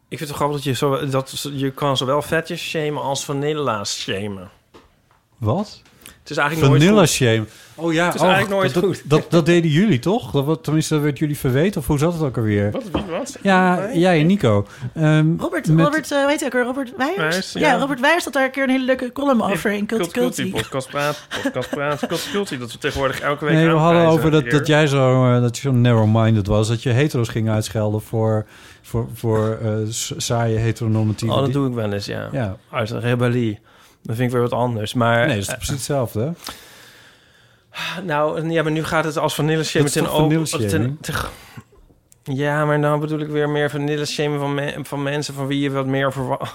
B: Ik vind het grappig dat je, zo, dat je kan zowel vetjes shamen als vanilla's shamen.
C: Wat?
B: Het is eigenlijk
C: Vanilla
B: nooit goed.
C: shame. Oh ja,
B: Het is
C: oh,
B: eigenlijk nooit
C: dat,
B: goed.
C: Dat, dat deden jullie toch? Dat, wat- tenminste, dat werd jullie verweten. Of hoe zat het ook alweer?
B: Wat? Wie, wat?
C: Ja, jij en Nico. Ehm,
A: Robert,
C: met-
A: Robert eh, weet je ook weer, Robert Wijers?
B: Wijers,
A: ja.
B: ja.
A: Robert Wijers had daar een keer een hele leuke column over in Cult Cultie.
B: Podcast praat, podcast praat, Cult Cultie. Dat we tegenwoordig elke week
C: Nee, we hadden
B: aanprijzen
C: over dat,
B: hier.
C: dat jij zo, eh, dat je zo narrow-minded was. Dat je hetero's ging uitschelden voor, voor, voor eh, s- saaie heteronormatieve...
B: Oh, dat
C: di-
B: doe ik Eh, wel eens, ja.
C: Ja.
B: Uit de rebellie. Dat vind ik weer wat anders. Maar,
C: Nee, dat is toch precies hetzelfde. hè?
B: Nou, en ja, maar nu gaat het als vanille shamen
C: Dat is
B: ten
C: toch
B: over...
C: vanille
B: ten-
C: shaming?
B: te- Ja, maar nou bedoel ik weer meer vanille shamen van, me- van mensen van wie je wat meer verwacht.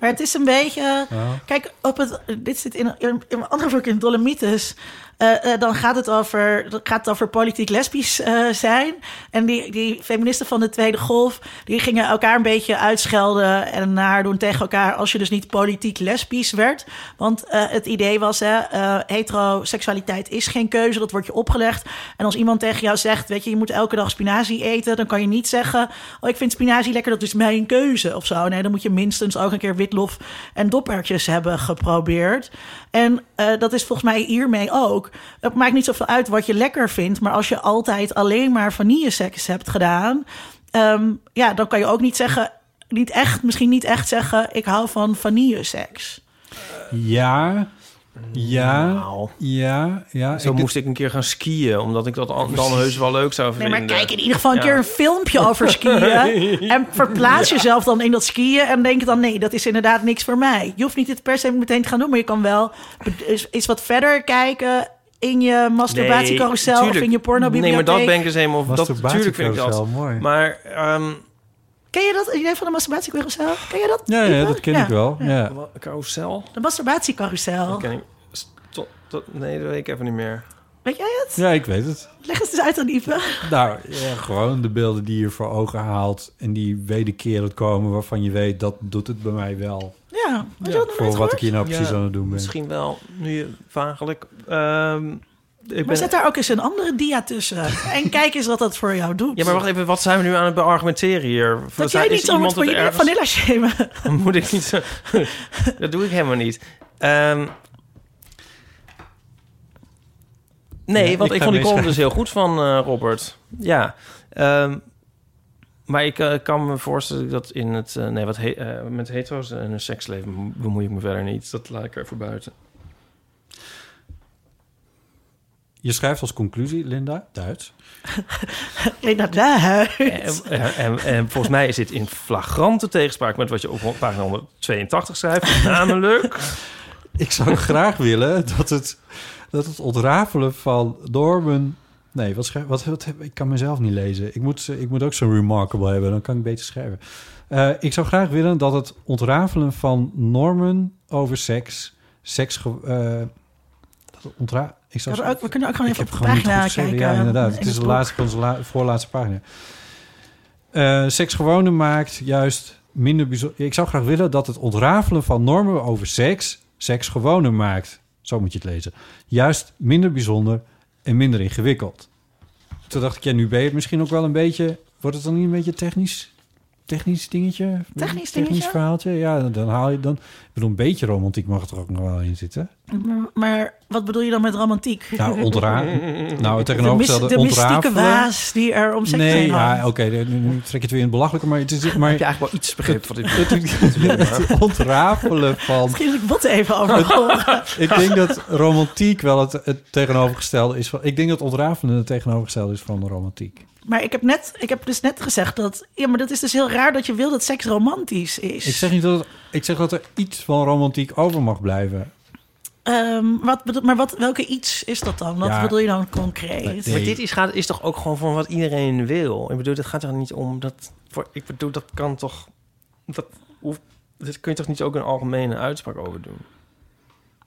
A: Maar het is een beetje...
C: Ja.
A: Kijk, op het, dit zit in, in, in mijn andere boek in Dolomites. Eh, eh, dan gaat het over, dan gaat het over politiek lesbisch eh, zijn. En die, die feministen van de Tweede Golf... die gingen elkaar een beetje uitschelden en naar doen tegen elkaar... als je dus niet politiek lesbisch werd. Want eh, het idee was, hè, eh, heteroseksualiteit is geen keuze. Dat wordt je opgelegd. En als iemand tegen jou zegt, weet je, je moet elke dag spinazie eten... dan kan je niet zeggen, oh, ik vind spinazie lekker, dat is mijn keuze of zo. Nee, dan moet je minstens ook een keer witlof en doppertjes hebben geprobeerd. En eh, dat is volgens mij hiermee ook. Het maakt niet zoveel uit wat je lekker vindt... maar als je altijd alleen maar vanilleseks hebt gedaan... ehm, ja, dan kan je ook niet zeggen... Niet echt, misschien niet echt zeggen, ik hou van vanilleseks.
C: Ja, ja,
B: Nou,
C: ja, ja.
B: zo
C: Ik-
B: moest ik een keer gaan skiën, omdat ik dat al- dan heus wel leuk zou
A: Nee,
B: vinden.
A: maar kijk in ieder geval een
B: Ja.
A: keer een filmpje over skiën. En verplaats jezelf dan in dat skiën. En denk dan, nee, dat is inderdaad niks voor mij. Je hoeft niet dit per se meteen te gaan doen. Maar je kan wel eens- eens wat verder kijken in je masturbatiecarousel of
B: tuurlijk.
A: in je
B: Nee, maar
A: pornobibliotheek.
B: dat ben ik dus helemaal... Dat, tuurlijk vind ik
C: Masturbatiecarousel,
B: dat.
C: mooi.
B: Maar ehm
A: Ken je dat? Idee van de masturbatiecarousel? Ken je dat?
C: Ja, ja,
A: Ipe?
C: dat ken
A: Ja.
C: ik wel. Ja.
B: wat- carousel?
A: De masturbatiecarousel.
B: Dat ken ik. Stop, dat, nee, dat weet ik even niet meer.
A: Weet jij het?
C: ja, ik weet het.
A: Leg eens eens uit aan Ipe.
C: Nou, ja, gewoon de beelden die je voor ogen haalt... en die wederkerend komen waarvan je weet... dat doet het bij mij wel.
A: Ja, had je dat nog nooit
C: Voor wat ik
A: gehoord?
C: hier nou precies
B: Ja,
C: aan het doen ben.
B: Misschien wel, nu je- vagelijk. Ehm, ik
A: Maar
B: ben,
A: zet daar ook eens een andere dia tussen. En kijk eens wat dat voor jou doet.
B: Ja, maar wacht even, wat zijn we nu aan het beargumenteren hier?
A: Dat jij niet zo moet van je vanilla shamen.
B: Dan moet ik niet zo... dat doe ik helemaal niet. Ehm, nee,
C: Ja,
B: want
C: ik
B: ik,
C: ga
B: vond die column
C: meeschrijven.
B: dus heel goed van eh, Robert. Ja. ehm, maar ik eh, kan me voorstellen dat in het... eh, nee, wat he- eh, met hetero's en hun seksleven bemoei ik me verder niet. Dat laat ik er voor buiten.
C: Je schrijft als conclusie, Linda, Duits.
A: Inderdaad.
B: eh, En, en- en, en volgens mij is dit in flagrante tegenspraak met wat je op pagina 182 schrijft. Namelijk.
C: Ik zou graag willen dat het, dat het ontrafelen van normen... Nee, wat schrijf, wat, wat heb, ik kan mezelf niet lezen. Ik moet, ik moet ook zo'n remarkable hebben, dan kan ik beter schrijven. Eh, ik zou graag willen dat het ontrafelen van normen over seks... seks ge- eh, dat het ontra ik zou
A: Ja, maar ook- we kunnen ook gewoon
C: ik
A: even
C: heb
A: op de
C: gewoon niet
A: pagina
C: goed geschreven.
A: kijken.
C: Ja, inderdaad.
A: in
C: Het is de
A: boek.
C: laatste, onze la- voorlaatste pagina. Eh seks gewone maakt juist minder bijzonder. Ik zou graag willen dat het ontrafelen van normen over seks seks gewoner maakt. Zo moet je het lezen. Juist minder bijzonder en minder ingewikkeld. Toen dacht ik, ja, nu ben je het misschien ook wel een beetje. Wordt het dan niet een beetje technisch? technisch dingetje?
A: Technisch
C: Technisch
A: dingetje?
C: verhaaltje? Ja, dan haal je dan... Ik bedoel, een beetje romantiek mag er ook nog wel in zitten.
A: Maar- Maar wat bedoel je dan met romantiek?
C: Nou, ontra... nou,
A: de,
C: het
A: mis-
C: tegenovergestelde
A: de mystieke
C: ontrafelen.
A: waas die er om seks
C: Nee,
A: heen
C: ja,
A: hangt.
C: oké, nu- nu trek je het weer in het belachelijke, maar het is... Maar
B: Heb je eigenlijk wel iets begrepen van dit boek?
C: het ontrafelen van...
A: Misschien moet ik wat even over horen.
C: Ik denk dat romantiek wel het, het tegenovergestelde is van... Ik denk dat ontrafelen het tegenovergestelde is van romantiek.
A: Maar ik heb, net, ik heb dus net gezegd dat... Ja, maar dat is dus heel raar dat je wil dat seks romantisch is.
C: Ik zeg niet dat... het- Ik zeg dat er iets van romantiek over mag blijven.
A: Ehm, wat bedoel, maar wat, welke iets is dat dan? Wat
C: Ja.
A: bedoel je dan concreet?
C: Nee.
B: Maar dit is, gaat, is toch ook gewoon van wat iedereen wil? Ik bedoel, het gaat er niet om dat... Voor, ik bedoel, dat kan toch... Dat, hoeft- dit kun je toch niet ook een algemene uitspraak over doen?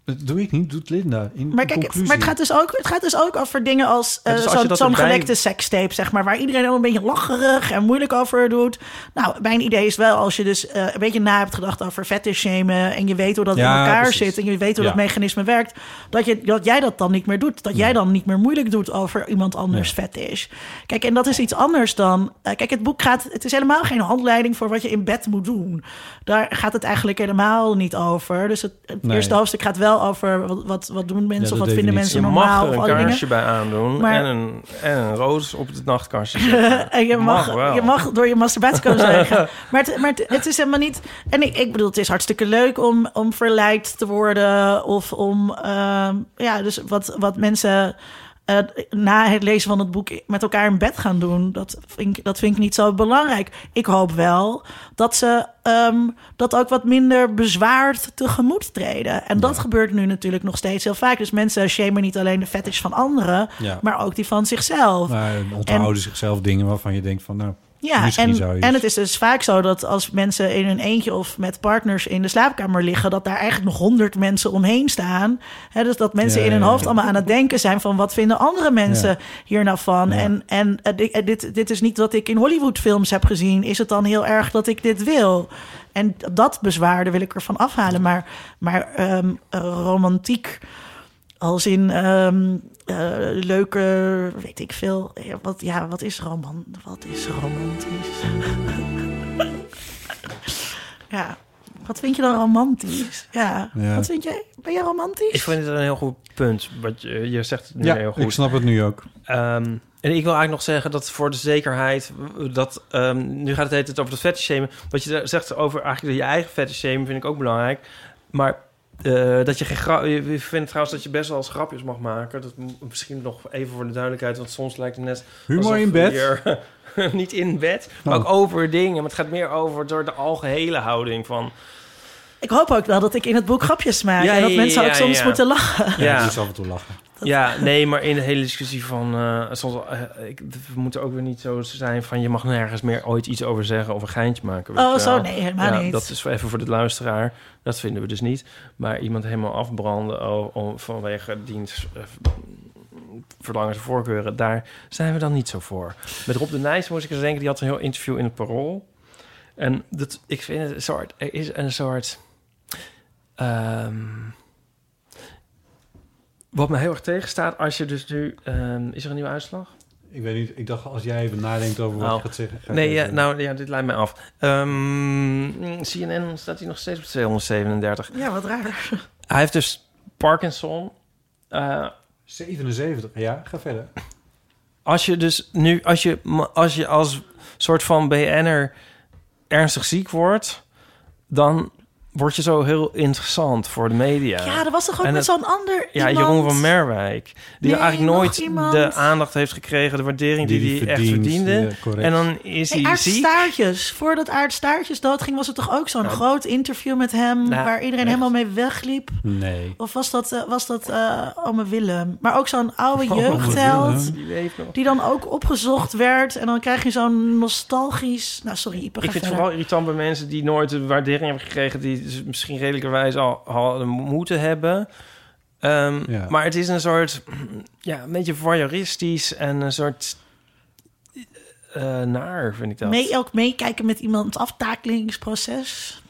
C: Dat doe ik niet, doet Linda. In
A: Maar kijk,
C: conclusie.
A: maar het, gaat dus ook, het gaat dus ook over dingen als eh,
B: Ja, dus als je
A: zo'n
B: dat
A: zo'n
B: erbij-
A: gelekte sekstape, zeg maar, waar iedereen al een beetje lacherig en moeilijk over doet. Nou, mijn idee is wel, als je dus eh, een beetje na hebt gedacht over fetish shamen en je weet hoe dat
C: Ja,
A: in elkaar
C: precies.
A: zit en je weet hoe
C: Ja.
A: dat mechanisme werkt, dat, je, dat jij dat dan niet meer doet. Dat jij dan niet meer moeilijk doet over iemand anders fetish. Kijk, en dat is iets anders dan... eh, kijk, het boek gaat... Het is helemaal geen handleiding voor wat je in bed moet doen. Daar gaat het eigenlijk helemaal niet over. Dus het, het
C: Nee.
A: eerste hoofdstuk gaat wel over wat, wat, wat doen mensen
C: Ja,
A: of
C: de
A: wat vinden
C: definitie.
A: mensen
B: Je mag
A: normaal
B: er
A: of
B: een
A: al die dingen.
B: kaarsje bij aandoen
A: Maar-
B: en, een, en een roos op het nachtkastje zetten.
A: En eh, je mag,
B: Mag wel.
A: je mag door je masturbatie komen zeggen. Maar, het, maar het, het is helemaal niet. En ik, ik bedoel, het is hartstikke leuk om, om verleid te worden. Of om. ehm, ja, dus wat, wat mensen. eh, na het lezen van het boek met elkaar in bed gaan doen. Dat vind, ik, dat vind ik niet zo belangrijk. Ik hoop wel dat ze ehm, dat ook wat minder bezwaard tegemoet treden. En dat gebeurt nu natuurlijk nog steeds heel vaak. Dus mensen shamen niet alleen de fetish van anderen,
C: Ja.
A: maar ook die van zichzelf.
C: Maar onthouden zichzelf dingen waarvan je denkt van... nou,
A: Ja,
C: misschien zou
A: en,
C: je...
A: en het is dus vaak zo dat als mensen in hun eentje of met partners in de slaapkamer liggen, dat daar eigenlijk nog honderd mensen omheen staan. Hè, dus dat mensen
C: Ja,
A: in hun
C: ja,
A: hoofd
C: ja.
A: allemaal aan het denken zijn van wat vinden andere mensen
C: Ja.
A: hier nou van.
C: Ja.
A: En, en eh, di- eh, dit, dit is niet wat ik in Hollywoodfilms heb gezien. Is het dan heel erg dat ik dit wil? En dat bezwaarde wil ik ervan afhalen. Maar, maar ehm, eh, romantiek als in ehm, eh, leuke, weet ik veel. Ja, Wat, ja, wat is roman? Wat is romantisch? ja, wat vind je dan romantisch? Ja,
C: Ja.
A: wat vind jij? Ben je romantisch?
B: Ik vind het een heel goed punt. Wat je, je zegt het nu
C: Ja,
B: heel goed.
C: ik snap het nu ook.
B: Ehm, en ik wil eigenlijk nog zeggen dat voor de zekerheid... Dat, ehm, nu gaat het de hele tijd over dat fetish shamen. Wat je daar zegt over eigenlijk je eigen fetish shamen vind ik ook belangrijk. Maar eh, dat je geen grap... Ik vind trouwens dat je best wel eens grapjes mag maken. Dat m- misschien nog even voor de duidelijkheid. Want soms lijkt het net...
C: Humor
B: alsof
C: in bed.
B: hier- niet in bed, maar
C: Oh.
B: ook over dingen. Maar het gaat meer over door de algehele houding van...
A: Ik hoop ook wel dat ik in het boek grapjes maak.
B: Ja,
A: en dat
B: ja,
A: mensen
B: ja,
A: ook soms
B: ja.
A: moeten lachen.
C: Ja,
B: Ja.
C: dus af en toe lachen.
B: Ja, nee, maar in de hele discussie van... eh, soms, eh, ik, we moeten ook weer niet zo zijn van... je mag nergens meer ooit iets over zeggen of een geintje maken. weet
A: Oh,
B: je
A: zo
B: wel.
A: nee, helemaal
B: ja,
A: niet.
B: Dat is voor- even voor de luisteraar. Dat vinden we dus niet. Maar iemand helemaal afbranden o- om- vanwege diens... eh, verlangens en voorkeuren, daar zijn we dan niet zo voor. Met Rob de Nijs moest ik eens denken... die had een heel interview in het Parool. En dat, ik vind het een soort... Er is een soort... ehm, wat me heel erg tegenstaat, als je dus nu... ehm, is er een nieuwe uitslag?
C: Ik weet niet, ik dacht als jij even nadenkt over wat
B: Oh.
C: je gaat zeggen... ga ik
B: Nee,
C: even-
B: ja, nou ja, dit leidt mij af. Ehm, CNN staat hier nog steeds op 237.
A: Ja, wat raar.
B: Hij heeft dus Parkinson. Eh,
C: 77, ja, ga verder.
B: als je dus nu, als je als, je als soort van BN'er ernstig ziek wordt, dan word je zo heel interessant voor de media.
A: Ja, er was toch ook
B: En
A: met
B: het-
A: zo'n ander
B: Ja,
A: iemand?
B: Jeroen van Merwijk. Die
A: Nee,
B: eigenlijk nooit
A: nog iemand.
B: de aandacht heeft gekregen, de waardering die, hij echt verdiende.
C: ja, correct.
B: en dan is
A: Hey,
B: hij
A: Aard
B: ziek.
A: Staartjes. Voordat Aard Staartjes doodging, was het toch ook zo'n groot interview met hem...
B: Nou,
A: waar iedereen
B: echt.
A: helemaal mee wegliep?
C: Nee.
A: Of was dat, eh, was dat eh ome Willem? Maar ook zo'n oude
B: Ome
A: jeugdheld...
C: Willem.
B: Die leeft nog.
A: die dan ook opgezocht werd. En dan krijg je zo'n nostalgisch... Nou, sorry, Ipe, ga
B: Ik vind het
A: verder.
B: vooral irritant bij mensen die nooit de waardering hebben gekregen... die ze misschien redelijkerwijs al hadden moeten hebben. Ehm,
C: Ja.
B: Maar het is een soort... Ja, een beetje voyeuristisch en een soort... eh, naar, vind ik dat.
A: Mee, ook meekijken met iemands aftakelingsproces.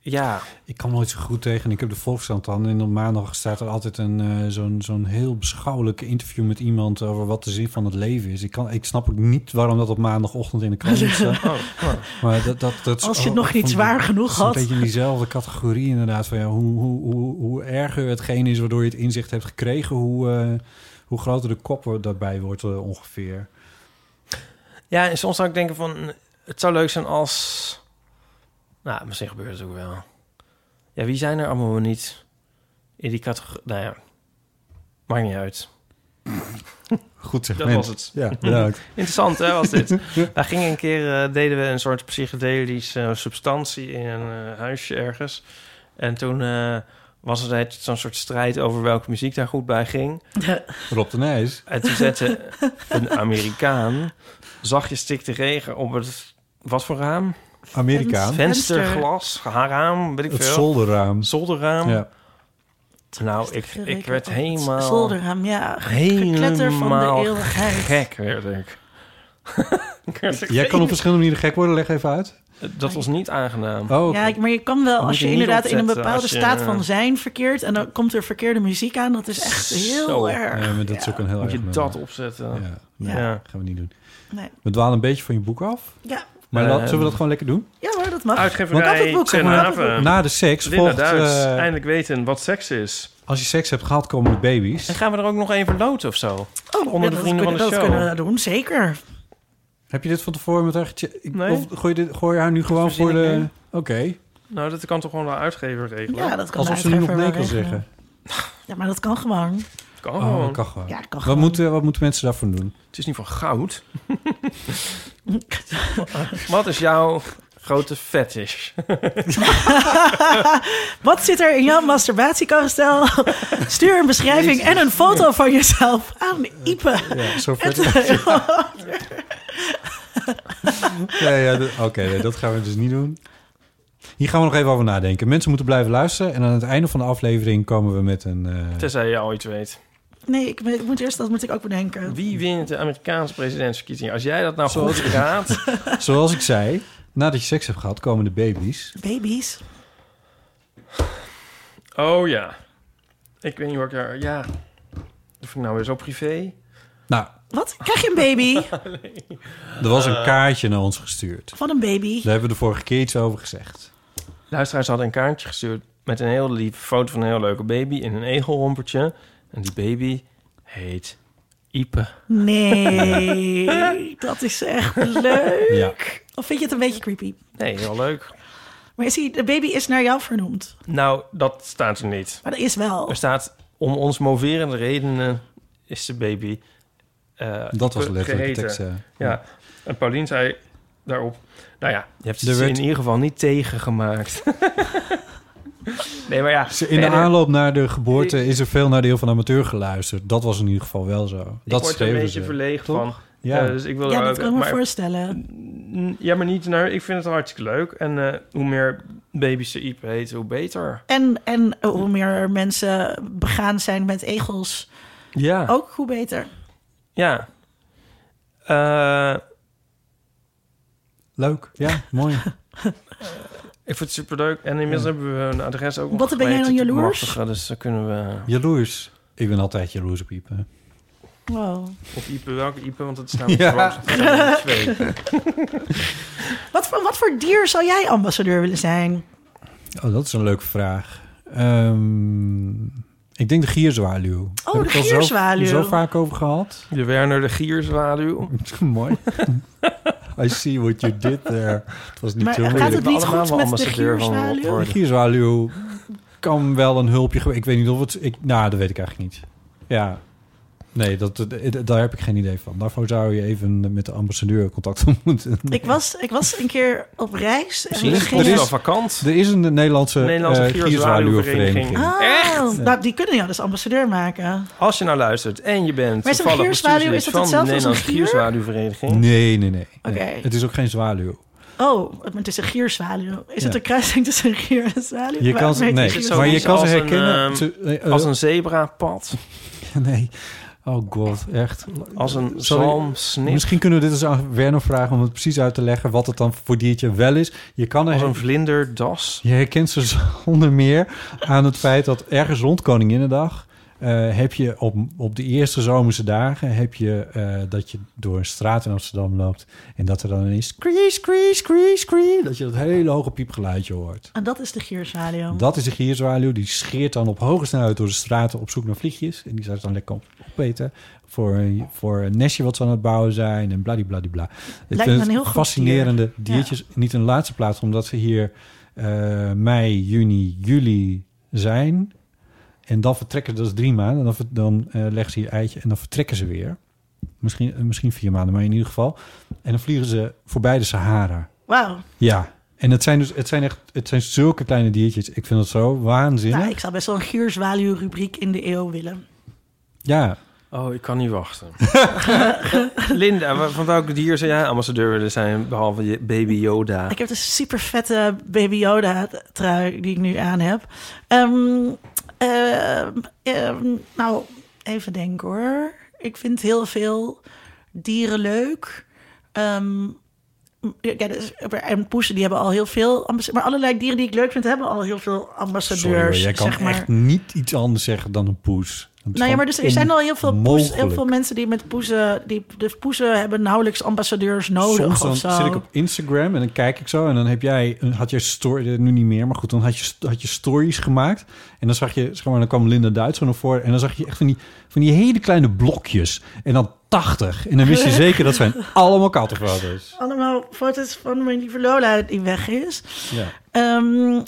B: Ja,
C: Ik kan nooit zo goed tegen. Ik heb de Volkskrant dan. En op maandag staat er altijd een, eh, zo'n, zo'n heel beschouwelijk interview met iemand over wat de zin van het leven is. Ik, kan, ik snap ook niet waarom dat op maandagochtend in de krant staat.
B: Oh.
C: Maar dat, dat, dat, is
A: Als je het
C: al-
A: nog niet
C: van-
A: zwaar genoeg
C: dat is Een
A: had.
C: beetje in diezelfde categorie inderdaad. Van, ja, hoe, hoe, hoe, hoe erger hetgeen is waardoor je het inzicht hebt gekregen, hoe, eh, hoe groter de kop daarbij wordt eh, ongeveer.
B: Ja, en soms zou ik denken van... Het zou leuk zijn als... Nou, misschien gebeurt het ook wel. Ja, wie zijn er allemaal niet in die categorie? Nou ja, maakt niet uit.
C: Goed
B: Dat
C: segment.
B: was het.
C: Ja, bedankt.
B: Interessant, hè, was dit? Daar gingen een keer, eh, deden we een soort psychedelische eh, substantie in een eh, huisje ergens. En toen eh, was er net zo'n soort strijd over welke muziek daar goed bij ging.
C: Rob de Nijs.
B: En toen zette een Amerikaan zachtjes stikte regen op het... Wat voor raam?
C: Amerikaan.
A: Venster.
B: Vensterglas, haar raam, weet ik
C: Het
B: veel.
C: zolderraam.
B: Zolderraam.
C: Ja.
B: Nou, ik, ik werd helemaal...
A: Zolderham, ja. Gekletter van de
B: helemaal
A: eeuwigheid.
B: gek, werd ik. Ik werd er
C: Jij kan op
B: geen-
C: verschillende manieren gek worden. Leg even uit.
B: Dat was niet aangenaam.
C: Oh,
A: Ja, ik- maar je kan wel,
B: moet
A: als
B: je
A: je
B: niet
A: inderdaad in een
B: opzetten
A: bepaalde
B: als je-
A: staat van zijn verkeert... en dan komt er verkeerde muziek aan, dat is echt heel
B: Zo.
A: erg.
C: Nee, maar dat is ook een heel
B: Moet
C: erg
B: je
C: nummer.
B: dat opzetten?
C: Ja,
B: Ja.
C: nee, gaan we niet doen.
A: Nee.
C: We dwalen een beetje van je boek af.
A: Ja.
C: Maar
B: Eh,
C: laten zullen we dat gewoon lekker doen?
A: ja hoor, dat mag. Want-
B: Uitgeverij
A: Wat
B: Ten
A: een boek,
B: Haven.
C: Na de seks
B: eh, Linda
C: volgt...
B: Duits.
C: eh,
B: Eindelijk weten wat seks is.
C: als je seks hebt gehad, komen de baby's.
B: En gaan we er ook nog één verloten of zo?
A: Oh,
B: Onder
A: ja,
B: de
A: dat
B: vrienden van
A: kunnen-
B: de show.
A: Dat kunnen we doen, zeker.
C: Heb je dit van tevoren met haar gecheckt? Ik-
B: Nee.
C: Of gooi je, dit, gooi je haar nu gewoon
B: verzin
C: voor
B: ik
C: de...
B: nu.
C: Oké,
B: Nou, dat kan toch gewoon de uitgever regelen?
A: Ja, dat kan de
C: alsof ze nu nog
A: uitgever
C: nee
A: wel
C: kan
A: regelen.
C: zeggen.
A: Ja, maar dat kan gewoon.
B: Dat kan
C: Oh,
B: gewoon.
C: dat kan gewoon.
A: eh? Ja, dat kan
C: Wat
A: gewoon.
C: moeten, wat moeten mensen daarvoor doen?
B: Het is niet van goud. wat is jouw grote fetish?
A: Wat zit er in jouw masturbatiecastel? Stuur een beschrijving en een foto van jezelf aan Ipe.
C: Ja, zo ver. Nee, ja, dat- Oké, nee, dat gaan we dus niet doen. Hier gaan we nog even over nadenken. Mensen moeten blijven luisteren. En aan het einde van de aflevering komen we met een... eh,
B: Tenzij je al iets weet.
A: Nee, ik moet- moet eerst, dat moet ik ook bedenken.
B: Wie wint de Amerikaanse presidentsverkiezingen? Als jij dat nou goed raadt...
C: Zoals ik zei, nadat je seks hebt gehad, komen de baby's.
A: Baby's.
B: Oh ja. Ik weet niet waar ik daar... Ja. Of ik nou weer zo privé...
C: Nou,
A: Wat? Krijg je een baby?
C: er was
B: Eh.
C: een kaartje naar ons gestuurd.
A: Van een baby?
C: Daar hebben we de vorige keer iets over gezegd.
B: Luisteraars hadden een kaartje gestuurd met een heel lieve foto van een heel leuke baby in een egelrompertje. En die baby heet Ipe.
A: Nee, dat is echt leuk.
C: Ja.
A: Of vind je het een beetje creepy?
B: Nee, heel leuk.
A: Maar is hij, de baby is naar jou vernoemd.
B: Nou, dat staat er niet.
A: Maar dat is wel.
B: Er staat, om ons moverende redenen is de baby eh,
C: Dat was
B: Ipe
C: letterlijk de
B: geheten.
C: tekst. eh.
B: Ja, en Paulien zei daarop... Nou ja, je hebt
C: Er
B: het
C: werd-
B: in ieder geval niet tegengemaakt. nee, maar ja.
C: eh. In de
B: verder-
C: aanloop naar de geboorte is er veel naar de heel van amateur geluisterd. Dat was in ieder geval wel zo.
B: Ik
C: Dat
B: word er een
C: schreven
B: beetje
C: ze.
B: verlegen
C: toch?
B: van.
C: Ja.
B: Eh, dus ik wil
A: ja,
B: er
A: dat
B: ook-
A: kan ik me
B: maar-
A: voorstellen.
B: Mm, Ja, maar niet. Nou, ik vind het hartstikke leuk. En eh, hoe meer baby's de Iep heet, hoe beter.
A: En, en hoe meer mensen begaan zijn met egels,
B: Ja.
A: ook hoe beter.
B: Ja. Eh,
C: Leuk, ja, mooi.
B: ik vind het superleuk. En inmiddels hebben we een adres ook nog
A: Wat, ben jij dan
B: geweten te
A: jaloers?
B: bemachtigen, Dus dan kunnen we...
C: Jaloers. Ik ben altijd jaloers op Ipe.
A: Wow.
B: Op Iep, welke Iep? Want het staan we
C: Ja.
B: ja. twee.
A: Wat, voor- wat voor dier zou jij ambassadeur willen zijn?
C: Oh, dat is een leuke vraag. Ehm, ik denk de gierzwaluw. Daar
A: Oh, de
C: ik al zo-
A: gierzwaluw.
C: Zo, vaak over gehad.
B: De Werner de Gierzwaluw.
C: Mooi. I see what you did there. Het was niet
A: Maar
C: zo
A: gaat
C: moeilijk.
A: het
B: We
A: niet
B: allemaal
A: goed
B: wel
A: met de
B: ambassadeur van
A: gierzwaluw?
B: Rotterdam.
C: De gierzwaluw kan wel een hulpje... gewe- Ik weet niet of het... Ik, nou, dat weet ik eigenlijk niet. Ja. Nee, dat, dat- daar heb ik geen idee van. Daarvoor zou je even met de ambassadeur contact op moeten.
A: Ik was, ik was een keer op reis. En
B: Misschien
A: we
B: is
A: gingen-
B: het wel vakant.
C: Er is een Nederlandse,
B: Nederlandse
C: eh,
B: gierzwaluwvereniging.
C: gierzwaluwvereniging.
A: Ah,
B: Echt?
A: Nou, die kunnen jou dus ambassadeur maken.
B: Als je nou luistert en je bent
A: Maar is een
B: toevallig
A: gierzwaluw,
B: bestuurslid
A: is dat
B: van de
A: hetzelfde als een
B: Nederlandse
A: gier?
B: Gierzwaluwvereniging.
C: Nee, nee, nee.
A: Oké.
C: Nee. Het is ook geen zwaluw.
A: Oh, het is een gierzwaluw. Is
C: Ja.
A: het een kruising tussen een gier en een zwaluw?
C: Je
A: Maar-
C: kan ze,
A: weet
C: nee,
A: ik niet.
B: zo
C: maar je
B: iets
C: kan ze
B: ehm, als een,
C: herkennen.
B: ehm,
C: ze- eh, eh,
B: Als een zebrapad.
C: nee. Oh god, echt.
B: Als een
C: Sorry.
B: zalm snip,
C: Misschien kunnen we dit eens aan Werner vragen om het precies uit te leggen wat het dan voor diertje wel is. Je, kan
B: als
C: er,
B: een vlinderdas.
C: je herkent ze zonder meer aan het feit dat ergens rond Koninginnedag... eh, heb je op, op de eerste zomerse dagen heb je, eh, dat je door een straat in Amsterdam loopt... en dat er dan ineens skree, skree, skree, skree... dat je dat hele hoge piepgeluidje hoort.
A: En Ah, dat is de gierzwaluw.
C: Dat is de gierzwaluw. Die scheert dan op hoge snelheid door de straten op zoek naar vliegjes. En die zou ze dan lekker opeten voor, voor een nestje wat ze aan het bouwen zijn. En bladibladibla. Ik
A: Lijkt
C: vind
A: me een
C: het
A: heel goed
C: fascinerende
A: dier.
C: diertjes. Niet in de laatste plaats, omdat ze hier eh, mei, juni, juli zijn. En dan vertrekken, dat is drie maanden. En dan, ver- dan eh, leggen ze hier eitje en dan vertrekken ze weer. Misschien, eh, misschien vier maanden, maar in ieder geval. En dan vliegen ze voorbij de Sahara.
A: Wauw.
C: Ja, en het zijn dus het zijn echt het zijn zulke kleine diertjes. Ik vind het zo waanzinnig.
A: Nou, ik zou best wel een gierzwaluw-rubriek in de eeuw willen.
C: Ja,
B: Oh, ik kan niet wachten. Linda, wa- van welk dier zou jij ambassadeur willen zijn, behalve je baby Yoda?
A: Ik heb dus een super vette Baby Yoda trui die ik nu aan heb. Ehm, ehm, ehm, nou, even denken hoor. Ik vind heel veel dieren leuk. Ehm, ja, dus, en poezen die hebben al heel veel ambassadeurs. Maar allerlei dieren die ik leuk vind hebben al heel veel
C: sorry, hoor,
A: ambassadeurs.
C: jij kan
A: zeg maar.
C: echt niet iets anders zeggen dan een poes. Dat is
A: Nou ja, maar dus
C: gewoon
A: er zijn al heel veel, poes, heel
C: onmogelijk.
A: veel mensen die met poezen... Die, de poezen hebben nauwelijks ambassadeurs nodig
C: Soms
A: of
C: dan
A: zo.
C: zit ik op Instagram en dan kijk ik zo en dan heb jij een- had je story eh, nu niet meer, maar goed, dan had je had je stories gemaakt en dan zag je zeg maar dan kwam Linda Duits naar voren en dan zag je echt van die van die hele kleine blokjes en dan 80 en dan wist je zeker dat zijn allemaal kattenfoto's.
A: Allemaal foto's van mijn lieve Lola die weg is.
C: Ja.
A: Ehm,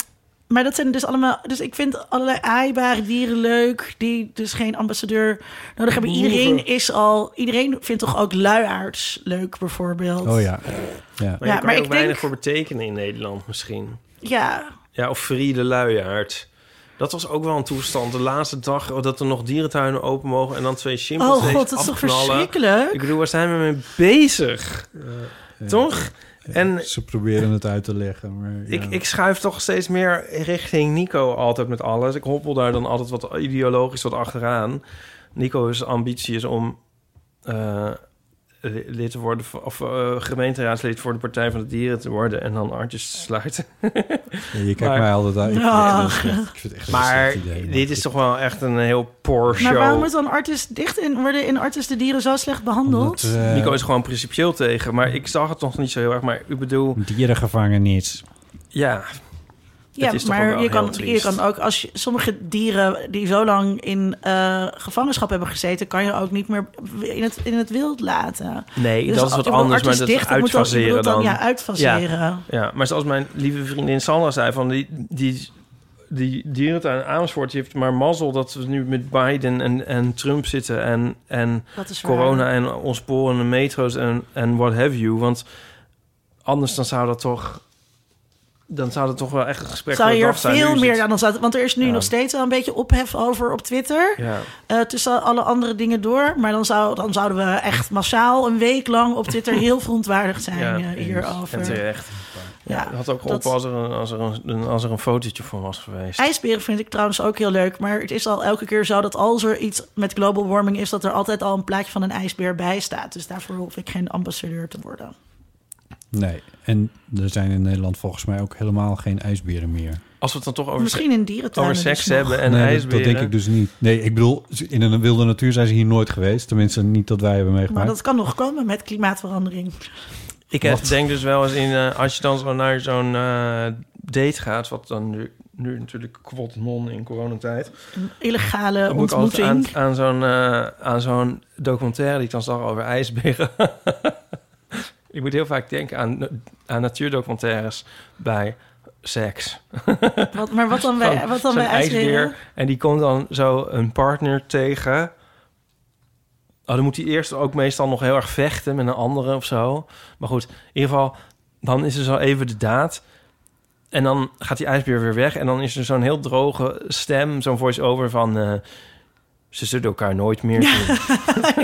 A: maar dat zijn dus allemaal... Dus ik vind allerlei aaibare dieren leuk... die dus geen ambassadeur nodig hebben. Iedereen is al... Iedereen vindt toch ook luiaards leuk, bijvoorbeeld.
C: Oh ja. Ja.
B: Maar je
A: Ja,
B: kan
A: maar
B: er ook
A: ik
B: weinig
A: denk-
B: voor betekenen in Nederland misschien.
A: Ja,
B: Ja, of Friede Luiaard. Dat was ook wel een toestand. De laatste dag oh, dat er nog dierentuinen open mogen... en dan twee chimpansees
A: Oh god, dat is toch
B: afknallen.
A: verschrikkelijk?
B: Ik bedoel, waar zijn we mee bezig? Toch? En
C: Ze proberen het uit te leggen, maar
B: ik,
C: ja.
B: ik schuif toch steeds meer richting Nico altijd met alles. Ik hoppel daar dan altijd wat ideologisch wat achteraan. Nico's ambitie is om eh, li- lid te worden... van- of eh, gemeenteraadslid voor de Partij van de Dieren te worden... en dan artjes te sluiten.
C: Ja, je kijkt
B: Maar- Ah.
C: mij altijd uit. Ik,
A: Ja.
C: ik vind het echt- ik vind het echt een
B: Maar
C: slecht idee,
B: dit
C: maar
B: is toch wel echt een heel poor show.
A: maar waarom moet dan artiest dicht in worden... in artiest de dieren zo slecht behandeld?
C: Omdat, eh,
B: Nico is gewoon principieel tegen, maar ik zag het nog niet zo heel erg. Maar ik bedoel,
C: dierengevangenis.
B: ja,
A: Ja,
B: Het is toch ook
A: maar
B: wel
A: je kan,
B: heel
A: je
B: triest.
A: kan ook als je, sommige dieren die zo lang in eh, gevangenschap hebben gezeten, kan je ook niet meer in het, in het wild laten.
B: nee,
A: Dus
B: dat is
A: ik
B: wat
A: bedoel,
B: anders,
A: artis
B: maar dat is
A: dicht, moet je
B: uitfaseren
A: bedoelt
B: dan.
A: Ja,
B: Ja.
A: uitfaseren.
B: maar zoals mijn lieve vriendin Sandra zei, van die, die, die dierentuin Amersfoort, die heeft maar mazzel dat we nu met Biden en, en Trump zitten en, en
A: Dat is waar.
B: corona en ontsporende metro's en, en what have you. Want anders dan zou dat toch, dan zou dat toch wel echt een gesprek
A: Zou
B: van de
A: hier
B: dag zijn. Nu
A: veel
B: is
A: meer
B: het-
A: aan ons laten. Want er is nu
B: Ja.
A: nog steeds wel een beetje ophef over op Twitter.
B: Ja.
A: eh, tussen alle andere dingen door. Maar dan, zou, dan zouden we echt massaal een week lang op Twitter heel verontwaardigd zijn
B: Ja,
A: eh, hierover.
B: En terecht.
A: Ja,
B: Ja, had ook
A: dat-
B: op als er, een, als, er een, als er een fotootje van was geweest.
A: IJsberen vind ik trouwens ook heel leuk. Maar het is al elke keer zo dat als er iets met global warming is... dat er altijd al een plaatje van een ijsbeer bij staat. Dus daarvoor hoef ik geen ambassadeur te worden.
C: Nee, en er zijn in Nederland volgens mij ook helemaal geen ijsberen meer.
B: Als we het dan toch over,
A: Misschien in dierentuinen.
B: over
A: dus
B: seks
A: nog.
B: hebben en
C: nee, dat-
B: ijsberen.
C: Dat denk ik dus niet. Nee, ik bedoel, ze- in een wilde natuur zijn ze hier nooit geweest. Tenminste, niet dat wij hebben
A: Maar
C: meegemaakt.
A: dat kan nog komen met klimaatverandering.
B: Ik
C: Wat?
B: denk dus wel eens in... eh, als je dan zo naar zo'n eh, date gaat... wat dan nu, nu natuurlijk kwot non in coronatijd...
A: Illegale
B: dan moet ik altijd aan,
A: ontmoeting.
B: aan zo'n eh, aan zo'n documentaire... die ik dan zag over ijsberen. ik moet heel vaak denken aan, aan natuurdocumentaires... bij seks.
A: Wat, maar wat dan bij,
B: Van
A: wat dan bij
B: zo'n
A: ijsberen?
B: En die komt dan zo een partner tegen. Oh, dan moet hij eerst ook meestal nog heel erg vechten met een andere of zo. Maar goed, in ieder geval, dan is er zo even de daad. En dan gaat die ijsbeer weer weg. En dan is er zo'n heel droge stem, zo'n voice-over van... eh, ze zullen elkaar nooit meer zien.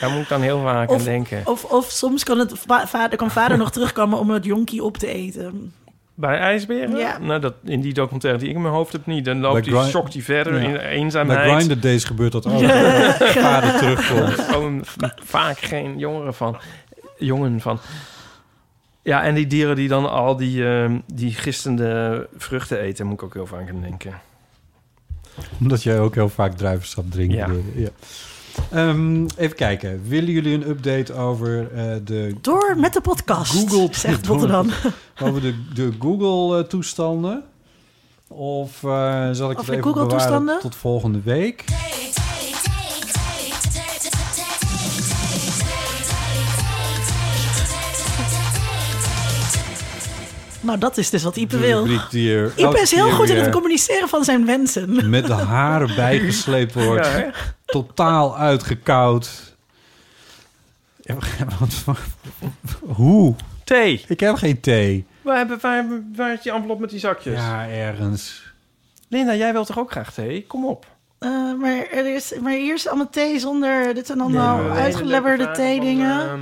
B: Daar moet ik dan heel vaak aan denken.
A: Of, of soms kan, het va- vader, kan vader nog terugkomen om het jonkie op te eten.
B: Bij ijsberen?
A: Ja.
B: Nou, dat, in die documentaire die ik in mijn hoofd heb niet. Dan loopt
C: Bij
B: die,
C: Gri-
B: schokt die verder
C: Ja.
B: in
C: Bij
B: eenzaamheid.
C: Grindr Days gebeurt dat ook. Vader terugkomt.
B: gewoon vaak geen jongeren van. Jongen van. Ja, en die dieren die dan al die, ehm, die gistende vruchten eten, moet ik ook heel vaak aan denken.
C: Omdat jij ook heel vaak druivensap drinkt.
B: Ja.
C: bedoel je. Ja. Ehm, even kijken. Willen jullie een update over eh, de
A: Door met de podcast,
C: Google-
A: zegt Botte dan.
C: Over de, de Google-toestanden? Of eh, zal ik
A: Of
C: het
A: de
C: even
A: Google-toestanden?
C: bewaren tot volgende week?
A: Nou, dat is dus wat Ipe
C: De
A: wil.
C: rubriek die er
A: Ipe
C: elke
A: is heel
C: keer
A: goed in het
C: weer
A: communiceren van zijn wensen.
C: Met de haren bijgesleept wordt.
B: Ja, hè?
C: Totaal uitgekoud. Ja, maar wat voor- Hoe?
B: Thee.
C: Ik heb geen thee.
B: Waar, hebben, waar, hebben- waar is die envelop met die zakjes?
C: Ja, ergens.
B: Linda, jij wilt toch ook graag thee? Kom op.
A: Eh, maar, er is, maar hier is allemaal thee zonder... Dit zijn allemaal
C: maar-
A: uitgelebberde theedingen.
B: ehm,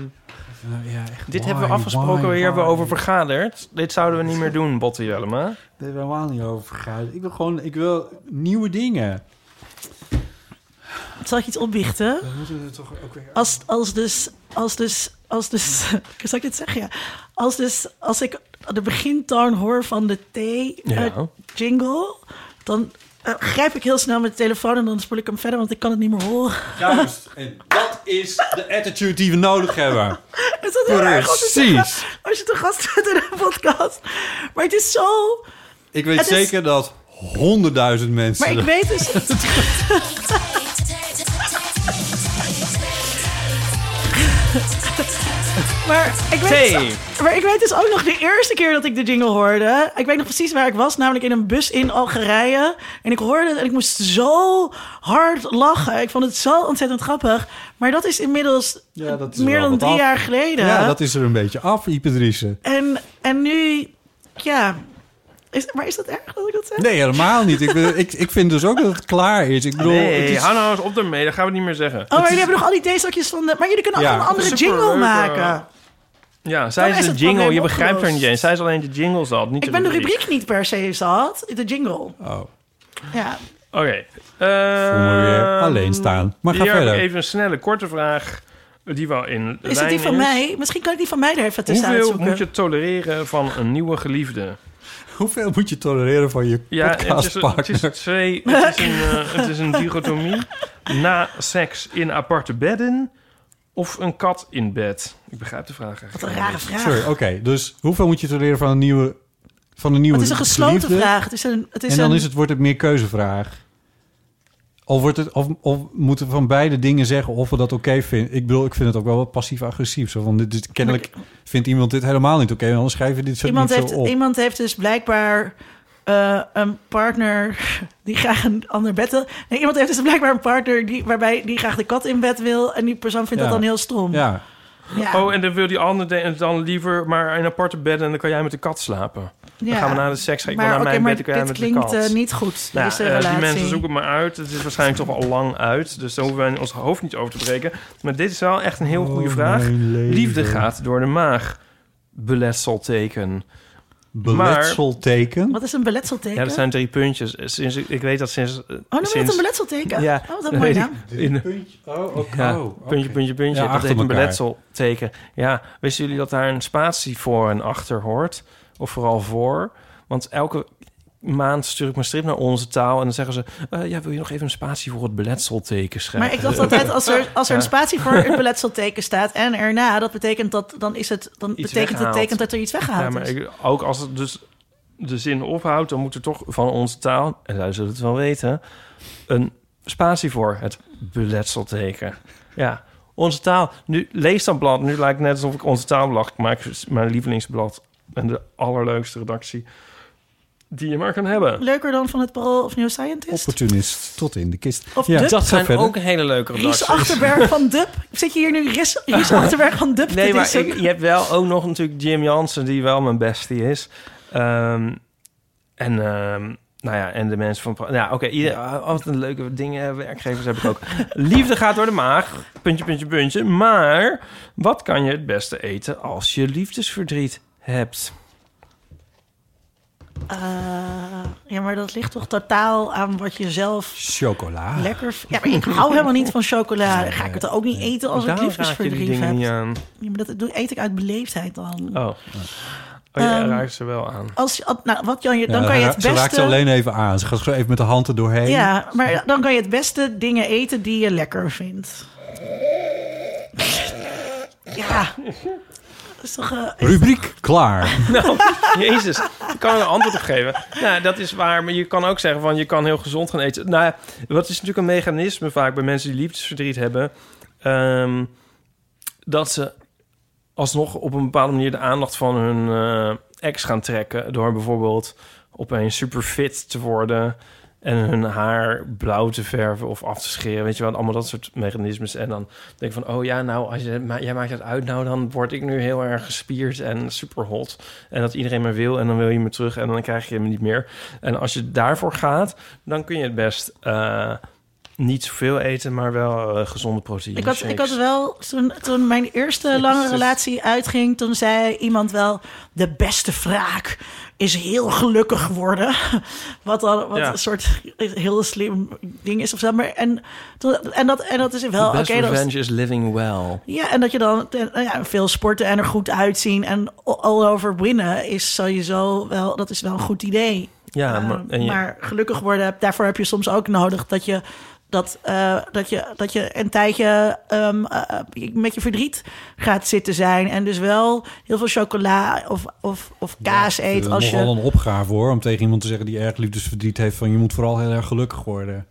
C: Nou, ja, echt,
B: dit
C: why,
B: hebben we afgesproken,
C: why,
B: hier hebben we
C: why?
B: over vergaderd. Dit zouden we niet meer doen, Botte Jellema.
C: Daar hebben we helemaal niet over vergaderd. Ik wil gewoon, ik wil nieuwe dingen. eh,
A: Zal ik iets opbiechten?
C: Dan moeten we toch ook weer...
A: Als, als dus, als dus, als dus, zal ik dit zeggen? Ja. Als dus, als ik de begintoon hoor van de
B: Ja.
A: thee-jingle, dan eh, grijp ik heel snel mijn telefoon en dan spoel ik hem verder, want ik kan het niet meer horen.
C: Juist, en dat is de attitude die we nodig hebben.
A: Is dat heel erg om te zeggen
C: Precies.
A: als je te gast bent in een podcast? Maar het is zo...
C: Ik weet
A: Het is-
C: zeker dat honderdduizend mensen...
A: Maar ik weet dus... Maar ik, weet
B: Thee.
A: dus, maar ik weet dus ook nog de eerste keer dat ik de jingle hoorde. Ik weet nog precies waar ik was, namelijk in een bus in Algerije. En ik hoorde het en ik moest zo hard lachen. Ik vond het zo ontzettend grappig. Maar dat is inmiddels
C: Ja, dat is
A: meer
C: wel
A: dan
C: wat
A: drie
C: af.
A: jaar geleden.
C: Ja, dat is er een beetje af, Ipedrice.
A: en, en nu, ja. Is, maar is dat erg dat ik dat zeg? Oh,
C: Nee, helemaal niet. Ik, ben, ik, ik vind dus ook dat het klaar is. Ik bedoel, het
B: Nee,
C: is-
B: hou nou eens op ermee, dat gaan we niet meer zeggen.
A: Oh, maar jullie hebben nog al die theezakjes van de... Maar jullie kunnen ook
C: Ja.
A: gewoon een andere
B: Superleuk,
A: jingle
B: eh,
A: maken.
B: Ja, zij
A: Dan
B: is
A: is
B: de
A: het
B: jingle.
A: probleem
B: Je begrijpt haar
A: opgelost.
B: niet eens. Zij is alleen de jingle zat, niet
A: Ik ben de rubriek niet per se zat. De jingle.
C: Oh,
A: Ja.
B: Oké.
C: voel me weer alleen staan. Maar ga
B: hier
C: verder.
B: heb ik even een snelle, korte vraag. Die wel in
A: Is het die van mij? Misschien kan ik die van mij er even tussen
B: Hoeveel
A: uitzoeken.
B: moet je tolereren van een nieuwe geliefde?
C: Hoeveel moet je tolereren van je
B: het is, het
C: podcastpartner?
B: is twee. Het is een, eh, het is een dichotomie. Na seks in aparte bedden of een kat in bed? Ik begrijp de vraag
A: Wat
B: eigenlijk.
A: een rare vraag.
C: Sorry, oké. dus hoeveel moet je tolereren van een nieuwe van een nieuwe
A: het is een gesloten
C: geliefde?
A: vraag. Het is een, het is
C: en dan
A: een,
C: is het, wordt het meer keuzevraag. Of, wordt het, of, of moeten we van beide dingen zeggen of we dat oké vinden. Ik bedoel, ik vind het ook wel wat passief-agressief. Zo, want dit, dit- kennelijk vindt iemand dit helemaal niet oké. en anders schrijven we dit zo
A: iemand,
C: niet
A: heeft,
C: zo op.
A: iemand heeft dus blijkbaar eh, een partner die graag een ander bed wil. Nee, iemand heeft dus blijkbaar een partner die, waarbij die graag de kat in bed wil. En die persoon vindt
C: Ja.
A: dat dan heel stom.
C: Ja,
A: Ja.
B: Oh, en dan wil die ander de- en dan liever maar in aparte bedden en dan kan jij met de kat slapen.
A: Ja.
B: Dan gaan we naar de seks, ga ik
A: maar
B: wel naar
A: oké,
B: mijn
A: maar
B: bed, dan kan jij
A: dit
B: met de
A: klinkt
B: kat.
A: eh, niet goed.
B: Nou,
A: deze
B: eh,
A: relatie.
B: die mensen zoeken me uit. Het is waarschijnlijk toch al lang uit. Dus daar hoeven wij ons hoofd niet over te breken. Maar dit is wel echt een heel
C: Oh,
B: goede vraag.
C: mijn leven.
B: Liefde gaat door de maag. Beletselteken.
C: beletselteken.
A: Wat is een beletselteken?
B: Ja, dat zijn drie puntjes. Sinds, ik ik weet dat sinds... Oh,
A: eh? Oh, noem je dat
B: sinds,
A: een beletselteken?
B: Ja.
A: Oh, wat een mooie
B: Weet
A: naam.
B: ik. In,
C: Oh,
B: ja, puntje, puntje, puntje.
C: Ja,
B: dat
C: achter
B: heet een
C: elkaar.
B: beletselteken. Ja, wisten jullie dat daar een spatie voor en achter hoort? Of vooral voor? Want elke maand stuur ik mijn strip naar onze taal... en dan zeggen ze... eh, ja, wil je nog even een spatie voor het beletselteken schrijven?
A: Maar ik dacht altijd, als er, als er een spatie voor het beletselteken staat en erna, dat betekent dat, dan is het, dan betekent het
B: weggehaald.
A: teken dat er iets
B: Ja,
A: weggehaald
B: maar
A: is.
B: ik- ook als het dus de zin ophoudt, dan moet er toch van onze taal, en zij zullen het wel weten, een spatie voor het beletselteken. Ja, onze taal. Nu lees dat blad. Nu lijkt het net alsof ik onze taal belag. Ik maak dus mijn lievelingsblad en de allerleukste redactie die je maar kan hebben.
A: Leuker dan van het Parool of New Scientist?
C: Opportunist tot in de kist.
A: Of de-
C: ga
B: Dat zijn
C: verder.
B: ook hele leuke
A: Ries
B: redacties.
A: Achterberg van Dub. Zit je hier nu Ries, Ries Achterberg van Dub
B: Nee,
A: te
B: maar
A: dissen?
B: ik, je hebt wel ook nog natuurlijk Jim Jansen, die wel mijn bestie is. Ehm, en, ehm, nou ja, en de mensen van... Pro- Ja, oké, ieder- altijd een leuke dingen, eh, werkgevers heb ik ook. Liefde gaat door de maag, puntje, puntje, puntje. Maar wat kan je het beste eten als je liefdesverdriet hebt?
A: Eh, ja, maar dat ligt toch totaal aan wat je zelf
C: Chocola.
B: Ah.
A: lekker... v- Ja, maar ik hou helemaal niet van chocola. Dan ga ik het ook niet eten als ik
B: Daarom raak je die
A: liefdesverdriet
B: dingen
A: heb.
B: niet
A: Ja,
B: aan.
A: maar dat doe- eet ik uit beleefdheid dan.
B: Oh. Oh, je
A: Ehm,
B: raakt ze wel aan.
A: Als, je- nou, wat Jan, je- dan
C: Ja,
A: kan je
C: ra-
A: het
C: Ze raakt ze
A: beste...
C: alleen even aan. Ze gaat gewoon even met de hand er doorheen.
A: Ja, maar dan kan je het beste dingen eten die je lekker vindt. Ja. Dat is toch... eh,
C: Rubriek klaar.
B: Nou, jezus. Ik kan er een antwoord op geven. Nou, dat is waar. Maar je kan ook zeggen van je kan heel gezond gaan eten. Nou, wat is natuurlijk een mechanisme vaak bij mensen die liefdesverdriet hebben. ehm, dat ze alsnog op een bepaalde manier de aandacht van hun eh, ex gaan trekken. Door bijvoorbeeld opeens super fit te worden. En hun haar blauw te verven of af te scheren. Weet je wel, allemaal dat soort mechanismes. En dan denk ik van, oh ja, nou, als je, ma- jij maakt dat uit. Nou, dan word ik nu heel erg gespierd en super hot. En dat iedereen me wil en dan wil je me terug en dan krijg je me niet meer. En als je daarvoor gaat, dan kun je het best eh, niet zoveel eten, maar wel eh, gezonde proteïne
A: Ik had, ik
B: shakes.
A: had wel, toen, toen mijn eerste lange relatie uitging, toen zei iemand wel: de beste wraak is heel gelukkig worden. Wat dan wat
B: Ja.
A: een soort heel slim ding is of zo. Maar en, toen- en, dat, en dat is wel.
B: The best
A: Oh, oké, dat is-
B: revenge is living well.
A: ja, en dat je dan eh, nou ja, veel sporten en er goed uitzien en all over winnen is sowieso wel, dat is wel een goed idee.
B: Ja,
A: Eh,
B: maar, en je-
A: maar gelukkig worden, daarvoor heb je soms ook nodig dat je, dat, eh, dat je, dat je een tijdje ehm, eh, eh, met je verdriet gaat zitten zijn. En dus wel heel veel chocola of, of, of kaas
C: Het
A: eet
C: is
A: als
C: nogal
A: je...
C: een opgave hoor, om tegen iemand te zeggen die erg liefdesverdriet heeft van je moet vooral heel erg gelukkig worden.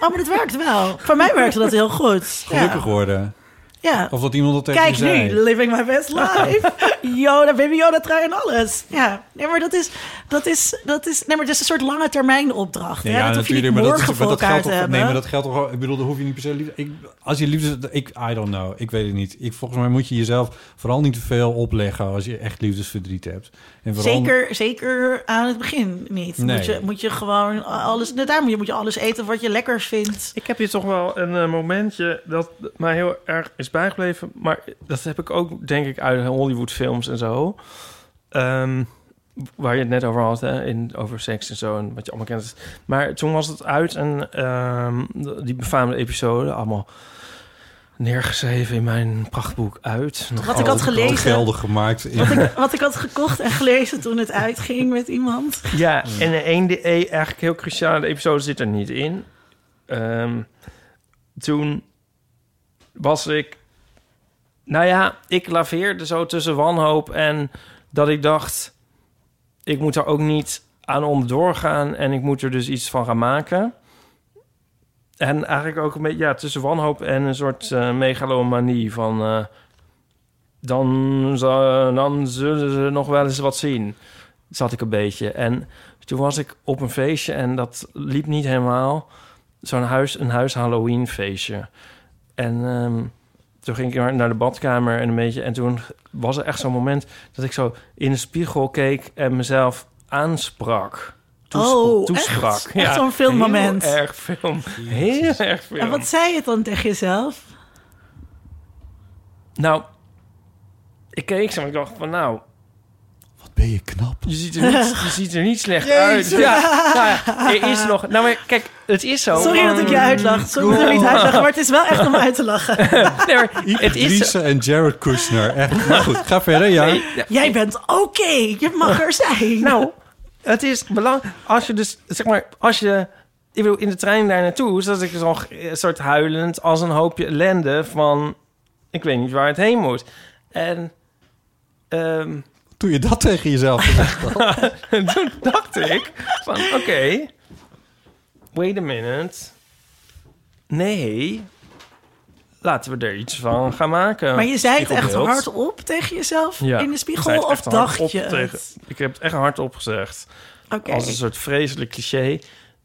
A: Oh, maar dat werkt wel. Voor mij werkte dat heel goed. Ja.
C: Gelukkig worden.
A: Ja.
C: Of dat iemand dat tegen
A: Kijk
C: je zei.
A: nu, living my best life. Yoda, baby Yoda, trui en alles. Ja, nee, maar dat is, dat is, dat is, nee, maar dat is een soort lange termijn opdracht. hè? dat hoef je niet
C: maar dat, is-
A: morgen
C: maar
A: voor
C: dat
A: elkaar
C: geldt
A: te
C: toch-
A: hebben.
C: Nee, maar dat geldt toch wel- Ik bedoel, daar hoef je niet per se liefde... Ik, als je liefdes... Ik, I don't know. Ik weet het niet. Ik, volgens mij moet je jezelf vooral niet te veel opleggen als je echt liefdesverdriet hebt. En vooral,
A: Zeker, zeker aan het begin niet.
C: Nee.
A: Moet, je, moet je gewoon alles... Nou, daar moet je, moet je alles eten wat je lekker vindt.
B: Ik heb hier toch wel een eh, momentje dat mij heel erg is bijgebleven. Maar dat heb ik ook, denk ik, uit Hollywoodfilms en zo. Ehm, waar je het net over had, hè, in, over seks en zo en wat je allemaal kent. Maar toen was het uit en ehm, die befaamde episode, allemaal neergeschreven in mijn prachtboek uit. Nog
A: Wat ik had
B: altijd-
A: gelezen.
C: geldig gemaakt. In,
A: Wat ik, wat ik had gekocht en gelezen toen het uitging met iemand.
B: Ja, en de één, de E, eigenlijk heel cruciaal, de episode zit er niet in. Ehm, toen was ik... Nou ja, ik laveerde zo tussen wanhoop en dat ik dacht... ik moet er ook niet aan onderdoor gaan en ik moet er dus iets van gaan maken. En eigenlijk ook een beetje ja, tussen wanhoop en een soort eh, megalomanie van... eh, dan, zal- dan zullen ze nog wel eens wat zien zat ik een beetje. En toen was ik op een feestje en dat liep niet helemaal. Zo'n huis, een huis Halloween feestje. En ehm, toen ging ik naar- naar de badkamer en een beetje. En toen was er echt zo'n moment dat ik zo in de spiegel keek en mezelf aansprak. Toes-
A: Oh,
B: toesprak.
A: echt? Echt zo'n filmmoment.
B: Heel erg film. Heel erg film.
A: En wat zei je dan tegen jezelf?
B: Nou, ik keek ze en ik dacht van nou,
C: Wat ben je knap.
B: Je ziet er niet, je ziet er niet slecht uit. Ja, nou ja, er is nog... Nou, maar kijk, het is
C: Oh
B: zo.
A: Sorry dat ik je uitlacht. Sorry dat ik niet uitlachen, maar het is wel echt om uit te lachen.
B: Nee, maar het is zo.
C: Driessen en Jared Kushner. Echt. Maar goed, ga verder. Ja.
B: Nee, ja,
A: Jij bent oké, je mag er zijn.
B: nou, het is belangrijk... Als je dus, zeg maar, als je... Ik bedoel, in de trein daar naartoe zat ik nog een soort huilend... als een hoopje ellende van... Ik weet niet waar het heen moet. En... ehm,
C: Doe je dat tegen jezelf? gezegd?
B: En toen dacht ik van, oké, wait a minute. Nee, laten we er iets van gaan maken.
A: maar je zei het echt
B: Spiegelbeeld.
A: hardop tegen jezelf
B: Ja,
A: in de
B: ik zei
A: spiegel
B: het
A: of
B: echt hardop
A: dacht je
B: tegen-
A: het?
B: ik heb het echt hardop gezegd.
A: Oké,
B: Als een soort vreselijk cliché.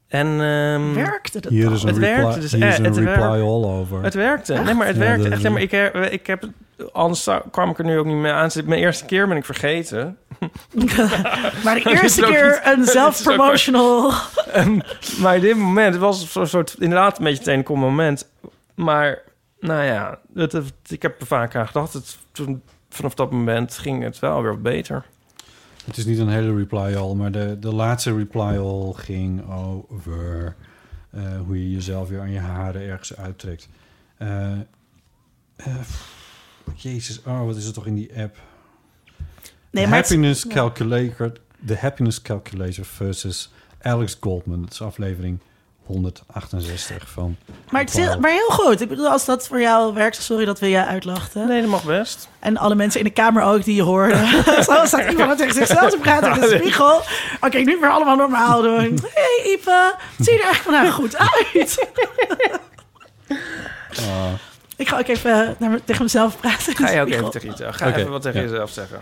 B: En ehm,
A: werkte dat
C: Hier
A: dan?
C: is een
B: Het
C: reply,
B: werkte dus
C: hier
A: eh,
B: echt,
C: is een
B: het
C: reply
B: werkte.
C: all over.
B: het werkte. Nee, maar het
C: Ja,
B: werkte
C: dat-
B: echt. Nee, maar ik, heb- ik heb, het- anders zou- kwam ik er nu ook niet meer aan. Dus Mijn eerste keer ben ik vergeten.
A: Maar de
B: is
A: eerste
B: ook
A: keer
B: niet-
A: een
B: dat is ook
A: zelfpromotional.
B: Maar in dit moment, het was een soort, inderdaad een beetje het ene kom moment. Maar, nou ja, het, het- ik heb er vaak aan gedacht. Het, toen, vanaf dat moment ging het wel weer beter.
C: Het is niet een hele reply all, maar de, de laatste reply all ging over eh, hoe je jezelf weer aan je haren ergens uittrekt. Eh, eh, pff, jezus, oh, wat is het toch in die app?
A: Nee,
C: The
A: maar het-
C: happiness calculator, The Happiness Calculator versus Alex Goldman. Dat is aflevering 168 van.
A: Maar, het is heel, maar heel goed. Ik bedoel, als dat voor jou werkt, sorry dat we je uitlachten.
B: Nee, dat mag best.
A: En alle mensen in de kamer ook die je hoorden. Zo staat iemand tegen zichzelf te praten in de spiegel. Oké, nu weer allemaal normaal doen. Hé hey, Ipe, het ziet er eigenlijk vandaag goed uit.
C: Ah.
A: Ik ga ook even naar me- tegen mezelf praten. in de
B: Ga je ook
A: spiegel.
B: even tegen jezelf. Ga
C: Oké,
B: even wat tegen
C: ja.
B: jezelf zeggen.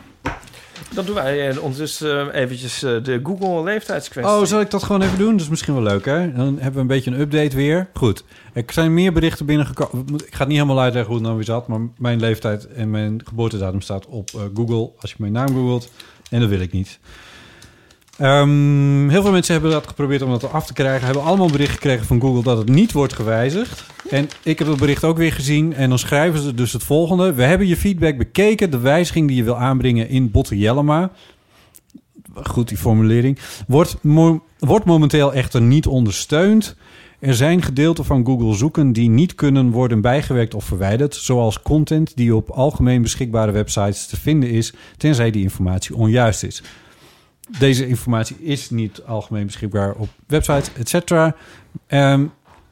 B: Dan doen wij eh, ondertussen eh, eventjes eh, de Google leeftijdskwestie.
C: Oh, zal ik dat gewoon even doen? Dat is misschien wel leuk, hè? Dan hebben we een beetje een update weer. Goed. Er zijn meer berichten binnengekomen. Ik ga het niet helemaal uitleggen hoe het nou weer zat... maar mijn leeftijd en mijn geboortedatum staat op eh, Google... als je mijn naam googelt. En dat wil ik niet. Ehm, heel veel mensen hebben dat geprobeerd om dat af te krijgen. Hebben allemaal bericht gekregen van Google dat het niet wordt gewijzigd. En ik heb dat bericht ook weer gezien. En dan schrijven ze dus het volgende. We hebben je feedback bekeken. De wijziging die je wil aanbrengen in Botte Jellema. Goed, die formulering. Wordt, mo- wordt momenteel echter niet ondersteund. Er zijn gedeelten van Google zoeken die niet kunnen worden bijgewerkt of verwijderd. Zoals content die op algemeen beschikbare websites te vinden is. Tenzij die informatie onjuist is deze informatie is niet algemeen beschikbaar op websites, et cetera. Ehm,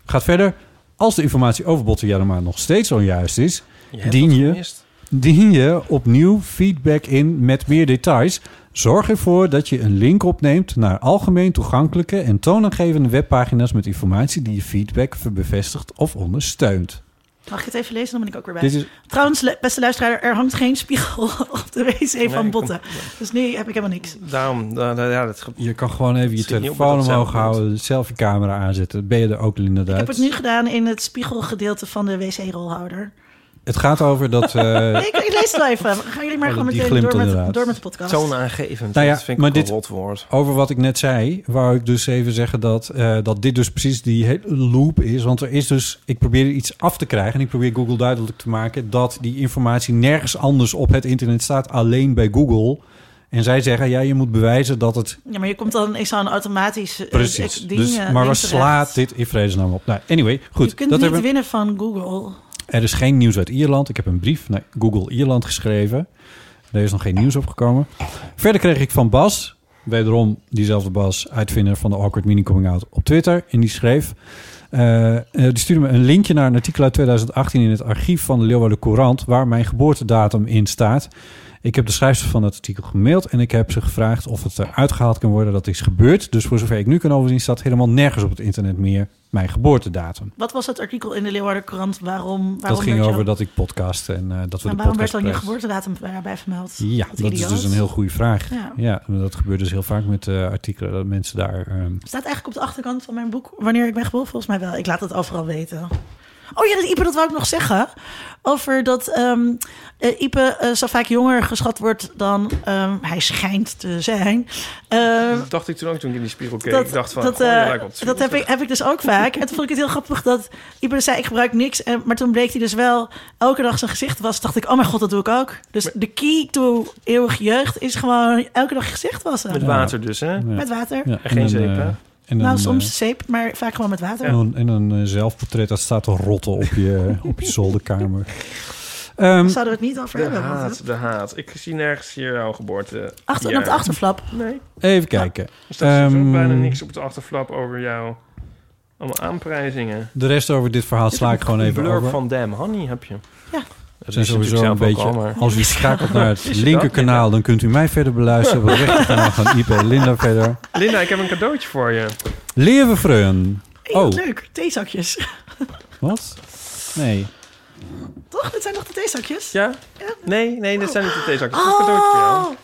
C: gaat verder. Als de informatie over Botte Jellema nog steeds onjuist is,
B: Je hebt
C: dien
B: dat
C: je-
B: gemist.
C: dien je opnieuw feedback in met meer details. Zorg ervoor dat je een link opneemt naar algemeen toegankelijke en toonaangevende webpagina's met informatie die je feedback bevestigt of ondersteunt.
A: Mag ik het even lezen? Dan ben ik ook weer bij.
C: Dit is
A: Trouwens, le- beste luisteraar, er hangt geen spiegel op de wc van
B: Nee,
A: Botten. Dus nu heb ik helemaal niks.
B: Daarom, da- da- ja, dat ge-
C: je kan gewoon even je
B: Schiet niet op
C: telefoon
B: met dat
C: omhoog
B: zelfbeeld.
C: houden, de selfie-camera aanzetten. Dan Ben je er ook inderdaad?
A: Ik heb het nu gedaan in het spiegelgedeelte van de wc-rolhouder.
C: Het gaat over dat. eh,
A: Nee, ik, ik lees het wel even. Gaan jullie maar
C: Oh,
A: gewoon
C: die
A: meteen
C: glimt
A: door met,
C: inderdaad.
A: door met de podcast.
B: toonaangevend.
C: Nou ja,
B: dat vind
C: maar
B: ik ook
C: dit-
B: een rot woord.
C: Over wat ik net zei, wou ik dus even zeggen dat, eh, dat dit dus precies die hele loop is. Want er is dus, ik probeer iets af te krijgen en ik probeer Google duidelijk te maken dat die informatie nergens anders op het internet staat, alleen bij Google. En zij zeggen, ja, je moet bewijzen dat het
A: Ja, maar je komt dan in zo'n automatisch eh,
C: precies.
A: ding,
C: Dus,
A: eh,
C: maar waar
A: ding terecht.
C: slaat dit in vredesnaam op? Nou, anyway, goed.
A: je kunt
C: dat
A: niet
C: hebben-
A: winnen van Google.
C: Er is geen nieuws uit Ierland. Ik heb een brief naar Google Ierland geschreven. Er is nog geen nieuws opgekomen. Verder kreeg ik van Bas, wederom diezelfde Bas, uitvinder van de Awkward Mini Coming Out op Twitter. En die schreef, eh, eh, die stuurde me een linkje naar een artikel uit 2018 in het archief van de Leeuwarden Courant, waar mijn geboortedatum in staat. Ik heb de schrijfster van het artikel gemaild en ik heb ze gevraagd of het eruit gehaald kan worden. Dat is gebeurd. Dus voor zover ik nu kan overzien, staat helemaal nergens op het internet meer mijn geboortedatum.
A: Wat was het artikel in de Leeuwarden Courant? Waarom, waarom
C: Dat ging
A: werd
C: over
A: jou-
C: dat ik podcast en eh, dat we
A: En
C: de
A: waarom
C: podcast
A: werd dan je
C: prijs-
A: geboortedatum daarbij vermeld?
C: Ja,
A: Wat
C: dat is
A: idioot.
C: dus een heel goede vraag.
A: Ja.
C: Ja. maar dat gebeurt dus heel vaak met eh, artikelen dat mensen daar. ehm,
A: Staat eigenlijk op de achterkant van mijn boek wanneer ik ben geboren? Volgens mij wel. Ik laat het overal weten. Oh ja, dat Ipe, dat wou ik nog zeggen. Over dat ehm eh, Ipe eh, zo vaak jonger geschat wordt dan ehm, hij schijnt te zijn. Ehm,
B: Dat dacht ik toen ook toen ik in die spiegel keek.
A: dat,
B: ik dacht van,
A: dat,
B: goh, je
A: eh,
B: lijkt wel op de
A: dat heb, ik,
B: spiegel.
A: heb ik dus ook vaak. En toen vond ik het heel grappig dat Ipe zei, ik gebruik niks. En, maar toen bleek hij dus wel elke dag zijn gezicht was. dacht ik, oh mijn god, dat doe ik ook. Dus de key to eeuwig jeugd is gewoon elke dag je gezicht wassen.
B: Met water dus, hè?
C: ja.
A: Met water.
C: Ja,
B: En geen
C: een,
B: zeep,
C: eh,
B: hè?
C: En
A: Nou,
C: een,
A: soms zeep, maar vaak gewoon met water.
C: eh, en een, en een eh, zelfportret dat staat te rotten op je, op je zolderkamer. Ehm,
A: Zouden we het niet over
B: De
A: hebben? want,
B: haat,
A: hè?
B: de haat. Ik zie nergens hier jouw geboorte.
A: Achter,
B: jaar.
A: Op de achterflap.
B: Nee.
C: even kijken.
B: Er staat sowieso
C: Ehm,
B: bijna niks op de achterflap over jou. Allemaal aanprijzingen.
C: De rest over dit verhaal sla ik gewoon even
B: blurb
C: over.
B: van Damn Honey heb je.
A: Ja.
B: Dat
C: zijn
B: is natuurlijk
C: sowieso een
B: zelf ook
C: beetje.
B: al, maar-
C: Als u schakelt naar het
B: Is dat?
C: linkerkanaal, dan kunt u mij verder beluisteren. Op het rechterkanaal gaan Ipe en Linda verder.
B: Linda, ik heb een cadeautje voor je.
C: Leeuwenfreun.
A: Hey,
C: Oh,
A: wat Leuk, theezakjes.
C: wat? Nee.
A: Toch? Dit zijn nog de theezakjes?
B: Ja? Nee, nee, dit zijn niet de theezakjes. Dit is een cadeautje voor jou.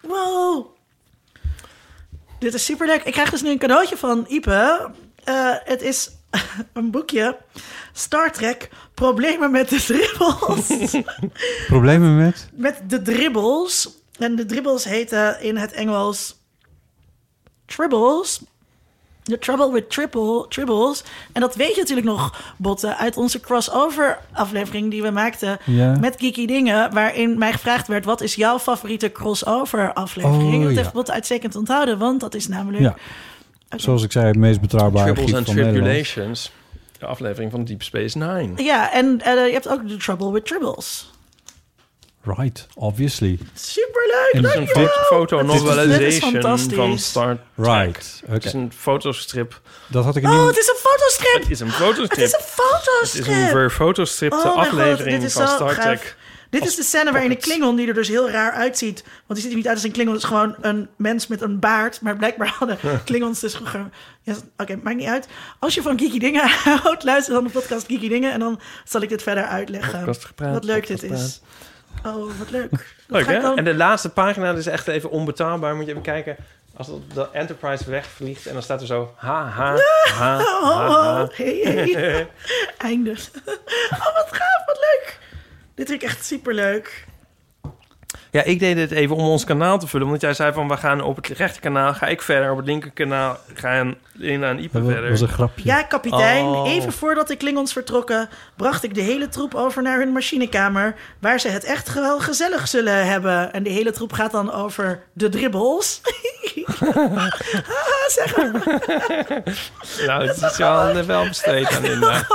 A: Oh, wow. Dit is super leuk. Ik krijg dus nu een cadeautje van Ipe. Eh, het is een boekje. Star Trek, problemen met de dribbels.
C: Problemen met?
A: met de dribbels. En de dribbels heten in het Engels tribbles. The Trouble with triple, Tribbles. En dat weet je natuurlijk nog, Botten, uit onze crossover-aflevering die we maakten
C: Ja.
A: met Geeky Dingen. Waarin mij gevraagd werd: wat is jouw favoriete crossover-aflevering?
C: Oh,
A: dat
C: ja.
A: heeft Botten uitstekend onthouden, want dat is namelijk.
C: Ja. Zoals ik zei, het meest betrouwbare
B: Tribbles and
C: archief van Nederland.
B: Tribulations. De aflevering van Deep Space Nine.
A: Ja, en eh, je hebt ook The Trouble with Tribbles.
C: Right, obviously.
A: Superleuk!
B: Het is
A: dankjewel.
B: een fo-
A: Dit is
B: fotonovelization
A: fantastisch.
B: van Star Trek.
C: Right,
B: Het is
C: oké.
B: een fotostrip.
C: Dat had ik in
A: Oh,
C: ieder
A: het is een fotostrip!
B: Het is een
A: Het
B: fotostrip.
A: is een
B: Dus Het
A: fotostrip!
B: is een ver fotostripte
A: Oh mijn god,
B: aflevering
A: dit is
B: van
A: zo
B: Star
A: gaaf.
B: Trek.
A: Dit is
B: Als
A: de scène waarin de
B: pocket.
A: Klingon, die er dus heel raar uitziet. Want die ziet er niet uit als een Klingon. Het is gewoon een mens met een baard. Maar blijkbaar hadden Klingons dus gewoon... Ja, Oké, maakt niet uit. Als je van geeky dingen houdt, luister dan de podcast Geeky Dingen. En dan zal ik dit verder uitleggen.
B: Podcast gepraat,
A: wat leuk dit
B: podcast
A: is. Oh, wat leuk.
B: Leuk,
A: Ga ik
B: hè?
A: dan-
B: En de laatste pagina is echt even onbetaalbaar. Moet je even kijken. Als dat- de Enterprise wegvliegt en dan staat er zo... Ha, ha, ha,
A: Oh, oh,
B: ha,
A: oh.
B: ha.
A: Hey, hey. Einde. Oh, wat gaaf, wat leuk. Dit vind ik echt superleuk.
B: Ja, ik deed dit even om ons kanaal te vullen. Omdat jij zei van, we gaan op het rechterkanaal, ga ik verder. Op het linkerkanaal gaan Lina en Ipe
C: geval. Dat was
B: verder.
C: een grapje.
A: Ja, kapitein.
B: Oh.
A: Even voordat de Klingons vertrokken, bracht ik de hele troep over naar hun machinekamer. Waar ze het echt wel gezellig zullen hebben. En de hele troep gaat dan over de dribbels. Haha, zeg maar.
B: Nou, het is wel, eh, wel besteed aan Linda.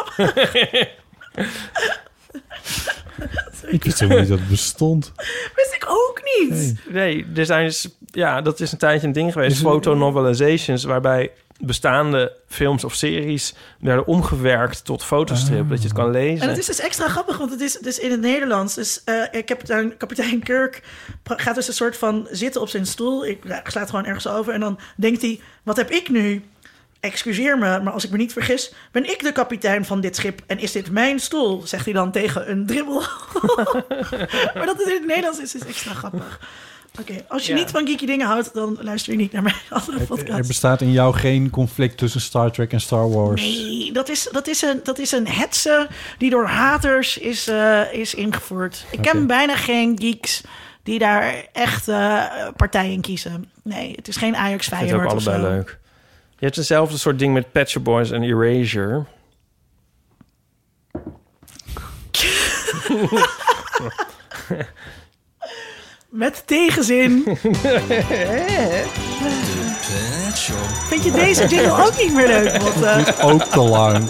C: Ik wist helemaal niet dat het bestond.
A: Wist ik ook niet.
B: Nee, er zijn dus, ja, dat is een tijdje een ding geweest. Fotonovelizations, waarbij bestaande films of series werden omgewerkt tot fotostrip. Dat je het kan lezen.
A: En het is dus extra grappig, want het is dus in het Nederlands. Dus eh, eh, kapitein, kapitein Kirk pra- gaat dus een soort van zitten op zijn stoel. Ik ja, ik sla het gewoon ergens over. En dan denkt hij, wat heb ik nu? Excuseer me, maar als ik me niet vergis, ben ik de kapitein van dit schip. En is dit mijn stoel? Zegt hij dan tegen een dribbel. maar dat het in het Nederlands is, is extra grappig. Oké, als je
B: Ja.
A: niet van geeky dingen houdt, dan luister je niet naar mijn andere
C: eh, Er
A: podcast.
C: bestaat in jou geen conflict tussen Star Trek en Star Wars.
A: Nee, dat is, dat is, een, dat is een hetze die door haters is, eh, is ingevoerd. Ik
C: Oké.
A: ken bijna geen geeks die daar echt eh, partij in kiezen. Nee, het is geen ajax
B: Ik vind het ook
A: Feyenoord of
B: allebei
A: zo.
B: leuk. Je hebt hetzelfde soort ding met Patcher Boys en Erasure.
A: Met tegenzin. Vind je deze jingle ook niet meer leuk, Botte?
C: Ook te lang.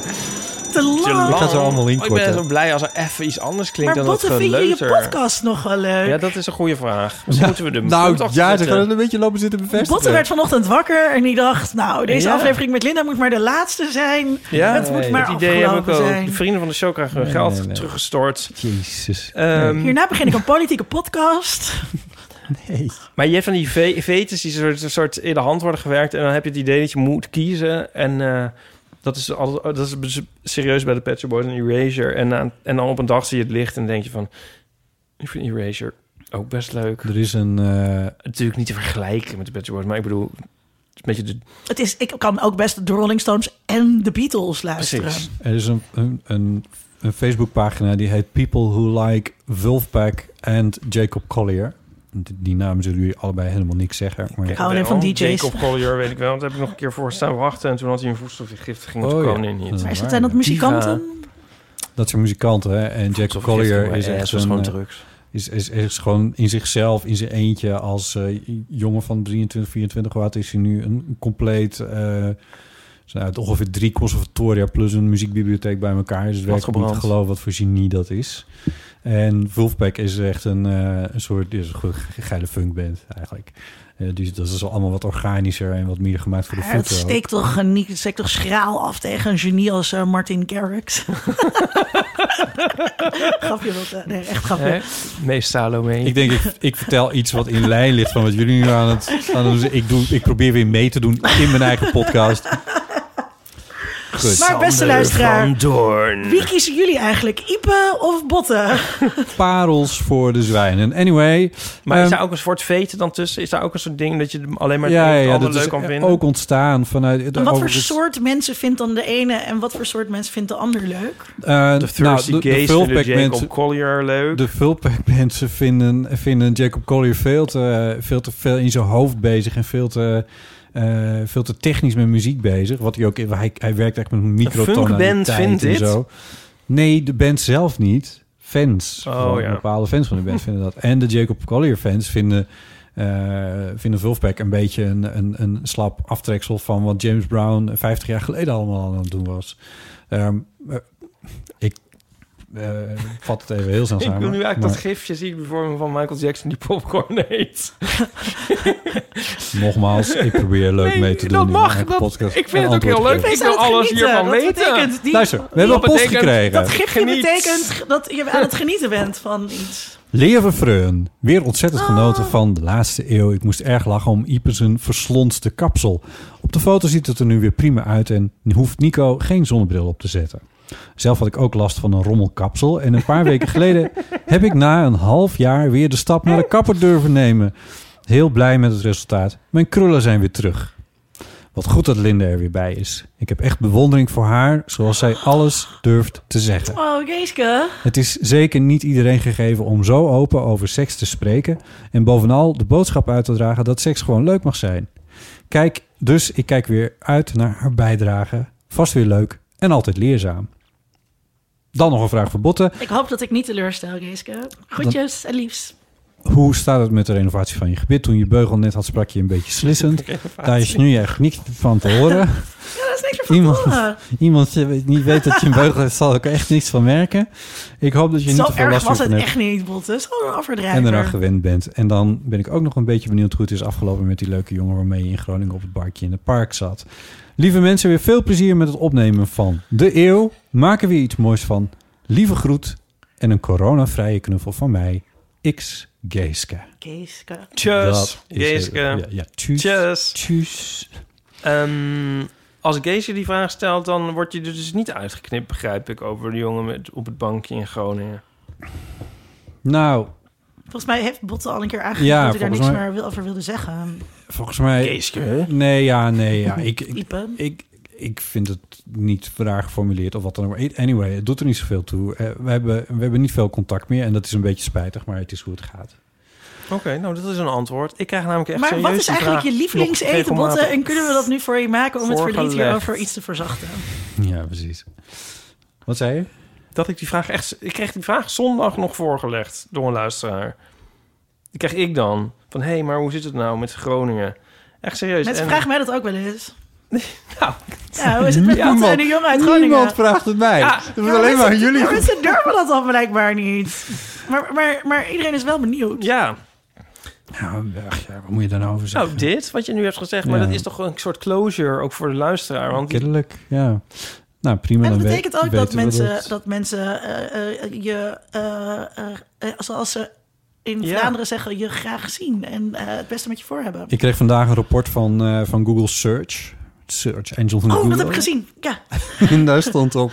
A: Te
B: Lang.
C: Ik
A: lang.
C: had er allemaal in
B: Oh, ik ben
C: korten.
B: zo blij als er even iets anders klinkt
A: Maar
B: dan dat
A: Botte, vind je je
B: geleuter.
A: podcast nog wel leuk?
B: Ja, dat is een goede vraag. Misschien moeten we de eh.
C: Nou,
B: contact
C: ja, ze
B: zetten.
C: gaan het een beetje lopen zitten bevestigen.
A: Botte werd vanochtend wakker en die dacht... nou, deze
B: Ja.
A: aflevering met Linda moet maar de laatste zijn.
B: Ja,
A: het moet
C: nee,
A: maar
B: het idee heb ik
A: afgelopen
B: ook.
A: zijn.
B: De vrienden van de show krijgen hun
C: Nee,
B: geld
C: nee, nee.
B: teruggestort.
C: Jezus.
B: Ehm,
A: Hierna begin ik een politieke podcast.
C: Nee.
B: Maar je hebt van die ve- vetes die soort, soort in de hand worden gewerkt. En dan heb je het idee dat je moet kiezen. En eh, dat, is altijd, dat is bes- serieus bij de Pet Shop Boys en Erasure. En, aan- en dan op een dag zie je het licht en denk je van... Ik vind Erasure ook best leuk.
C: Er is een... eh,
B: Natuurlijk niet te vergelijken met de Pet Shop Boys. Maar ik bedoel, het is een beetje de...
A: Het is, ik kan ook best de Rolling Stones en de Beatles luisteren.
B: Precies.
C: Er is een, een, een, een Facebookpagina die heet People Who Like Vulfpack and Jacob Collier. Die, die namen zullen jullie allebei helemaal niks zeggen. Maar
A: hou alleen van
B: Wel,
A: DJ's.
B: Jacob Collier weet ik wel. Dat heb ik nog een keer voor staan wachten. En toen had hij een voedselvergiftiging. Oh,
C: Oh,
B: toen
C: ja.
B: kwam hij niet.
A: Maar is dat,
C: Waar,
A: zijn dat
C: ja.
A: muzikanten?
C: dat zijn muzikanten. Hè? En Jacob Collier is
B: echt
C: echt
B: was
C: een,
B: gewoon
C: eh,
B: drugs.
C: is, is, is gewoon in zichzelf, in zijn eentje als eh, jongen van 23, 24 wat is hij nu een compleet... eh zijn uit ongeveer drie conservatoria plus een muziekbibliotheek bij elkaar. Dus het werkt niet te
B: Platgebrand.
C: geloven wat voor genie dat is. En Wolfpack is echt een, eh, een soort is een ge- ge- geile funkband eigenlijk. Eh, dus dat is allemaal wat organischer en wat meer gemaakt voor de
A: Ja, Het
C: voeten. ook.
A: steekt toch, eh, niet, het steekt toch schraal af tegen een genie als eh, Martin Garrix. grapje, wat, eh, nee, echt grapje.
B: Hè? Meest Salome.
C: Ik denk, ik, ik vertel iets wat in lijn ligt van wat jullie nu aan het, aan het doen. Ik, doe, ik probeer weer mee te doen in mijn eigen podcast. Goed.
A: Maar beste luisteraar,
B: Van Doorn.
A: wie kiezen jullie eigenlijk? Ipe of Botten?
C: Parels voor de zwijnen. Anyway.
B: Maar
C: ehm,
B: is daar ook een soort veten dan tussen? Is daar ook een soort ding dat je alleen maar
C: ja,
B: het een of het
C: ja, ja,
B: ander
C: dat is
B: leuk kan vinden?
C: ook ontstaan vanuit...
A: En wat voor
C: overigens-
A: soort mensen vindt dan de ene en wat voor soort mensen vindt de ander leuk?
C: Eh,
B: de Thirsty
C: nou, de- de
B: Gaze vinden
C: Vulfpack
B: Jacob
C: mensen- Dus-
B: Collier leuk.
C: De Vulpack mensen vinden, vinden Jacob Collier veel te, veel te veel in zijn hoofd bezig en veel te, eh, eh, veel te technisch met muziek bezig. Wat hij ook, hij, hij werkt echt met een microtonaliteit
D: funkband vindt
C: en
D: dit?
C: zo. Nee, de band zelf niet. Fans.
D: Oh,
C: Gewoon
D: ja.
C: Bepaalde fans van de band vinden dat. En de Jacob Collier fans vinden, eh vinden Vulfpack een beetje een, een, een slap aftreksel van wat James Brown 50 jaar geleden allemaal aan het doen was. Ehm, eh, ik eh, vat het even heel snel
D: Ik
C: samen.
D: wil nu eigenlijk
C: maar-
D: dat gifje zie ik bijvoorbeeld van Michael Jackson die popcorn eet.
C: Nogmaals, ik probeer leuk
D: Nee,
C: mee te doen.
D: dat
C: in
D: mag,
C: mijn eigen
D: dat-
C: podcast
D: ik vind
C: en
D: het ook
C: antwoord
D: heel leuk.
C: geven.
D: Ik wil
A: zou het
D: alles
A: genieten.
D: hiervan
A: Dat
D: weten.
A: betekent die-
C: Luister, we hebben een post
D: betekent-
C: gekregen.
A: Dat gifje
D: Geniet.
A: betekent dat je aan het genieten bent van iets.
C: Leven Freun. Weer ontzettend genoten van de laatste eeuw. Ik moest erg lachen om Ipersen verslonste kapsel. Op de foto ziet het er nu weer prima uit en hoeft Nico geen zonnebril op te zetten. Zelf had ik ook last van een rommelkapsel. En een paar weken geleden heb ik na een half jaar weer de stap naar de kapper durven nemen. Heel blij met het resultaat. Mijn krullen zijn weer terug. Wat goed dat Linda er weer bij is. Ik heb echt bewondering voor haar, zoals zij alles durft te zeggen.
A: Oh, Geeske.
C: Het is zeker niet iedereen gegeven om zo open over seks te spreken en bovenal de boodschap uit te dragen dat seks gewoon leuk mag zijn. Kijk, dus ik kijk weer uit naar haar bijdrage. Vast weer leuk en altijd leerzaam. Dan nog een vraag voor Botten.
A: Ik hoop dat ik niet teleurstel, Geeske. Groetjes en liefs.
C: Hoe staat het met de renovatie van je gebit? Toen je beugel net had, sprak je een beetje slissend. Daar is nu echt niks van te horen.
A: Ja, dat is niks meer van
C: Iemand,
A: te horen.
C: iemand die niet weet dat je een beugel hebt, zal er ook echt niks van merken. Ik hoop dat je niet
A: Zo
C: te veel
A: erg
C: last
A: was
C: hiervan
A: het
C: hebt.
A: echt niet, Botte. Zo'n
C: En eraan
A: afverdrijver.
C: gewend bent. En dan ben ik ook nog een beetje benieuwd hoe het is afgelopen met die leuke jongen waarmee je in Groningen op het barkje in het park zat. Lieve mensen, weer veel plezier met het opnemen van de eeuw. Maak er weer iets moois van. Lieve groet en een coronavrije knuffel van mij, X Geeske.
A: Geeske.
C: Dat
D: Tjus,
C: is heel-
D: Geeske.
C: Ja, ja, tjus.
D: Tjus.
C: Tjus.
D: Ehm, als Geeske die vraag stelt, dan word je er dus niet uitgeknipt, begrijp ik, over de jongen met, op het bankje in Groningen.
C: Nou,
A: Volgens mij heeft Botte al een keer aangegeven
C: Ja,
A: dat hij daar niks
C: volgens mij-
A: meer wil- over wilde zeggen.
C: volgens mij...
D: Geeske?
C: Nee, ja, nee, ja. Ik, ik,
A: Ipe.
C: Ik, ik vind het niet raar geformuleerd of wat dan ook. E- Anyway, het doet er niet zoveel toe. Eh, we, hebben, we hebben niet veel contact meer en dat is een beetje spijtig, maar het is hoe het gaat.
D: Oké, nou dat is een antwoord. Ik krijg namelijk echt
A: Maar wat
D: serieus
A: is
D: die
A: eigenlijk je
D: vraag nog
A: lievelingseten,
D: regelmatig
A: Botte? En kunnen we dat nu voor je maken om het verdriet
D: Voorgelegd.
A: hierover iets te verzachten?
C: Ja, precies. Wat zei je?
D: Dat ik die vraag echt... Ik kreeg die vraag zondag nog voorgelegd door een luisteraar. Die kreeg ik dan. Van, hé, hey, maar hoe zit het nou met Groningen? Echt serieus.
A: Mensen
D: En-
A: vragen mij dat ook wel eens.
D: Nou.
A: Ja, hoe is het met Botte en de jongen uit Groningen?
C: niemand vraagt het mij.
D: Ja,
C: het is alleen maar aan jullie.
A: Ja, mensen durven dat dan blijkbaar niet. Maar, maar, maar iedereen is wel benieuwd.
D: Ja,
C: Nou, ach ja, wat moet je daar nou over
A: Oh.
C: zeggen?
D: nou dit, wat je nu hebt gezegd. Maar
C: Ja.
D: dat is toch een soort closure ook voor de luisteraar. Want die-
C: Kennelijk, ja. Nou, prima.
A: En dat
C: dan weet-
A: betekent ook dat
C: weten we
A: mensen,
C: het-
A: dat mensen eh, eh, je, eh, eh, eh, zoals ze in
D: Ja.
A: Vlaanderen zeggen, je graag zien en eh, het beste met je voor hebben.
C: Ik kreeg vandaag een rapport van, eh, van Google Search. Search Engine van
A: oh,
C: Google.
A: dat heb ik gezien. Ja,
C: En daar stond op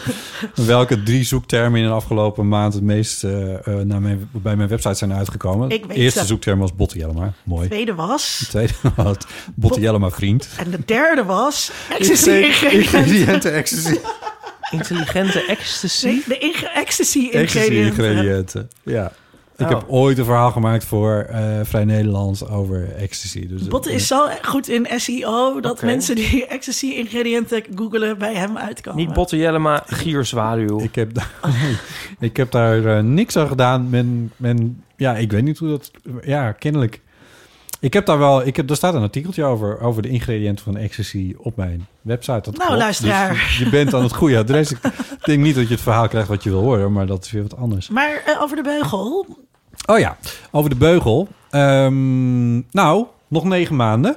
C: welke drie zoektermen in de afgelopen maand het meest eh, eh, naar mijn, bij mijn website zijn uitgekomen.
A: Ik weet
C: Eerste
A: ze.
C: zoekterm was Botte Jellema. Mooi.
A: tweede was.
C: Tweede was Botte Jellema vriend.
A: En de derde was. Ecstasy ingrediënt.
C: Ingrediënten ecstasy.
D: intelligente ecstasy.
A: Nee, de ing- ecstasy
C: Ecstasy
A: ingrediënt.
C: ingrediënten. Ja. Ik
D: Oh.
C: heb ooit een verhaal gemaakt voor eh, Vrij Nederland over ecstasy. Dus
A: Botte
C: eh,
A: is zo goed in SEO dat
D: Oké.
A: mensen die ecstasy ingrediënten googelen bij hem uitkomen.
D: Niet Botte Jellema, Gierzwaluw.
C: Ik heb, daar, ik heb daar eh, niks aan gedaan. Men, men, ja, ik weet niet hoe dat... Ja, kennelijk. Ik heb daar wel... Ik heb, er staat een artikeltje over, over de ingrediënten van ecstasy op mijn website. Dat klopt.
A: luisteraar.
C: Dus je bent aan het goede adres. Ik denk niet dat je het verhaal krijgt wat je wil horen, maar dat is weer wat anders.
A: Maar eh, over de beugel.
C: Oh ja, over de beugel. Ehm, nou, nog negen maanden.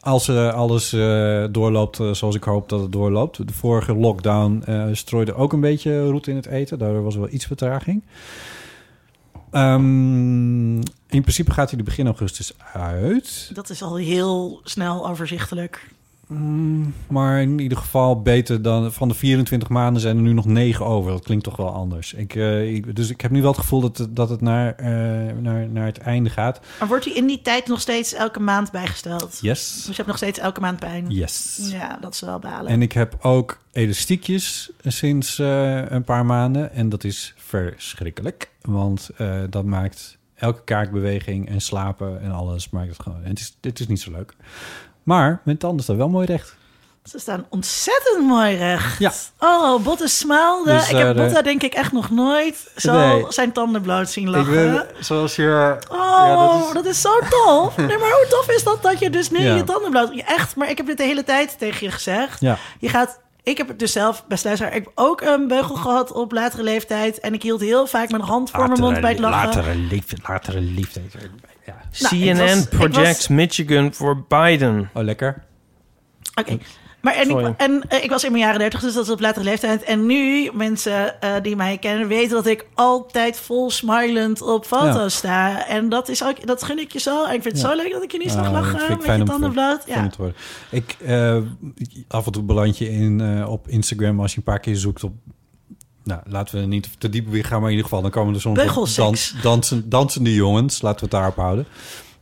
C: Als eh, alles eh, doorloopt eh, zoals ik hoop dat het doorloopt. De vorige lockdown eh, strooide ook een beetje roet in het eten. Daardoor was er wel iets vertraging. Ehm, in principe gaat hij er begin augustus uit.
A: Dat is al heel snel overzichtelijk.
C: Mm, maar in ieder geval beter dan... Van de 24 maanden zijn er nu nog negen over. Dat klinkt toch wel anders. Ik, eh, ik- dus ik heb nu wel het gevoel dat het, dat het naar, eh, naar, naar het einde gaat.
A: Maar wordt hij in die tijd nog steeds elke maand bijgesteld?
C: Yes.
A: Dus je hebt nog steeds elke maand pijn?
C: Yes.
A: Ja, dat is wel balen.
C: En ik heb ook elastiekjes sinds eh, een paar maanden. En dat is verschrikkelijk. Want eh, dat maakt elke kaakbeweging en slapen en alles maakt het gewoon. En het is, dit is niet zo leuk. Maar mijn tanden staan wel mooi recht.
A: Ze staan ontzettend mooi recht.
C: Ja.
A: Oh, Botta smaalde.
C: Dus,
A: ik heb
C: eh,
A: Botta denk ik echt nog nooit zo
C: Nee.
A: zijn tanden bloot zien lachen.
C: zoals je...
A: Oh,
C: dat
A: dat,
C: is-
A: is... zo tof. Nee, maar hoe tof is dat dat je dus nu
C: Ja.
A: je tanden bloot... Ja, Echt, maar ik heb dit de hele tijd tegen je gezegd.
C: Ja.
A: Je gaat... Ik heb het dus zelf, best luisteraar, ik heb ook een beugel
C: Oh.
A: gehad op latere leeftijd. En ik hield heel vaak mijn hand voor mijn mond bij het lachen.
C: Latere liefde, latere liefde. Ja.
A: Nou, ik
D: CNN
A: was- ik
D: Project
A: was-
D: Michigan voor Biden.
C: Oh, lekker.
A: Oké. Maar en,
D: Sorry.
A: ik, en eh, ik was in mijn jaren 30, dus dat is op latere leeftijd. En nu, mensen eh, die mij kennen, weten dat ik altijd vol smilend op foto's
C: Ja.
A: sta. En dat, is ook, dat gun ik je zo. En ik vind het
C: Ja.
A: zo leuk dat ik je niet
C: Ah,
A: zag
C: dat vind ik
A: lachen met
C: fijn
A: je
C: om
A: tanden
C: voor-
A: bloot. Ja.
C: Van het worden. Ik, eh, af en toe beland je in, eh, op Instagram als je een paar keer zoekt op... Nou, laten we er niet te diep op weer gaan, maar in ieder geval... dan komen er soms wat
A: Beugelseks.
C: dansen, dansende jongens, laten we het daarop houden.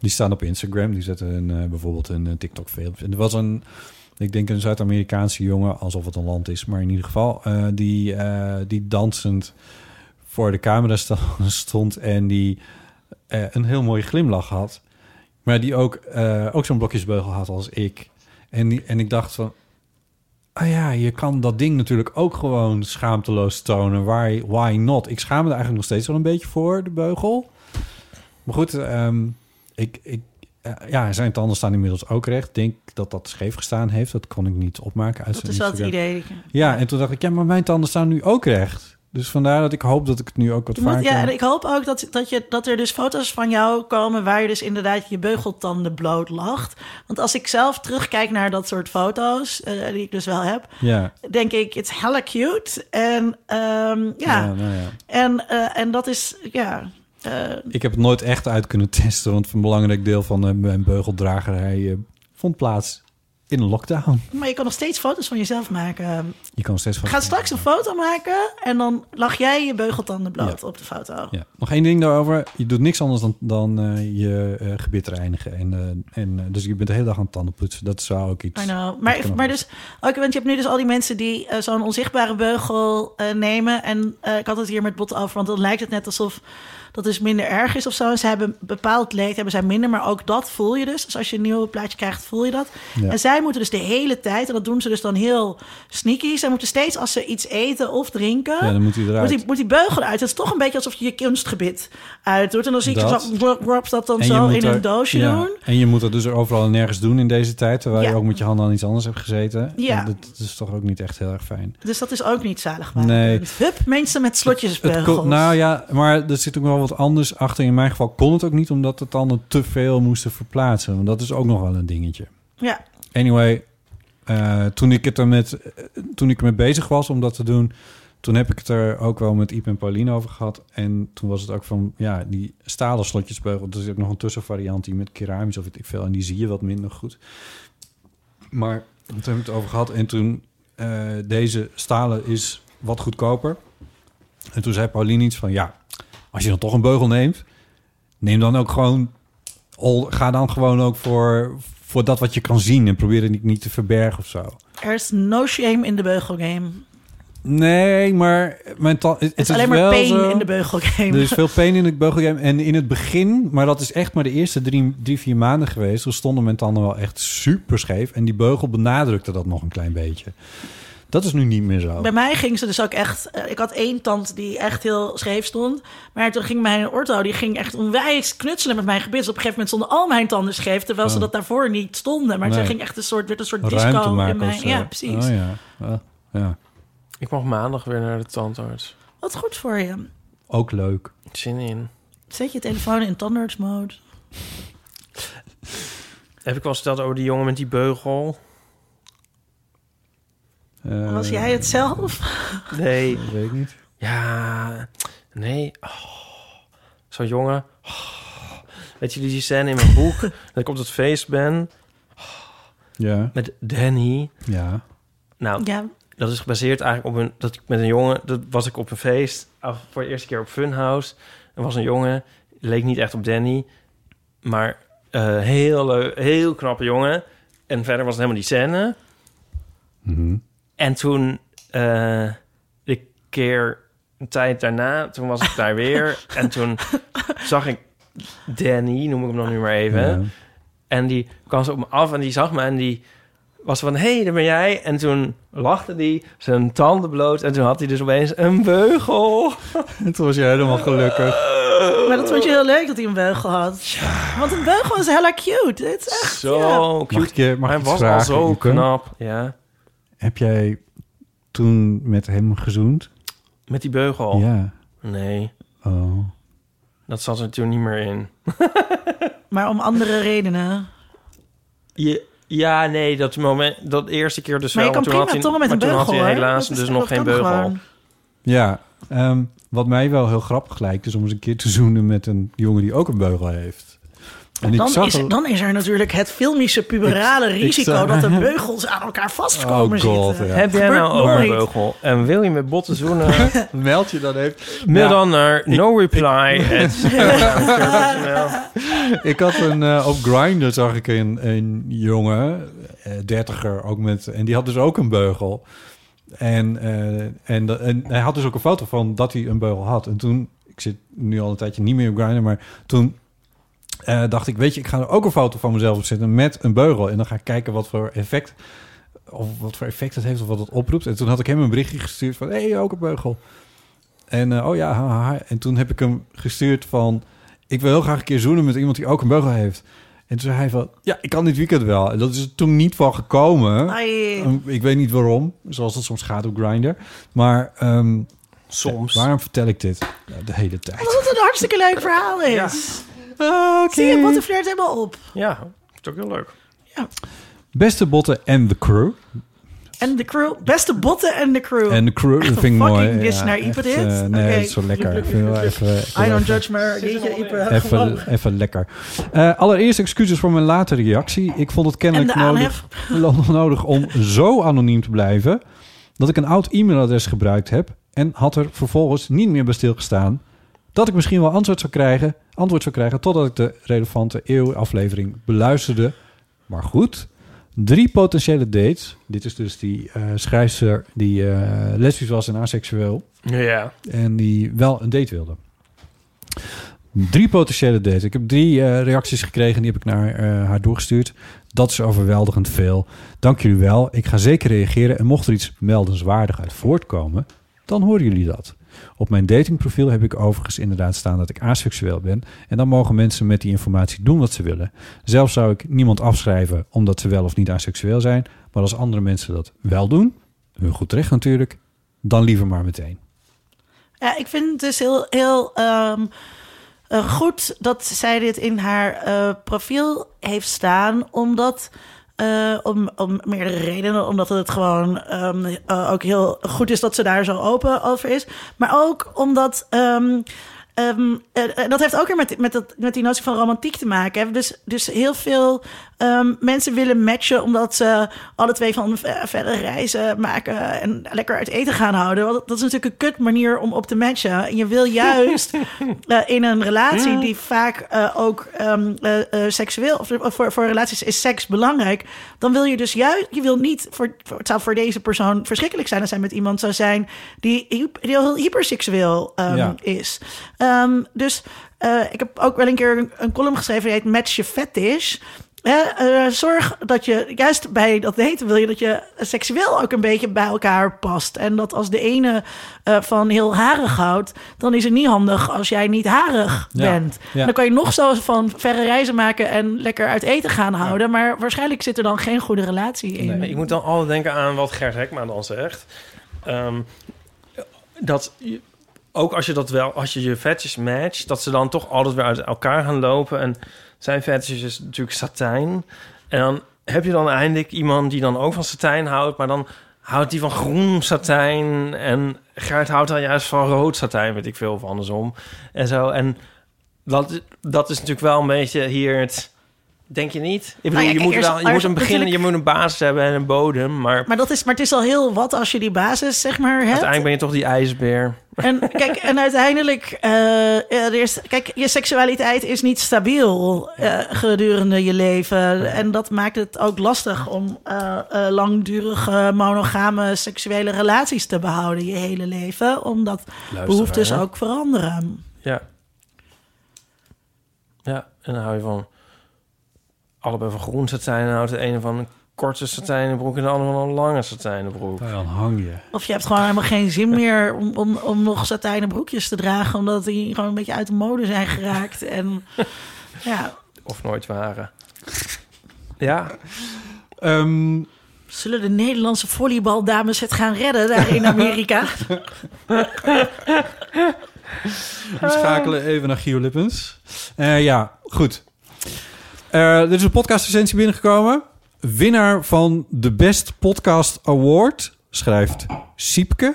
C: Die staan op Instagram, die zetten een, eh, bijvoorbeeld een TikTok-film. En er was een, ik denk een Zuid-Amerikaanse jongen, alsof het een land is... maar in ieder geval, eh, die, eh, die dansend voor de camera sta- stond... en die eh, een heel mooie glimlach had. Maar die ook, eh, ook zo'n blokjesbeugel had als ik. En, die, en ik dacht van... Ah ja, je kan dat ding natuurlijk ook gewoon schaamteloos tonen. Why, why not? Ik schaam me er eigenlijk nog steeds wel een beetje voor, de beugel. Maar goed, ehm, ik, ik, eh, ja, zijn tanden staan inmiddels ook recht. Ik denk dat dat scheef gestaan heeft. Dat kon ik niet opmaken. Uit
A: Dat
C: zijn
A: is wel het
C: Instagram.
A: idee.
C: Ja, en toen dacht ik, ja, maar mijn tanden staan nu ook recht. Dus vandaar dat ik hoop dat ik het nu ook wat
A: Je moet,
C: vaker...
A: ja, en ik hoop ook dat, dat, je, dat er dus foto's van jou komen waar je dus inderdaad je beugeltanden bloot lacht. Want als ik zelf terugkijk naar dat soort foto's, eh, die ik dus wel heb,
C: ja,
A: denk ik, it's hella cute. En ehm,
C: ja,
A: ja.
C: nou ja.
A: En, eh, en dat is, ja. eh,
C: Ik heb het nooit echt uit kunnen testen, want een belangrijk deel van eh, mijn beugeldragerij eh, vond plaats in een lockdown.
A: maar je kan nog steeds foto's van jezelf maken.
C: Je kan steeds van.
A: Ga straks een foto maken en dan lag jij je beugeltanden bloot op de foto.
C: Ja. Nog één ding daarover. Je doet niks anders dan, dan eh, je eh, gebit reinigen. En, eh, en, eh, dus je bent de hele dag aan het tanden poetsen. Dat zou ook iets.
A: I know.
C: dat
A: Maar,
C: kan
A: maar
C: ook.
A: dus, ook, want je hebt nu dus al die mensen die eh, zo'n onzichtbare beugel eh, nemen. En eh, ik had het hier met botten over, want dan lijkt het net alsof dat dus minder erg is of zo. En ze hebben bepaald leed, hebben zij minder, maar ook dat voel je dus. Dus als je een nieuw plaatje krijgt, voel je dat.
C: Ja.
A: En zij moeten dus de hele tijd, en dat doen ze dus dan heel sneaky. Zij moeten steeds als ze iets eten of drinken,
C: Ja, dan moet hij eruit.
A: moet die, moet die beugel uit. Het is toch een beetje alsof je je kunstgebit uit doet. En dan zie ik
C: Dat.
A: dat. zo, wop, wop, dat dan
C: En je
A: zo
C: moet
A: in
C: er-
A: een doosje
C: ja.
A: doen.
C: En je moet dat dus overal en nergens doen in deze tijd. Terwijl je
A: Ja.
C: ook met je handen aan iets anders hebt gezeten.
A: Ja.
C: En Dat, dat is toch ook niet echt heel erg fijn.
A: Dus dat is ook niet zalig.
C: Nee.
A: Hup, mensen met
C: Het
A: slotjesbeugels.
C: kon- nou ja, maar er zit ook wel wat anders achter. In mijn geval kon het ook niet, omdat de tanden te veel moesten verplaatsen. Want dat is ook nog wel een dingetje.
A: ja.
C: Anyway, eh, toen, ik het er met, eh, toen ik ermee bezig was om dat te doen... toen heb ik het er ook wel met Iep en Pauline over gehad. En toen was het ook van, ja, die stalen slotjesbeugel... er zit nog een tussenvariant die met keramisch of weet ik veel... en die zie je wat minder goed. Maar toen hebben we het over gehad. En toen, eh, deze stalen is wat goedkoper. En toen zei Pauline iets van, ja, als je dan toch een beugel neemt... neem dan ook gewoon al, ga dan gewoon ook voor, voor dat wat je kan zien en probeer het niet, niet te verbergen of zo.
A: Er is no shame in de beugelgame.
C: Nee, maar mijn ta- het,
A: Er is
C: is
A: alleen maar
C: wel
A: pain
C: zo- dus-
A: in de beugelgame.
C: Er is veel pain in het beugelgame. En in het begin, maar dat is echt maar de eerste drie, drie vier maanden geweest... toen stonden mijn tanden wel echt super scheef. En die beugel benadrukte dat nog een klein beetje. Dat is nu niet meer zo.
A: Bij mij ging ze dus ook echt... eh, ik had één tand die echt heel scheef stond. Maar toen ging mijn ortho, die ging echt onwijs knutselen met mijn gebit. Dus op een gegeven moment stonden al mijn tanden scheef... terwijl ze
C: Oh.
A: dat daarvoor niet stonden. Maar
C: Nee.
A: toen ging echt een soort, werd een soort disco
C: Ruimte
A: in
C: maken of
A: mijn...
C: zo.
A: Ja, precies.
C: Oh, ja. Ah, ja.
D: Ik mag maandag weer naar de tandarts.
A: Wat goed voor je.
C: Ook leuk.
D: Zin in.
A: Zet je telefoon in tandarts mode.
D: Heb ik wel verteld over die jongen met die beugel?
C: Eh,
A: Was jij het zelf?
D: Nee.
C: Weet ik niet.
D: Ja, nee. Oh, Zo'n jongen. Oh. Weet jullie die scène in mijn boek? dat ik op dat feest ben
C: Ja,
D: met Danny.
C: ja.
D: Nou,
A: Ja,
D: dat is gebaseerd eigenlijk op een... Dat ik met een jongen... Dat was ik op een feest. af- Voor de eerste keer op Funhouse. Er was een jongen. Leek niet echt op Danny. Maar eh, heel leuk. Heel knappe jongen. En verder was het helemaal die scène.
C: Mhm.
D: En toen eh, de keer een tijd daarna, toen was ik daar weer. en toen zag ik Danny, noem ik hem dan nu maar even.
C: Ja.
B: En die kwam ze op me af en die zag me en die was van... Hé, hey, daar ben jij. En toen lachte die zijn tanden bloot. En toen had hij dus opeens een beugel.
C: En toen was je helemaal gelukkig.
A: Maar dat vond je heel leuk dat hij een beugel had. Want een beugel is hella cute. Het is echt...
B: Zo
C: Mag
B: cute.
C: ik je, mag ik
B: Hij
C: iets
B: was al
C: vragen,
B: zo
C: Ipe?
B: knap. Ja,
C: Heb jij toen met hem gezoend?
B: met die beugel.
C: Ja.
B: Nee,
C: Oh.
B: dat zat er toen niet meer in.
A: Maar om andere redenen.
B: Je, ja, nee, dat moment, dat eerste keer dus
A: Maar je
B: wel.
A: kan
B: want toen had
A: prima
B: hij,
A: tongen met
B: maar
A: een
B: toen
A: beugel,
B: had hij
A: hoor.
B: helaas
A: Dat is-
B: dus nog
A: dat
B: geen
A: kan
B: beugel.
A: gewoon.
C: Ja, ehm, wat mij wel heel grappig lijkt... is om eens een keer te zoenen met een jongen die ook een beugel heeft. En ik
A: Dan
C: zag
A: is,
C: al-
A: dan is er natuurlijk het filmische puberale
C: Ik- ik
A: risico...
C: zag-
A: dat de beugels aan elkaar vastkomen
C: Oh god,
A: zitten.
C: ja.
B: Heb jij nou ook een
A: Gebeurt nooit.
B: beugel en wil je met botten zoenen?
C: Meld je dan even.
B: Mail
C: Ja.
B: dan naar no reply.
C: Ik had een eh, op Grindr zag ik een, een jongen, eh, dertiger ook met, en die had dus ook een beugel. En, eh, en, da- en hij had dus ook een foto van dat hij een beugel had. En toen, ik zit nu al een tijdje niet meer op Grindr, maar toen eh, dacht ik, weet je, ik ga er ook een foto van mezelf op zetten met een beugel. En dan ga ik kijken wat voor effect, of wat voor effect het heeft of wat het oproept. En toen had ik hem een berichtje gestuurd van, hé, hey, ook een beugel. En eh, oh ja, haha. En toen heb ik hem gestuurd van... Ik wil heel graag een keer zoenen met iemand die ook een beugel heeft. En toen zei hij van... Ja, ik kan dit weekend wel. En dat is er toen niet van gekomen.
A: Ai.
C: Um, Ik weet niet waarom. Zoals dat soms gaat op Grindr. Maar ehm,
B: Soms.
C: waarom vertel ik dit Nou, de hele tijd?
A: Omdat het een hartstikke leuk verhaal is. Zie je, wat de flirt helemaal op.
B: Ja, dat is ook heel leuk.
C: Beste botten en de crew.
A: En de crew, beste botten en de crew.
C: En de crew,
A: Echt een
C: dat vind ik
A: fucking
C: mooi.
A: dis naar Ipe
C: echt,
A: dit.
C: eh, nee,
A: Oké.
C: dat is zo lekker. Ik vind wel even, ik wil
A: I don't
C: even-
A: judge me. Jeetje, Ipe. gewoon.
C: Even, even lekker. Eh, allereerst excuses voor mijn late reactie. Ik vond het kennelijk
A: En de
C: nodig, nodig om zo anoniem te blijven... dat ik een oud e-mailadres gebruikt heb... en had er vervolgens niet meer bij stilgestaan... dat ik misschien wel antwoord zou krijgen, antwoord zou krijgen... totdat ik de relevante eeuwaflevering beluisterde. Maar goed, drie potentiële dates. Dit is dus die eh schrijfster die eh, lesbisch was en aseksueel
B: Ja.
C: en die wel een date wilde. Drie potentiële dates. Ik heb drie eh, reacties gekregen. Die heb ik naar eh, haar doorgestuurd. Dat is overweldigend veel. Dank jullie wel. Ik ga zeker reageren. En mocht er iets meldenswaardig uit voortkomen, dan horen jullie dat. Op mijn datingprofiel heb ik overigens inderdaad staan dat ik aseksueel ben. En dan mogen mensen met die informatie doen wat ze willen. Zelf zou ik niemand afschrijven omdat ze wel of niet aseksueel zijn. Maar als andere mensen dat wel doen, hun goed recht natuurlijk, dan liever maar meteen.
A: Ja, ik vind het dus heel, heel ehm, eh, goed dat zij dit in haar eh, profiel heeft staan, omdat. eh, om, om meerdere redenen. Omdat het gewoon ehm, eh, ook heel goed is dat ze daar zo open over is. Maar ook omdat. ehm, ehm, eh, eh, dat heeft ook weer met, met, dat, met die notie van romantiek te maken. Hè? Dus, dus heel veel ehm, mensen willen matchen omdat ze alle twee van eh, verre reizen maken en lekker uit eten gaan houden. Want dat is natuurlijk een kut manier om op te matchen. En je wil juist eh, in een relatie die vaak eh, ook ehm, eh, eh, seksueel of of voor, voor relaties is seks belangrijk. Dan wil je dus juist, je wil niet voor, voor- het zou voor deze persoon verschrikkelijk zijn als zij met iemand zou zijn die, hy- die heel hyperseksueel ehm,
C: Ja.
A: is. Ehm, dus eh, ik heb ook wel een keer een, een column geschreven die heet Match je fetish. Hè, eh, zorg dat je juist bij dat daten wil je dat je seksueel ook een beetje bij elkaar past. En dat als de ene eh, van heel harig houdt, dan is het niet handig als jij niet harig
C: Ja,
A: bent.
C: ja.
A: Dan kan je nog zo van verre reizen maken en lekker uit eten gaan houden. Maar waarschijnlijk zit er dan geen goede relatie in.
B: Ik moet dan altijd denken aan wat Gert Hekma dan zegt. Ehm, dat je- ook als je dat wel, als je je vetjes matcht, dat ze dan toch altijd weer uit elkaar gaan lopen. En zijn vetjes is natuurlijk satijn. En dan heb je dan eindelijk iemand die dan ook van satijn houdt, maar dan houdt die van groen satijn. En Gert houdt dan juist van rood satijn, weet ik veel, of andersom. En zo. En dat, dat is natuurlijk wel een beetje hier het. Denk je niet? Ik bedoel,
A: Nou ja,
B: je,
A: kijk,
B: moet
A: er is-
B: wel,
A: er
B: je
A: is
B: moet een begin en je
A: natuurlijk-
B: moet een basis hebben en een bodem. Maar,
A: Maar, dat is, maar het is al heel wat als je die basis zeg maar hebt.
B: uiteindelijk ben je toch die ijsbeer.
A: En kijk, en uiteindelijk, eh, eh, er is, kijk, je seksualiteit is niet stabiel eh, gedurende je leven. En dat maakt het ook lastig om eh, eh, langdurige monogame seksuele relaties te behouden je hele leven. Omdat behoeftes
B: hè?
A: ook veranderen.
B: Ja. Ja, en dan hou je van allebei van groen satijn houdt. De ene van een korte satijnenbroek en de andere van een lange satijnenbroek.
C: Dan hang je.
A: Of je hebt gewoon helemaal geen zin meer om, om, om nog satijnen broekjes te dragen. Omdat die gewoon een beetje uit de mode zijn geraakt. En ja,
B: Of nooit waren. Ja,
C: Ehm,
A: zullen de Nederlandse volleybaldames het gaan redden daar in Amerika?
C: we schakelen even naar Gio Lippens. Eh, ja, goed. Eh, er is een podcastrecensie binnengekomen. Winnaar van de Best Podcast Award schrijft Siepke.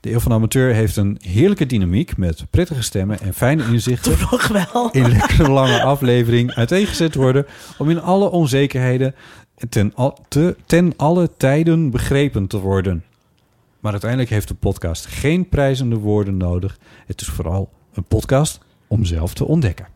C: De Eeuw van de Amateur heeft een heerlijke dynamiek met prettige stemmen en fijne inzichten.
A: Toch wel.
C: in lekkere lange aflevering uiteengezet worden... om in alle onzekerheden ten, al- te, ten alle tijden begrepen te worden. Maar uiteindelijk heeft de podcast geen prijzende woorden nodig. Het is vooral een podcast om zelf te ontdekken.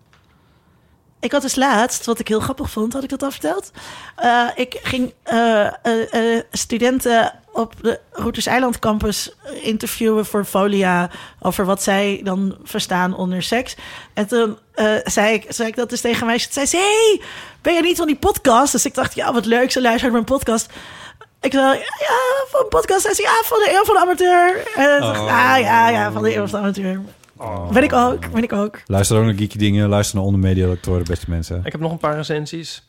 A: Ik had dus laatst, wat ik heel grappig vond, had ik dat al verteld. Eh, ik ging eh, eh, eh, studenten op de Routers Eiland Campus interviewen voor Folia over wat zij dan verstaan onder seks. En toen eh, zei, ik, zei ik dat dus tegen mij. Ze zei ze, hey, ben je niet van die podcast? Dus ik dacht, ja, wat leuk, ze luistert naar mijn podcast. Ik zei, ja, van een podcast. Zij zei, ja, van de Eeuw van de Amateur. En toen dacht ik, ah, ja, ja, van de Eeuw van de Amateur. Ben ik ook, ben ik ook.
C: Luister ook naar geeky dingen. Luister naar onder media-doctoren, beste mensen.
B: Ik heb nog een paar recensies.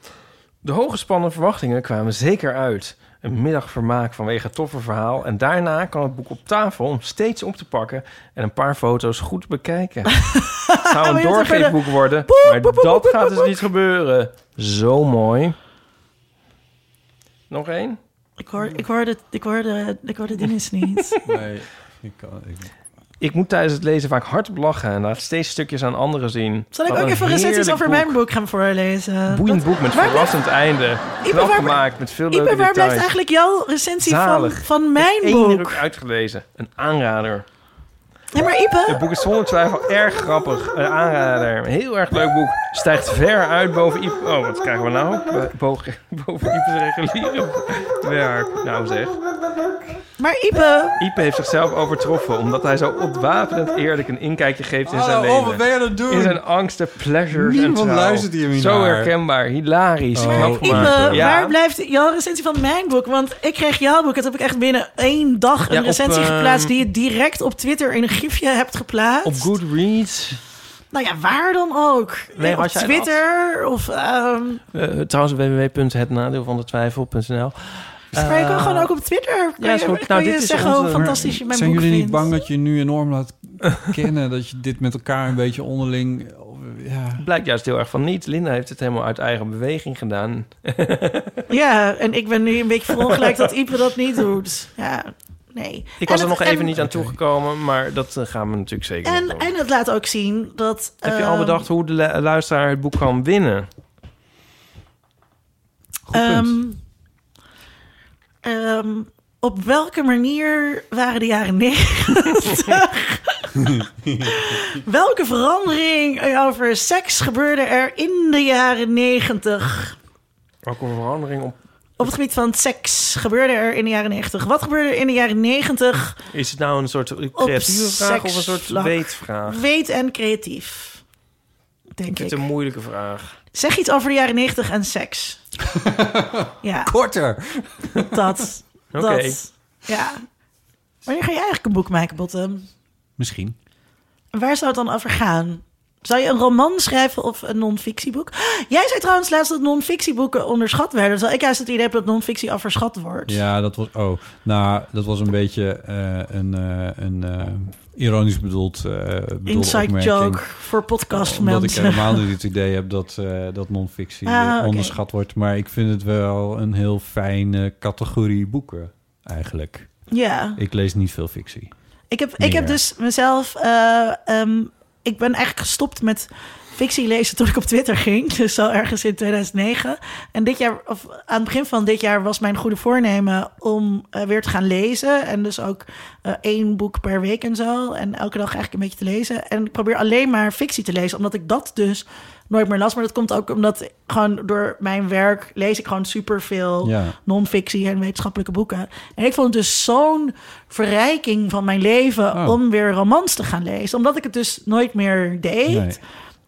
B: De hooggespannen verwachtingen kwamen zeker uit. Een middagvermaak vanwege het toffe verhaal. En daarna kan het boek op tafel om steeds op te pakken en een paar foto's goed bekijken. Het zou
A: Maar
B: een
A: je hebt er verder-
B: doorgeefboek worden,
A: Boek,
B: maar
A: boek, boek,
B: dat
A: boek,
B: gaat
A: boek,
B: dus
A: boek.
B: niet gebeuren. Zo mooi. Nog één?
A: Ik hoor, ik hoor, de, ik hoor, de, ik hoor de Dennis niet.
C: Nee, ik kan,
B: Ik moet tijdens het lezen vaak hardop lachen en laat steeds stukjes aan anderen zien.
A: Zal ik
B: Wat
A: ook
B: een
A: even recensies
B: heerlijk
A: over
B: boek.
A: mijn boek gaan voorlezen?
B: Boeiend boek met
A: waar
B: verrassend einde. Knap
A: waar-
B: gemaakt, met veel
A: Ik
B: leuke
A: ben, waar blijft
B: details.
A: eigenlijk jouw recensie van,
B: Zalig.
A: van mijn
B: Eén
A: boek?
B: druk uitgelezen. Een aanrader.
A: Nee, maar
B: Het
A: Ipe,
B: boek is zonder twijfel erg grappig. Een aanrader. Een heel erg leuk boek. Stijgt ver uit boven Iep. Oh, wat krijgen we nou? Bo- Boven, boven Iep's reguliere werk. Nou zeg.
A: maar Ipe,
B: Iep heeft zichzelf overtroffen omdat hij zo ontwapenend eerlijk een inkijkje geeft in zijn
C: oh, wat ben
B: leven.
C: je aan het doen?
B: In zijn angsten, pleasures
C: Niemand
B: en trouw.
C: luistert hier meer
B: Zo
C: naar.
B: herkenbaar, hilarisch,
C: Oh.
B: knap
A: Ipe,
B: gemaakt.
A: waar blijft jouw recensie van mijn boek? Want ik kreeg jouw boek, dat heb ik echt binnen één dag een
B: Ja, op,
A: recensie
B: ehm,
A: geplaatst... die je direct op Twitter in een gifje hebt geplaatst.
B: Op Goodreads.
A: Nou ja, waar dan ook.
B: Nee,
A: op
B: had jij
A: Twitter of... ehm
B: Eh, trouwens, www.hetnadeelvandetwijfel.nl
A: maar je kan gewoon ook op Twitter. Kan
B: Eh, ja, is
A: je,
B: goed.
A: kan
B: Nou,
A: je
B: dit is
A: zeggen
B: onze-
A: hoe fantastisch je mijn
C: Zijn
A: boek
C: jullie niet
A: vindt.
C: bang dat je nu enorm laat kennen... dat je dit met elkaar een beetje onderling... Ja.
B: Blijkt juist heel erg van niet. Linda heeft het helemaal uit eigen beweging gedaan.
A: Ja, en ik ben nu een beetje verongelijkt dat Ipe dat niet doet. Ja, nee.
B: Ik was
A: En
B: er
A: het-
B: nog even
A: en-
B: niet aan toegekomen, maar dat eh, gaan we natuurlijk zeker nog
A: En,
B: doen.
A: en het laat ook zien dat...
B: Heb je al
A: ehm,
B: bedacht hoe de lu- luisteraar het boek kan winnen?
C: Goed punt.
A: ehm, ehm, op welke manier waren de jaren negentig? welke verandering over seks gebeurde er in de jaren negentig?
B: Ook een verandering op.
A: Op het gebied van seks gebeurde er in de jaren negentig. Wat gebeurde er in de jaren negentig?
B: Is het nou een soort creatieve vraag of een soort
A: seksvlak.
B: weetvraag?
A: Weet en creatief. Denk
B: Ik vind
A: ik.
B: het een moeilijke vraag.
A: Zeg iets over de jaren negentig en seks. ja,
C: Korter.
A: dat.
B: Oké.
A: Dat. Ja. Wanneer ga je eigenlijk een boek maken, Bottom?
C: Misschien.
A: En Waar zou het dan over gaan? Zou je een roman schrijven of een non-fictieboek? Jij zei trouwens laatst dat non-fictieboeken onderschat werden. Terwijl ik juist het idee heb dat non-fictie overschat wordt.
C: Ja, dat was. Oh, nou, dat was een beetje eh, een, eh, een eh, ironisch bedoeld. eh bedoelde
A: Inside
C: opmerking.
A: joke voor
C: Omdat ik
A: podcastmensen.
C: helemaal niet het idee heb dat, eh, dat non-fictie
A: Ah,
C: eh,
A: oké.
C: onderschat wordt. Maar ik vind het wel een heel fijne categorie boeken, eigenlijk.
A: Ja.
C: Ik lees niet veel fictie.
A: Ik heb,
C: Meer.
A: ik heb dus mezelf. eh, ehm, ik ben eigenlijk gestopt met fictie lezen toen ik op Twitter ging. Dus zo ergens in 2009. En dit jaar, of aan het begin van dit jaar, was mijn goede voornemen om eh, weer te gaan lezen. En dus ook eh, één boek per week en zo. En elke dag eigenlijk een beetje te lezen. En ik probeer alleen maar fictie te lezen, omdat ik dat dus nooit meer las. Maar dat komt ook omdat gewoon door mijn werk lees ik gewoon superveel
C: Ja.
A: non-fictie en wetenschappelijke boeken. En ik vond het dus zo'n verrijking van mijn leven
C: Oh.
A: om weer romans te gaan lezen. Omdat ik het dus nooit meer deed.
C: Nee.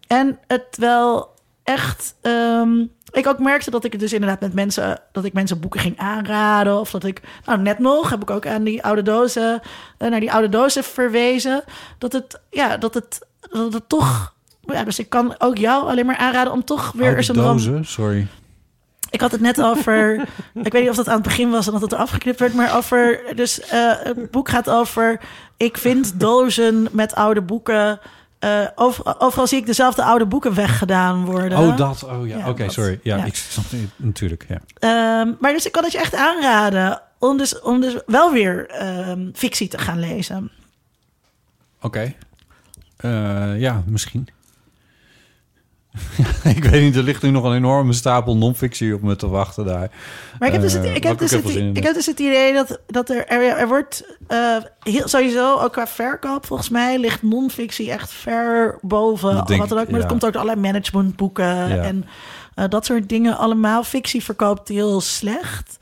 A: En het wel echt ehm, ik ook merkte dat ik het dus inderdaad met mensen, dat ik mensen boeken ging aanraden. Of dat ik, nou net nog, heb ik ook aan die oude dozen, eh, naar die oude dozen verwezen. Dat het, ja, dat het, dat het toch, ja, dus ik kan ook jou alleen maar aanraden om toch weer eens
C: Oude
A: een ram-
C: Oh, dozen, sorry.
A: ik had het net over. ik weet niet of dat aan het begin was en dat het er afgeknipt werd, maar over. Dus eh, het boek gaat over. Ik vind dozen met oude boeken. eh, over- overal zie ik dezelfde oude boeken weggedaan worden.
C: Oh, dat. Oh ja,
A: Ja,
C: oké,
A: dat.
C: sorry. Ja,
A: Ja.
C: ik snap het. Natuurlijk, ja.
A: Ehm, maar dus ik kan het je echt aanraden om dus, om dus wel weer ehm, fictie te gaan lezen.
C: Oké. Eh, ja, misschien. ik weet niet, er ligt nu nog een enorme stapel non-fictie op me te wachten daar.
A: Maar ik heb dus het,
C: Eh,
A: ik
C: maar
A: heb dus het,
C: wel zin in
A: ik
C: heb...
A: heb dus het idee dat, dat er, er, er wordt eh, heel, sowieso ook qua verkoop, volgens mij ligt non-fictie echt ver boven.
C: Dat denk
A: wat dan ook,
C: ik,
A: maar
C: ja.
A: het komt ook door allerlei managementboeken en eh, dat soort dingen allemaal. Fictie verkoopt heel slecht.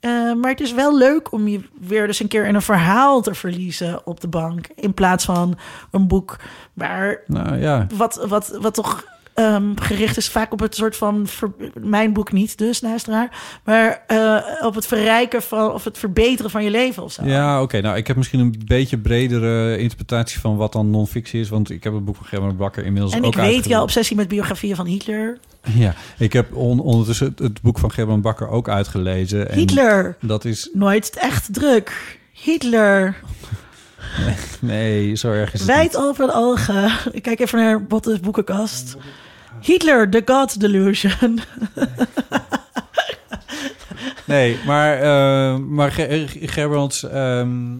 A: Eh, maar het is wel leuk om je weer dus een keer in een verhaal te verliezen op de bank. In plaats van een boek waar
C: Nou ja,
A: wat, wat, wat toch ehm, gericht is vaak op het soort van... ver- mijn boek niet dus, luisteraar. Maar eh, op het verrijken van... of het verbeteren van je leven of zo.
C: Ja, oké. Nou, ik heb misschien een beetje bredere interpretatie van wat dan non-fictie is. Want ik heb het boek van Gerben Bakker inmiddels
A: en
C: ook
A: ik weet jouw
C: uitgelezen.
A: obsessie met biografieën van Hitler.
C: Ja, ik heb on- ondertussen het, het boek van Gerben Bakker ook uitgelezen. En
A: Hitler!
C: Dat is...
A: Nooit echt druk. Hitler,
C: Nee, zo erg is het
A: wijd
C: niet.
A: open ogen. Ik kijk even naar Bottes boekenkast. Hitler, The God Delusion.
C: Nee, maar, eh maar Ge- Ge- Gerbrands ehm,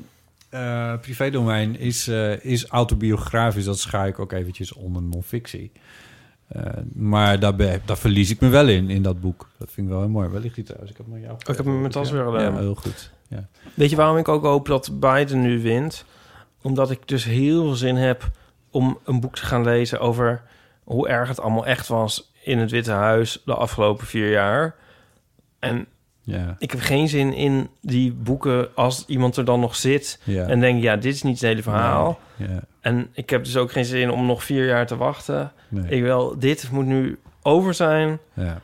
C: eh, privédomein is, eh, is autobiografisch. Dat schaai ik ook eventjes onder non-fictie. Eh, maar daar, be- daar verlies ik me wel in, in dat boek. Dat vind ik wel heel mooi. Waar ligt die trouwens? Ik heb hem aan jou
B: heb hem in mijn tas weer
C: gedaan.
B: gedaan.
C: Ja, heel goed. Ja.
B: Weet je waarom ik ook hoop dat Biden nu wint? Omdat ik dus heel veel zin heb om een boek te gaan lezen over hoe erg het allemaal echt was in het Witte Huis de afgelopen vier jaar. En
C: Ja.
B: ik heb geen zin in die boeken als iemand er dan nog zit
C: Ja.
B: en denkt, ja, dit is niet het hele verhaal.
C: ja.
B: En ik heb dus ook geen zin om nog vier jaar te wachten.
C: Nee.
B: Ik wil, dit moet nu over zijn.
C: ja.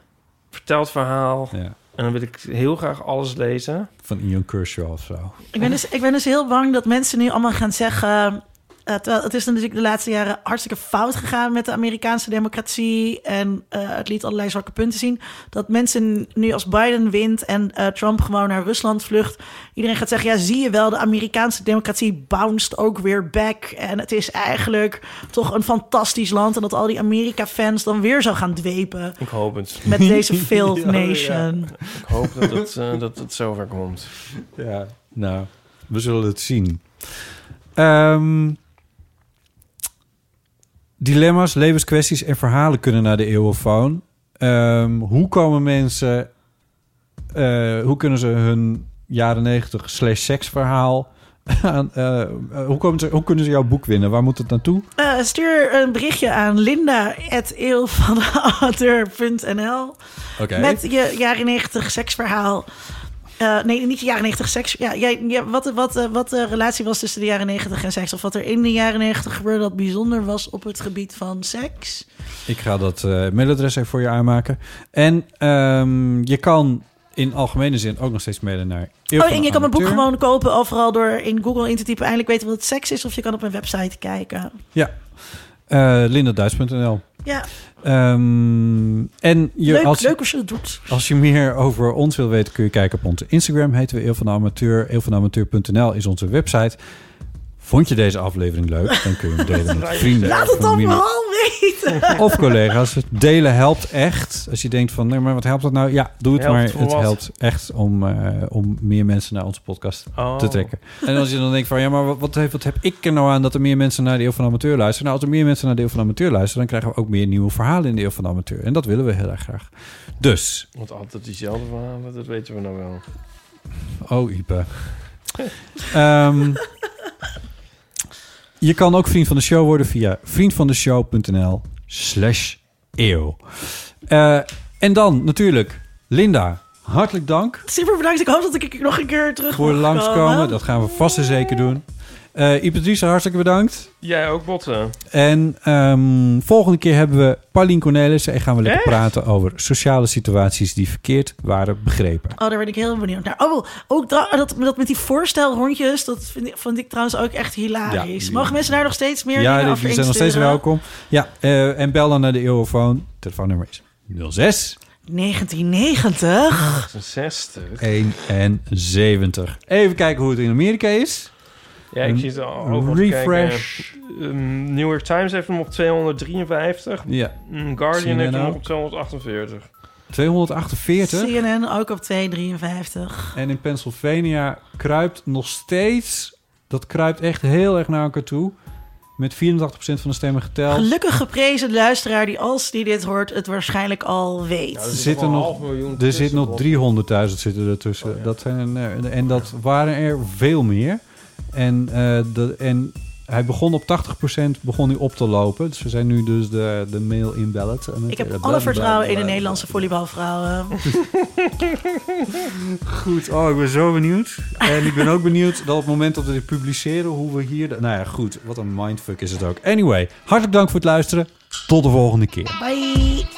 B: Vertel het verhaal.
C: ja.
B: En dan wil ik heel graag alles lezen.
C: Van Ian Kershaw of zo.
A: Ik ben, dus, ik ben dus heel bang dat mensen nu allemaal gaan zeggen. eh, terwijl het is natuurlijk de laatste jaren hartstikke fout gegaan met de Amerikaanse democratie. En eh, het liet allerlei zwakke punten zien. Dat mensen nu als Biden wint en eh, Trump gewoon naar Rusland vlucht. Iedereen gaat zeggen: ja, zie je wel, de Amerikaanse democratie bounced ook weer back. En het is eigenlijk toch een fantastisch land. En dat al die Amerika-fans dan weer zou gaan dwepen
B: Ik hoop het.
A: met deze failed nation.
B: Ik hoop dat het, eh, dat het zover komt.
C: Ja, nou, we zullen het zien. Ehm, dilemma's, levenskwesties en verhalen kunnen naar de eeuwofoon. Ehm, hoe komen mensen... eh, hoe kunnen ze hun jaren 90 slash seksverhaal... Aan, eh, eh, hoe, komen ze, hoe kunnen ze jouw boek winnen? Waar moet het naartoe?
A: Eh, stuur een berichtje aan linda.eelvandeauteur.nl
C: Oké.
A: met je jaren 90 seksverhaal. Eh, nee, niet je jaren 90 seks. Ja, jij, ja, wat, de- wat, de- wat de relatie was tussen de jaren 90 en seks. Of wat er in de jaren 90 gebeurde dat bijzonder was op het gebied van seks.
C: Ik ga dat eh, mailadres even voor je aanmaken. En ehm, je kan in algemene zin ook nog steeds mailen naar... Eeuw
A: Oh,
C: van
A: en
C: de
A: je kan mijn boek
C: Amateur.
A: gewoon kopen overal door in Google in te typen. Eindelijk weten wat seks is. Of je kan op mijn website kijken.
C: Ja. Eh lindaduits.nl.
A: Ja,
C: Ehm, en je,
A: leuk
C: als,
A: als, leuk als je het doet.
C: als je meer over ons wil weten, kun je kijken op onze Instagram. Heten we Eeuw van de Amateur. Eeuwvandeamateur.nl is onze website. Vond je deze aflevering leuk? Dan kun je hem delen met vrienden.
A: Laat
C: of
A: het dan
C: familie
A: vooral weten.
C: Of collega's. Delen helpt echt. Als je denkt van, nee, maar wat helpt dat nou? Ja, doe het,
B: Helpt
C: maar
B: voor
C: het
B: wat?
C: helpt echt om, eh, om meer mensen naar onze podcast
B: Oh.
C: te trekken. En als je dan denkt van, ja, maar wat, wat, heeft, wat heb ik er nou aan... dat er meer mensen naar de Eeuw van de Amateur luisteren? Nou, als er meer mensen naar de Eeuw van de Amateur luisteren... dan krijgen we ook meer nieuwe verhalen in de Eeuw van de Amateur. En dat willen we heel erg graag. Dus,
B: Want altijd diezelfde verhalen, dat weten we nou wel.
C: oh Ipe. Ehm, je kan ook vriend van de show worden via vriendvandeshow.nl slash eeuw. Eh, en dan natuurlijk, Linda, hartelijk dank
A: Super bedankt. Ik hoop dat ik nog een keer terug
C: voor
A: mag
C: langskomen.
A: komen.
C: Dat gaan we vast en zeker doen. Eh Ipe Driessen, hartstikke bedankt.
D: Jij ook, botten.
C: En ehm, volgende keer hebben we Paulien Cornelissen en gaan we lekker praten over sociale situaties die verkeerd waren begrepen.
A: Oh, daar ben ik heel benieuwd naar. Oh, ook da- dat, dat met die voorstelrondjes, dat vind ik, vond ik trouwens ook echt hilarisch.
C: Ja.
A: Mogen mensen daar nog steeds meer
C: ja,
A: dingen
C: die
A: over
C: zijn nog steeds
A: insturen?
C: welkom. Ja, eh, en bel dan naar de Eurofoon. Telefoonnummer is 06
A: 1990?
D: 60.
C: 71. Even kijken hoe het in Amerika is.
D: Ja, ik zie het
B: Oh,
D: al over
C: Refresh.
B: Ehm,
D: New York Times heeft hem op 253.
C: Ja,
D: Mm, Guardian heeft
C: CNN
D: hem
C: ook.
D: op 248.
C: 248.
A: CNN ook op 253.
C: En in Pennsylvania kruipt nog steeds... Dat kruipt echt heel erg naar elkaar toe. Met 84% van de stemmen geteld.
A: Gelukkig geprezen luisteraar die als die dit hoort het waarschijnlijk al
C: Er
A: weet.
C: zitten
D: nog een
C: nog,
D: half
B: ну,
D: miljoen
C: er zit
D: tussen,
C: nog 300.000 zitten ertussen. dat zijn, er- eh, en dat waren er veel meer. En, eh, dat, en hij begon op 80% begon hij op te lopen. Dus we zijn nu dus de, de mail-in ballot. En het-
A: Ik heb
C: eh,
A: alle vertrouwen in de
C: blablabla.
A: Nederlandse volleybalvrouwen.
C: Goed, oh, ik ben zo benieuwd. En ik ben ook benieuwd dat op het moment dat we dit publiceren... hoe we hier... de- nou ja, goed, wat een mindfuck is het ook. Anyway, hartelijk dank voor het luisteren. Tot de volgende keer.
A: Bye!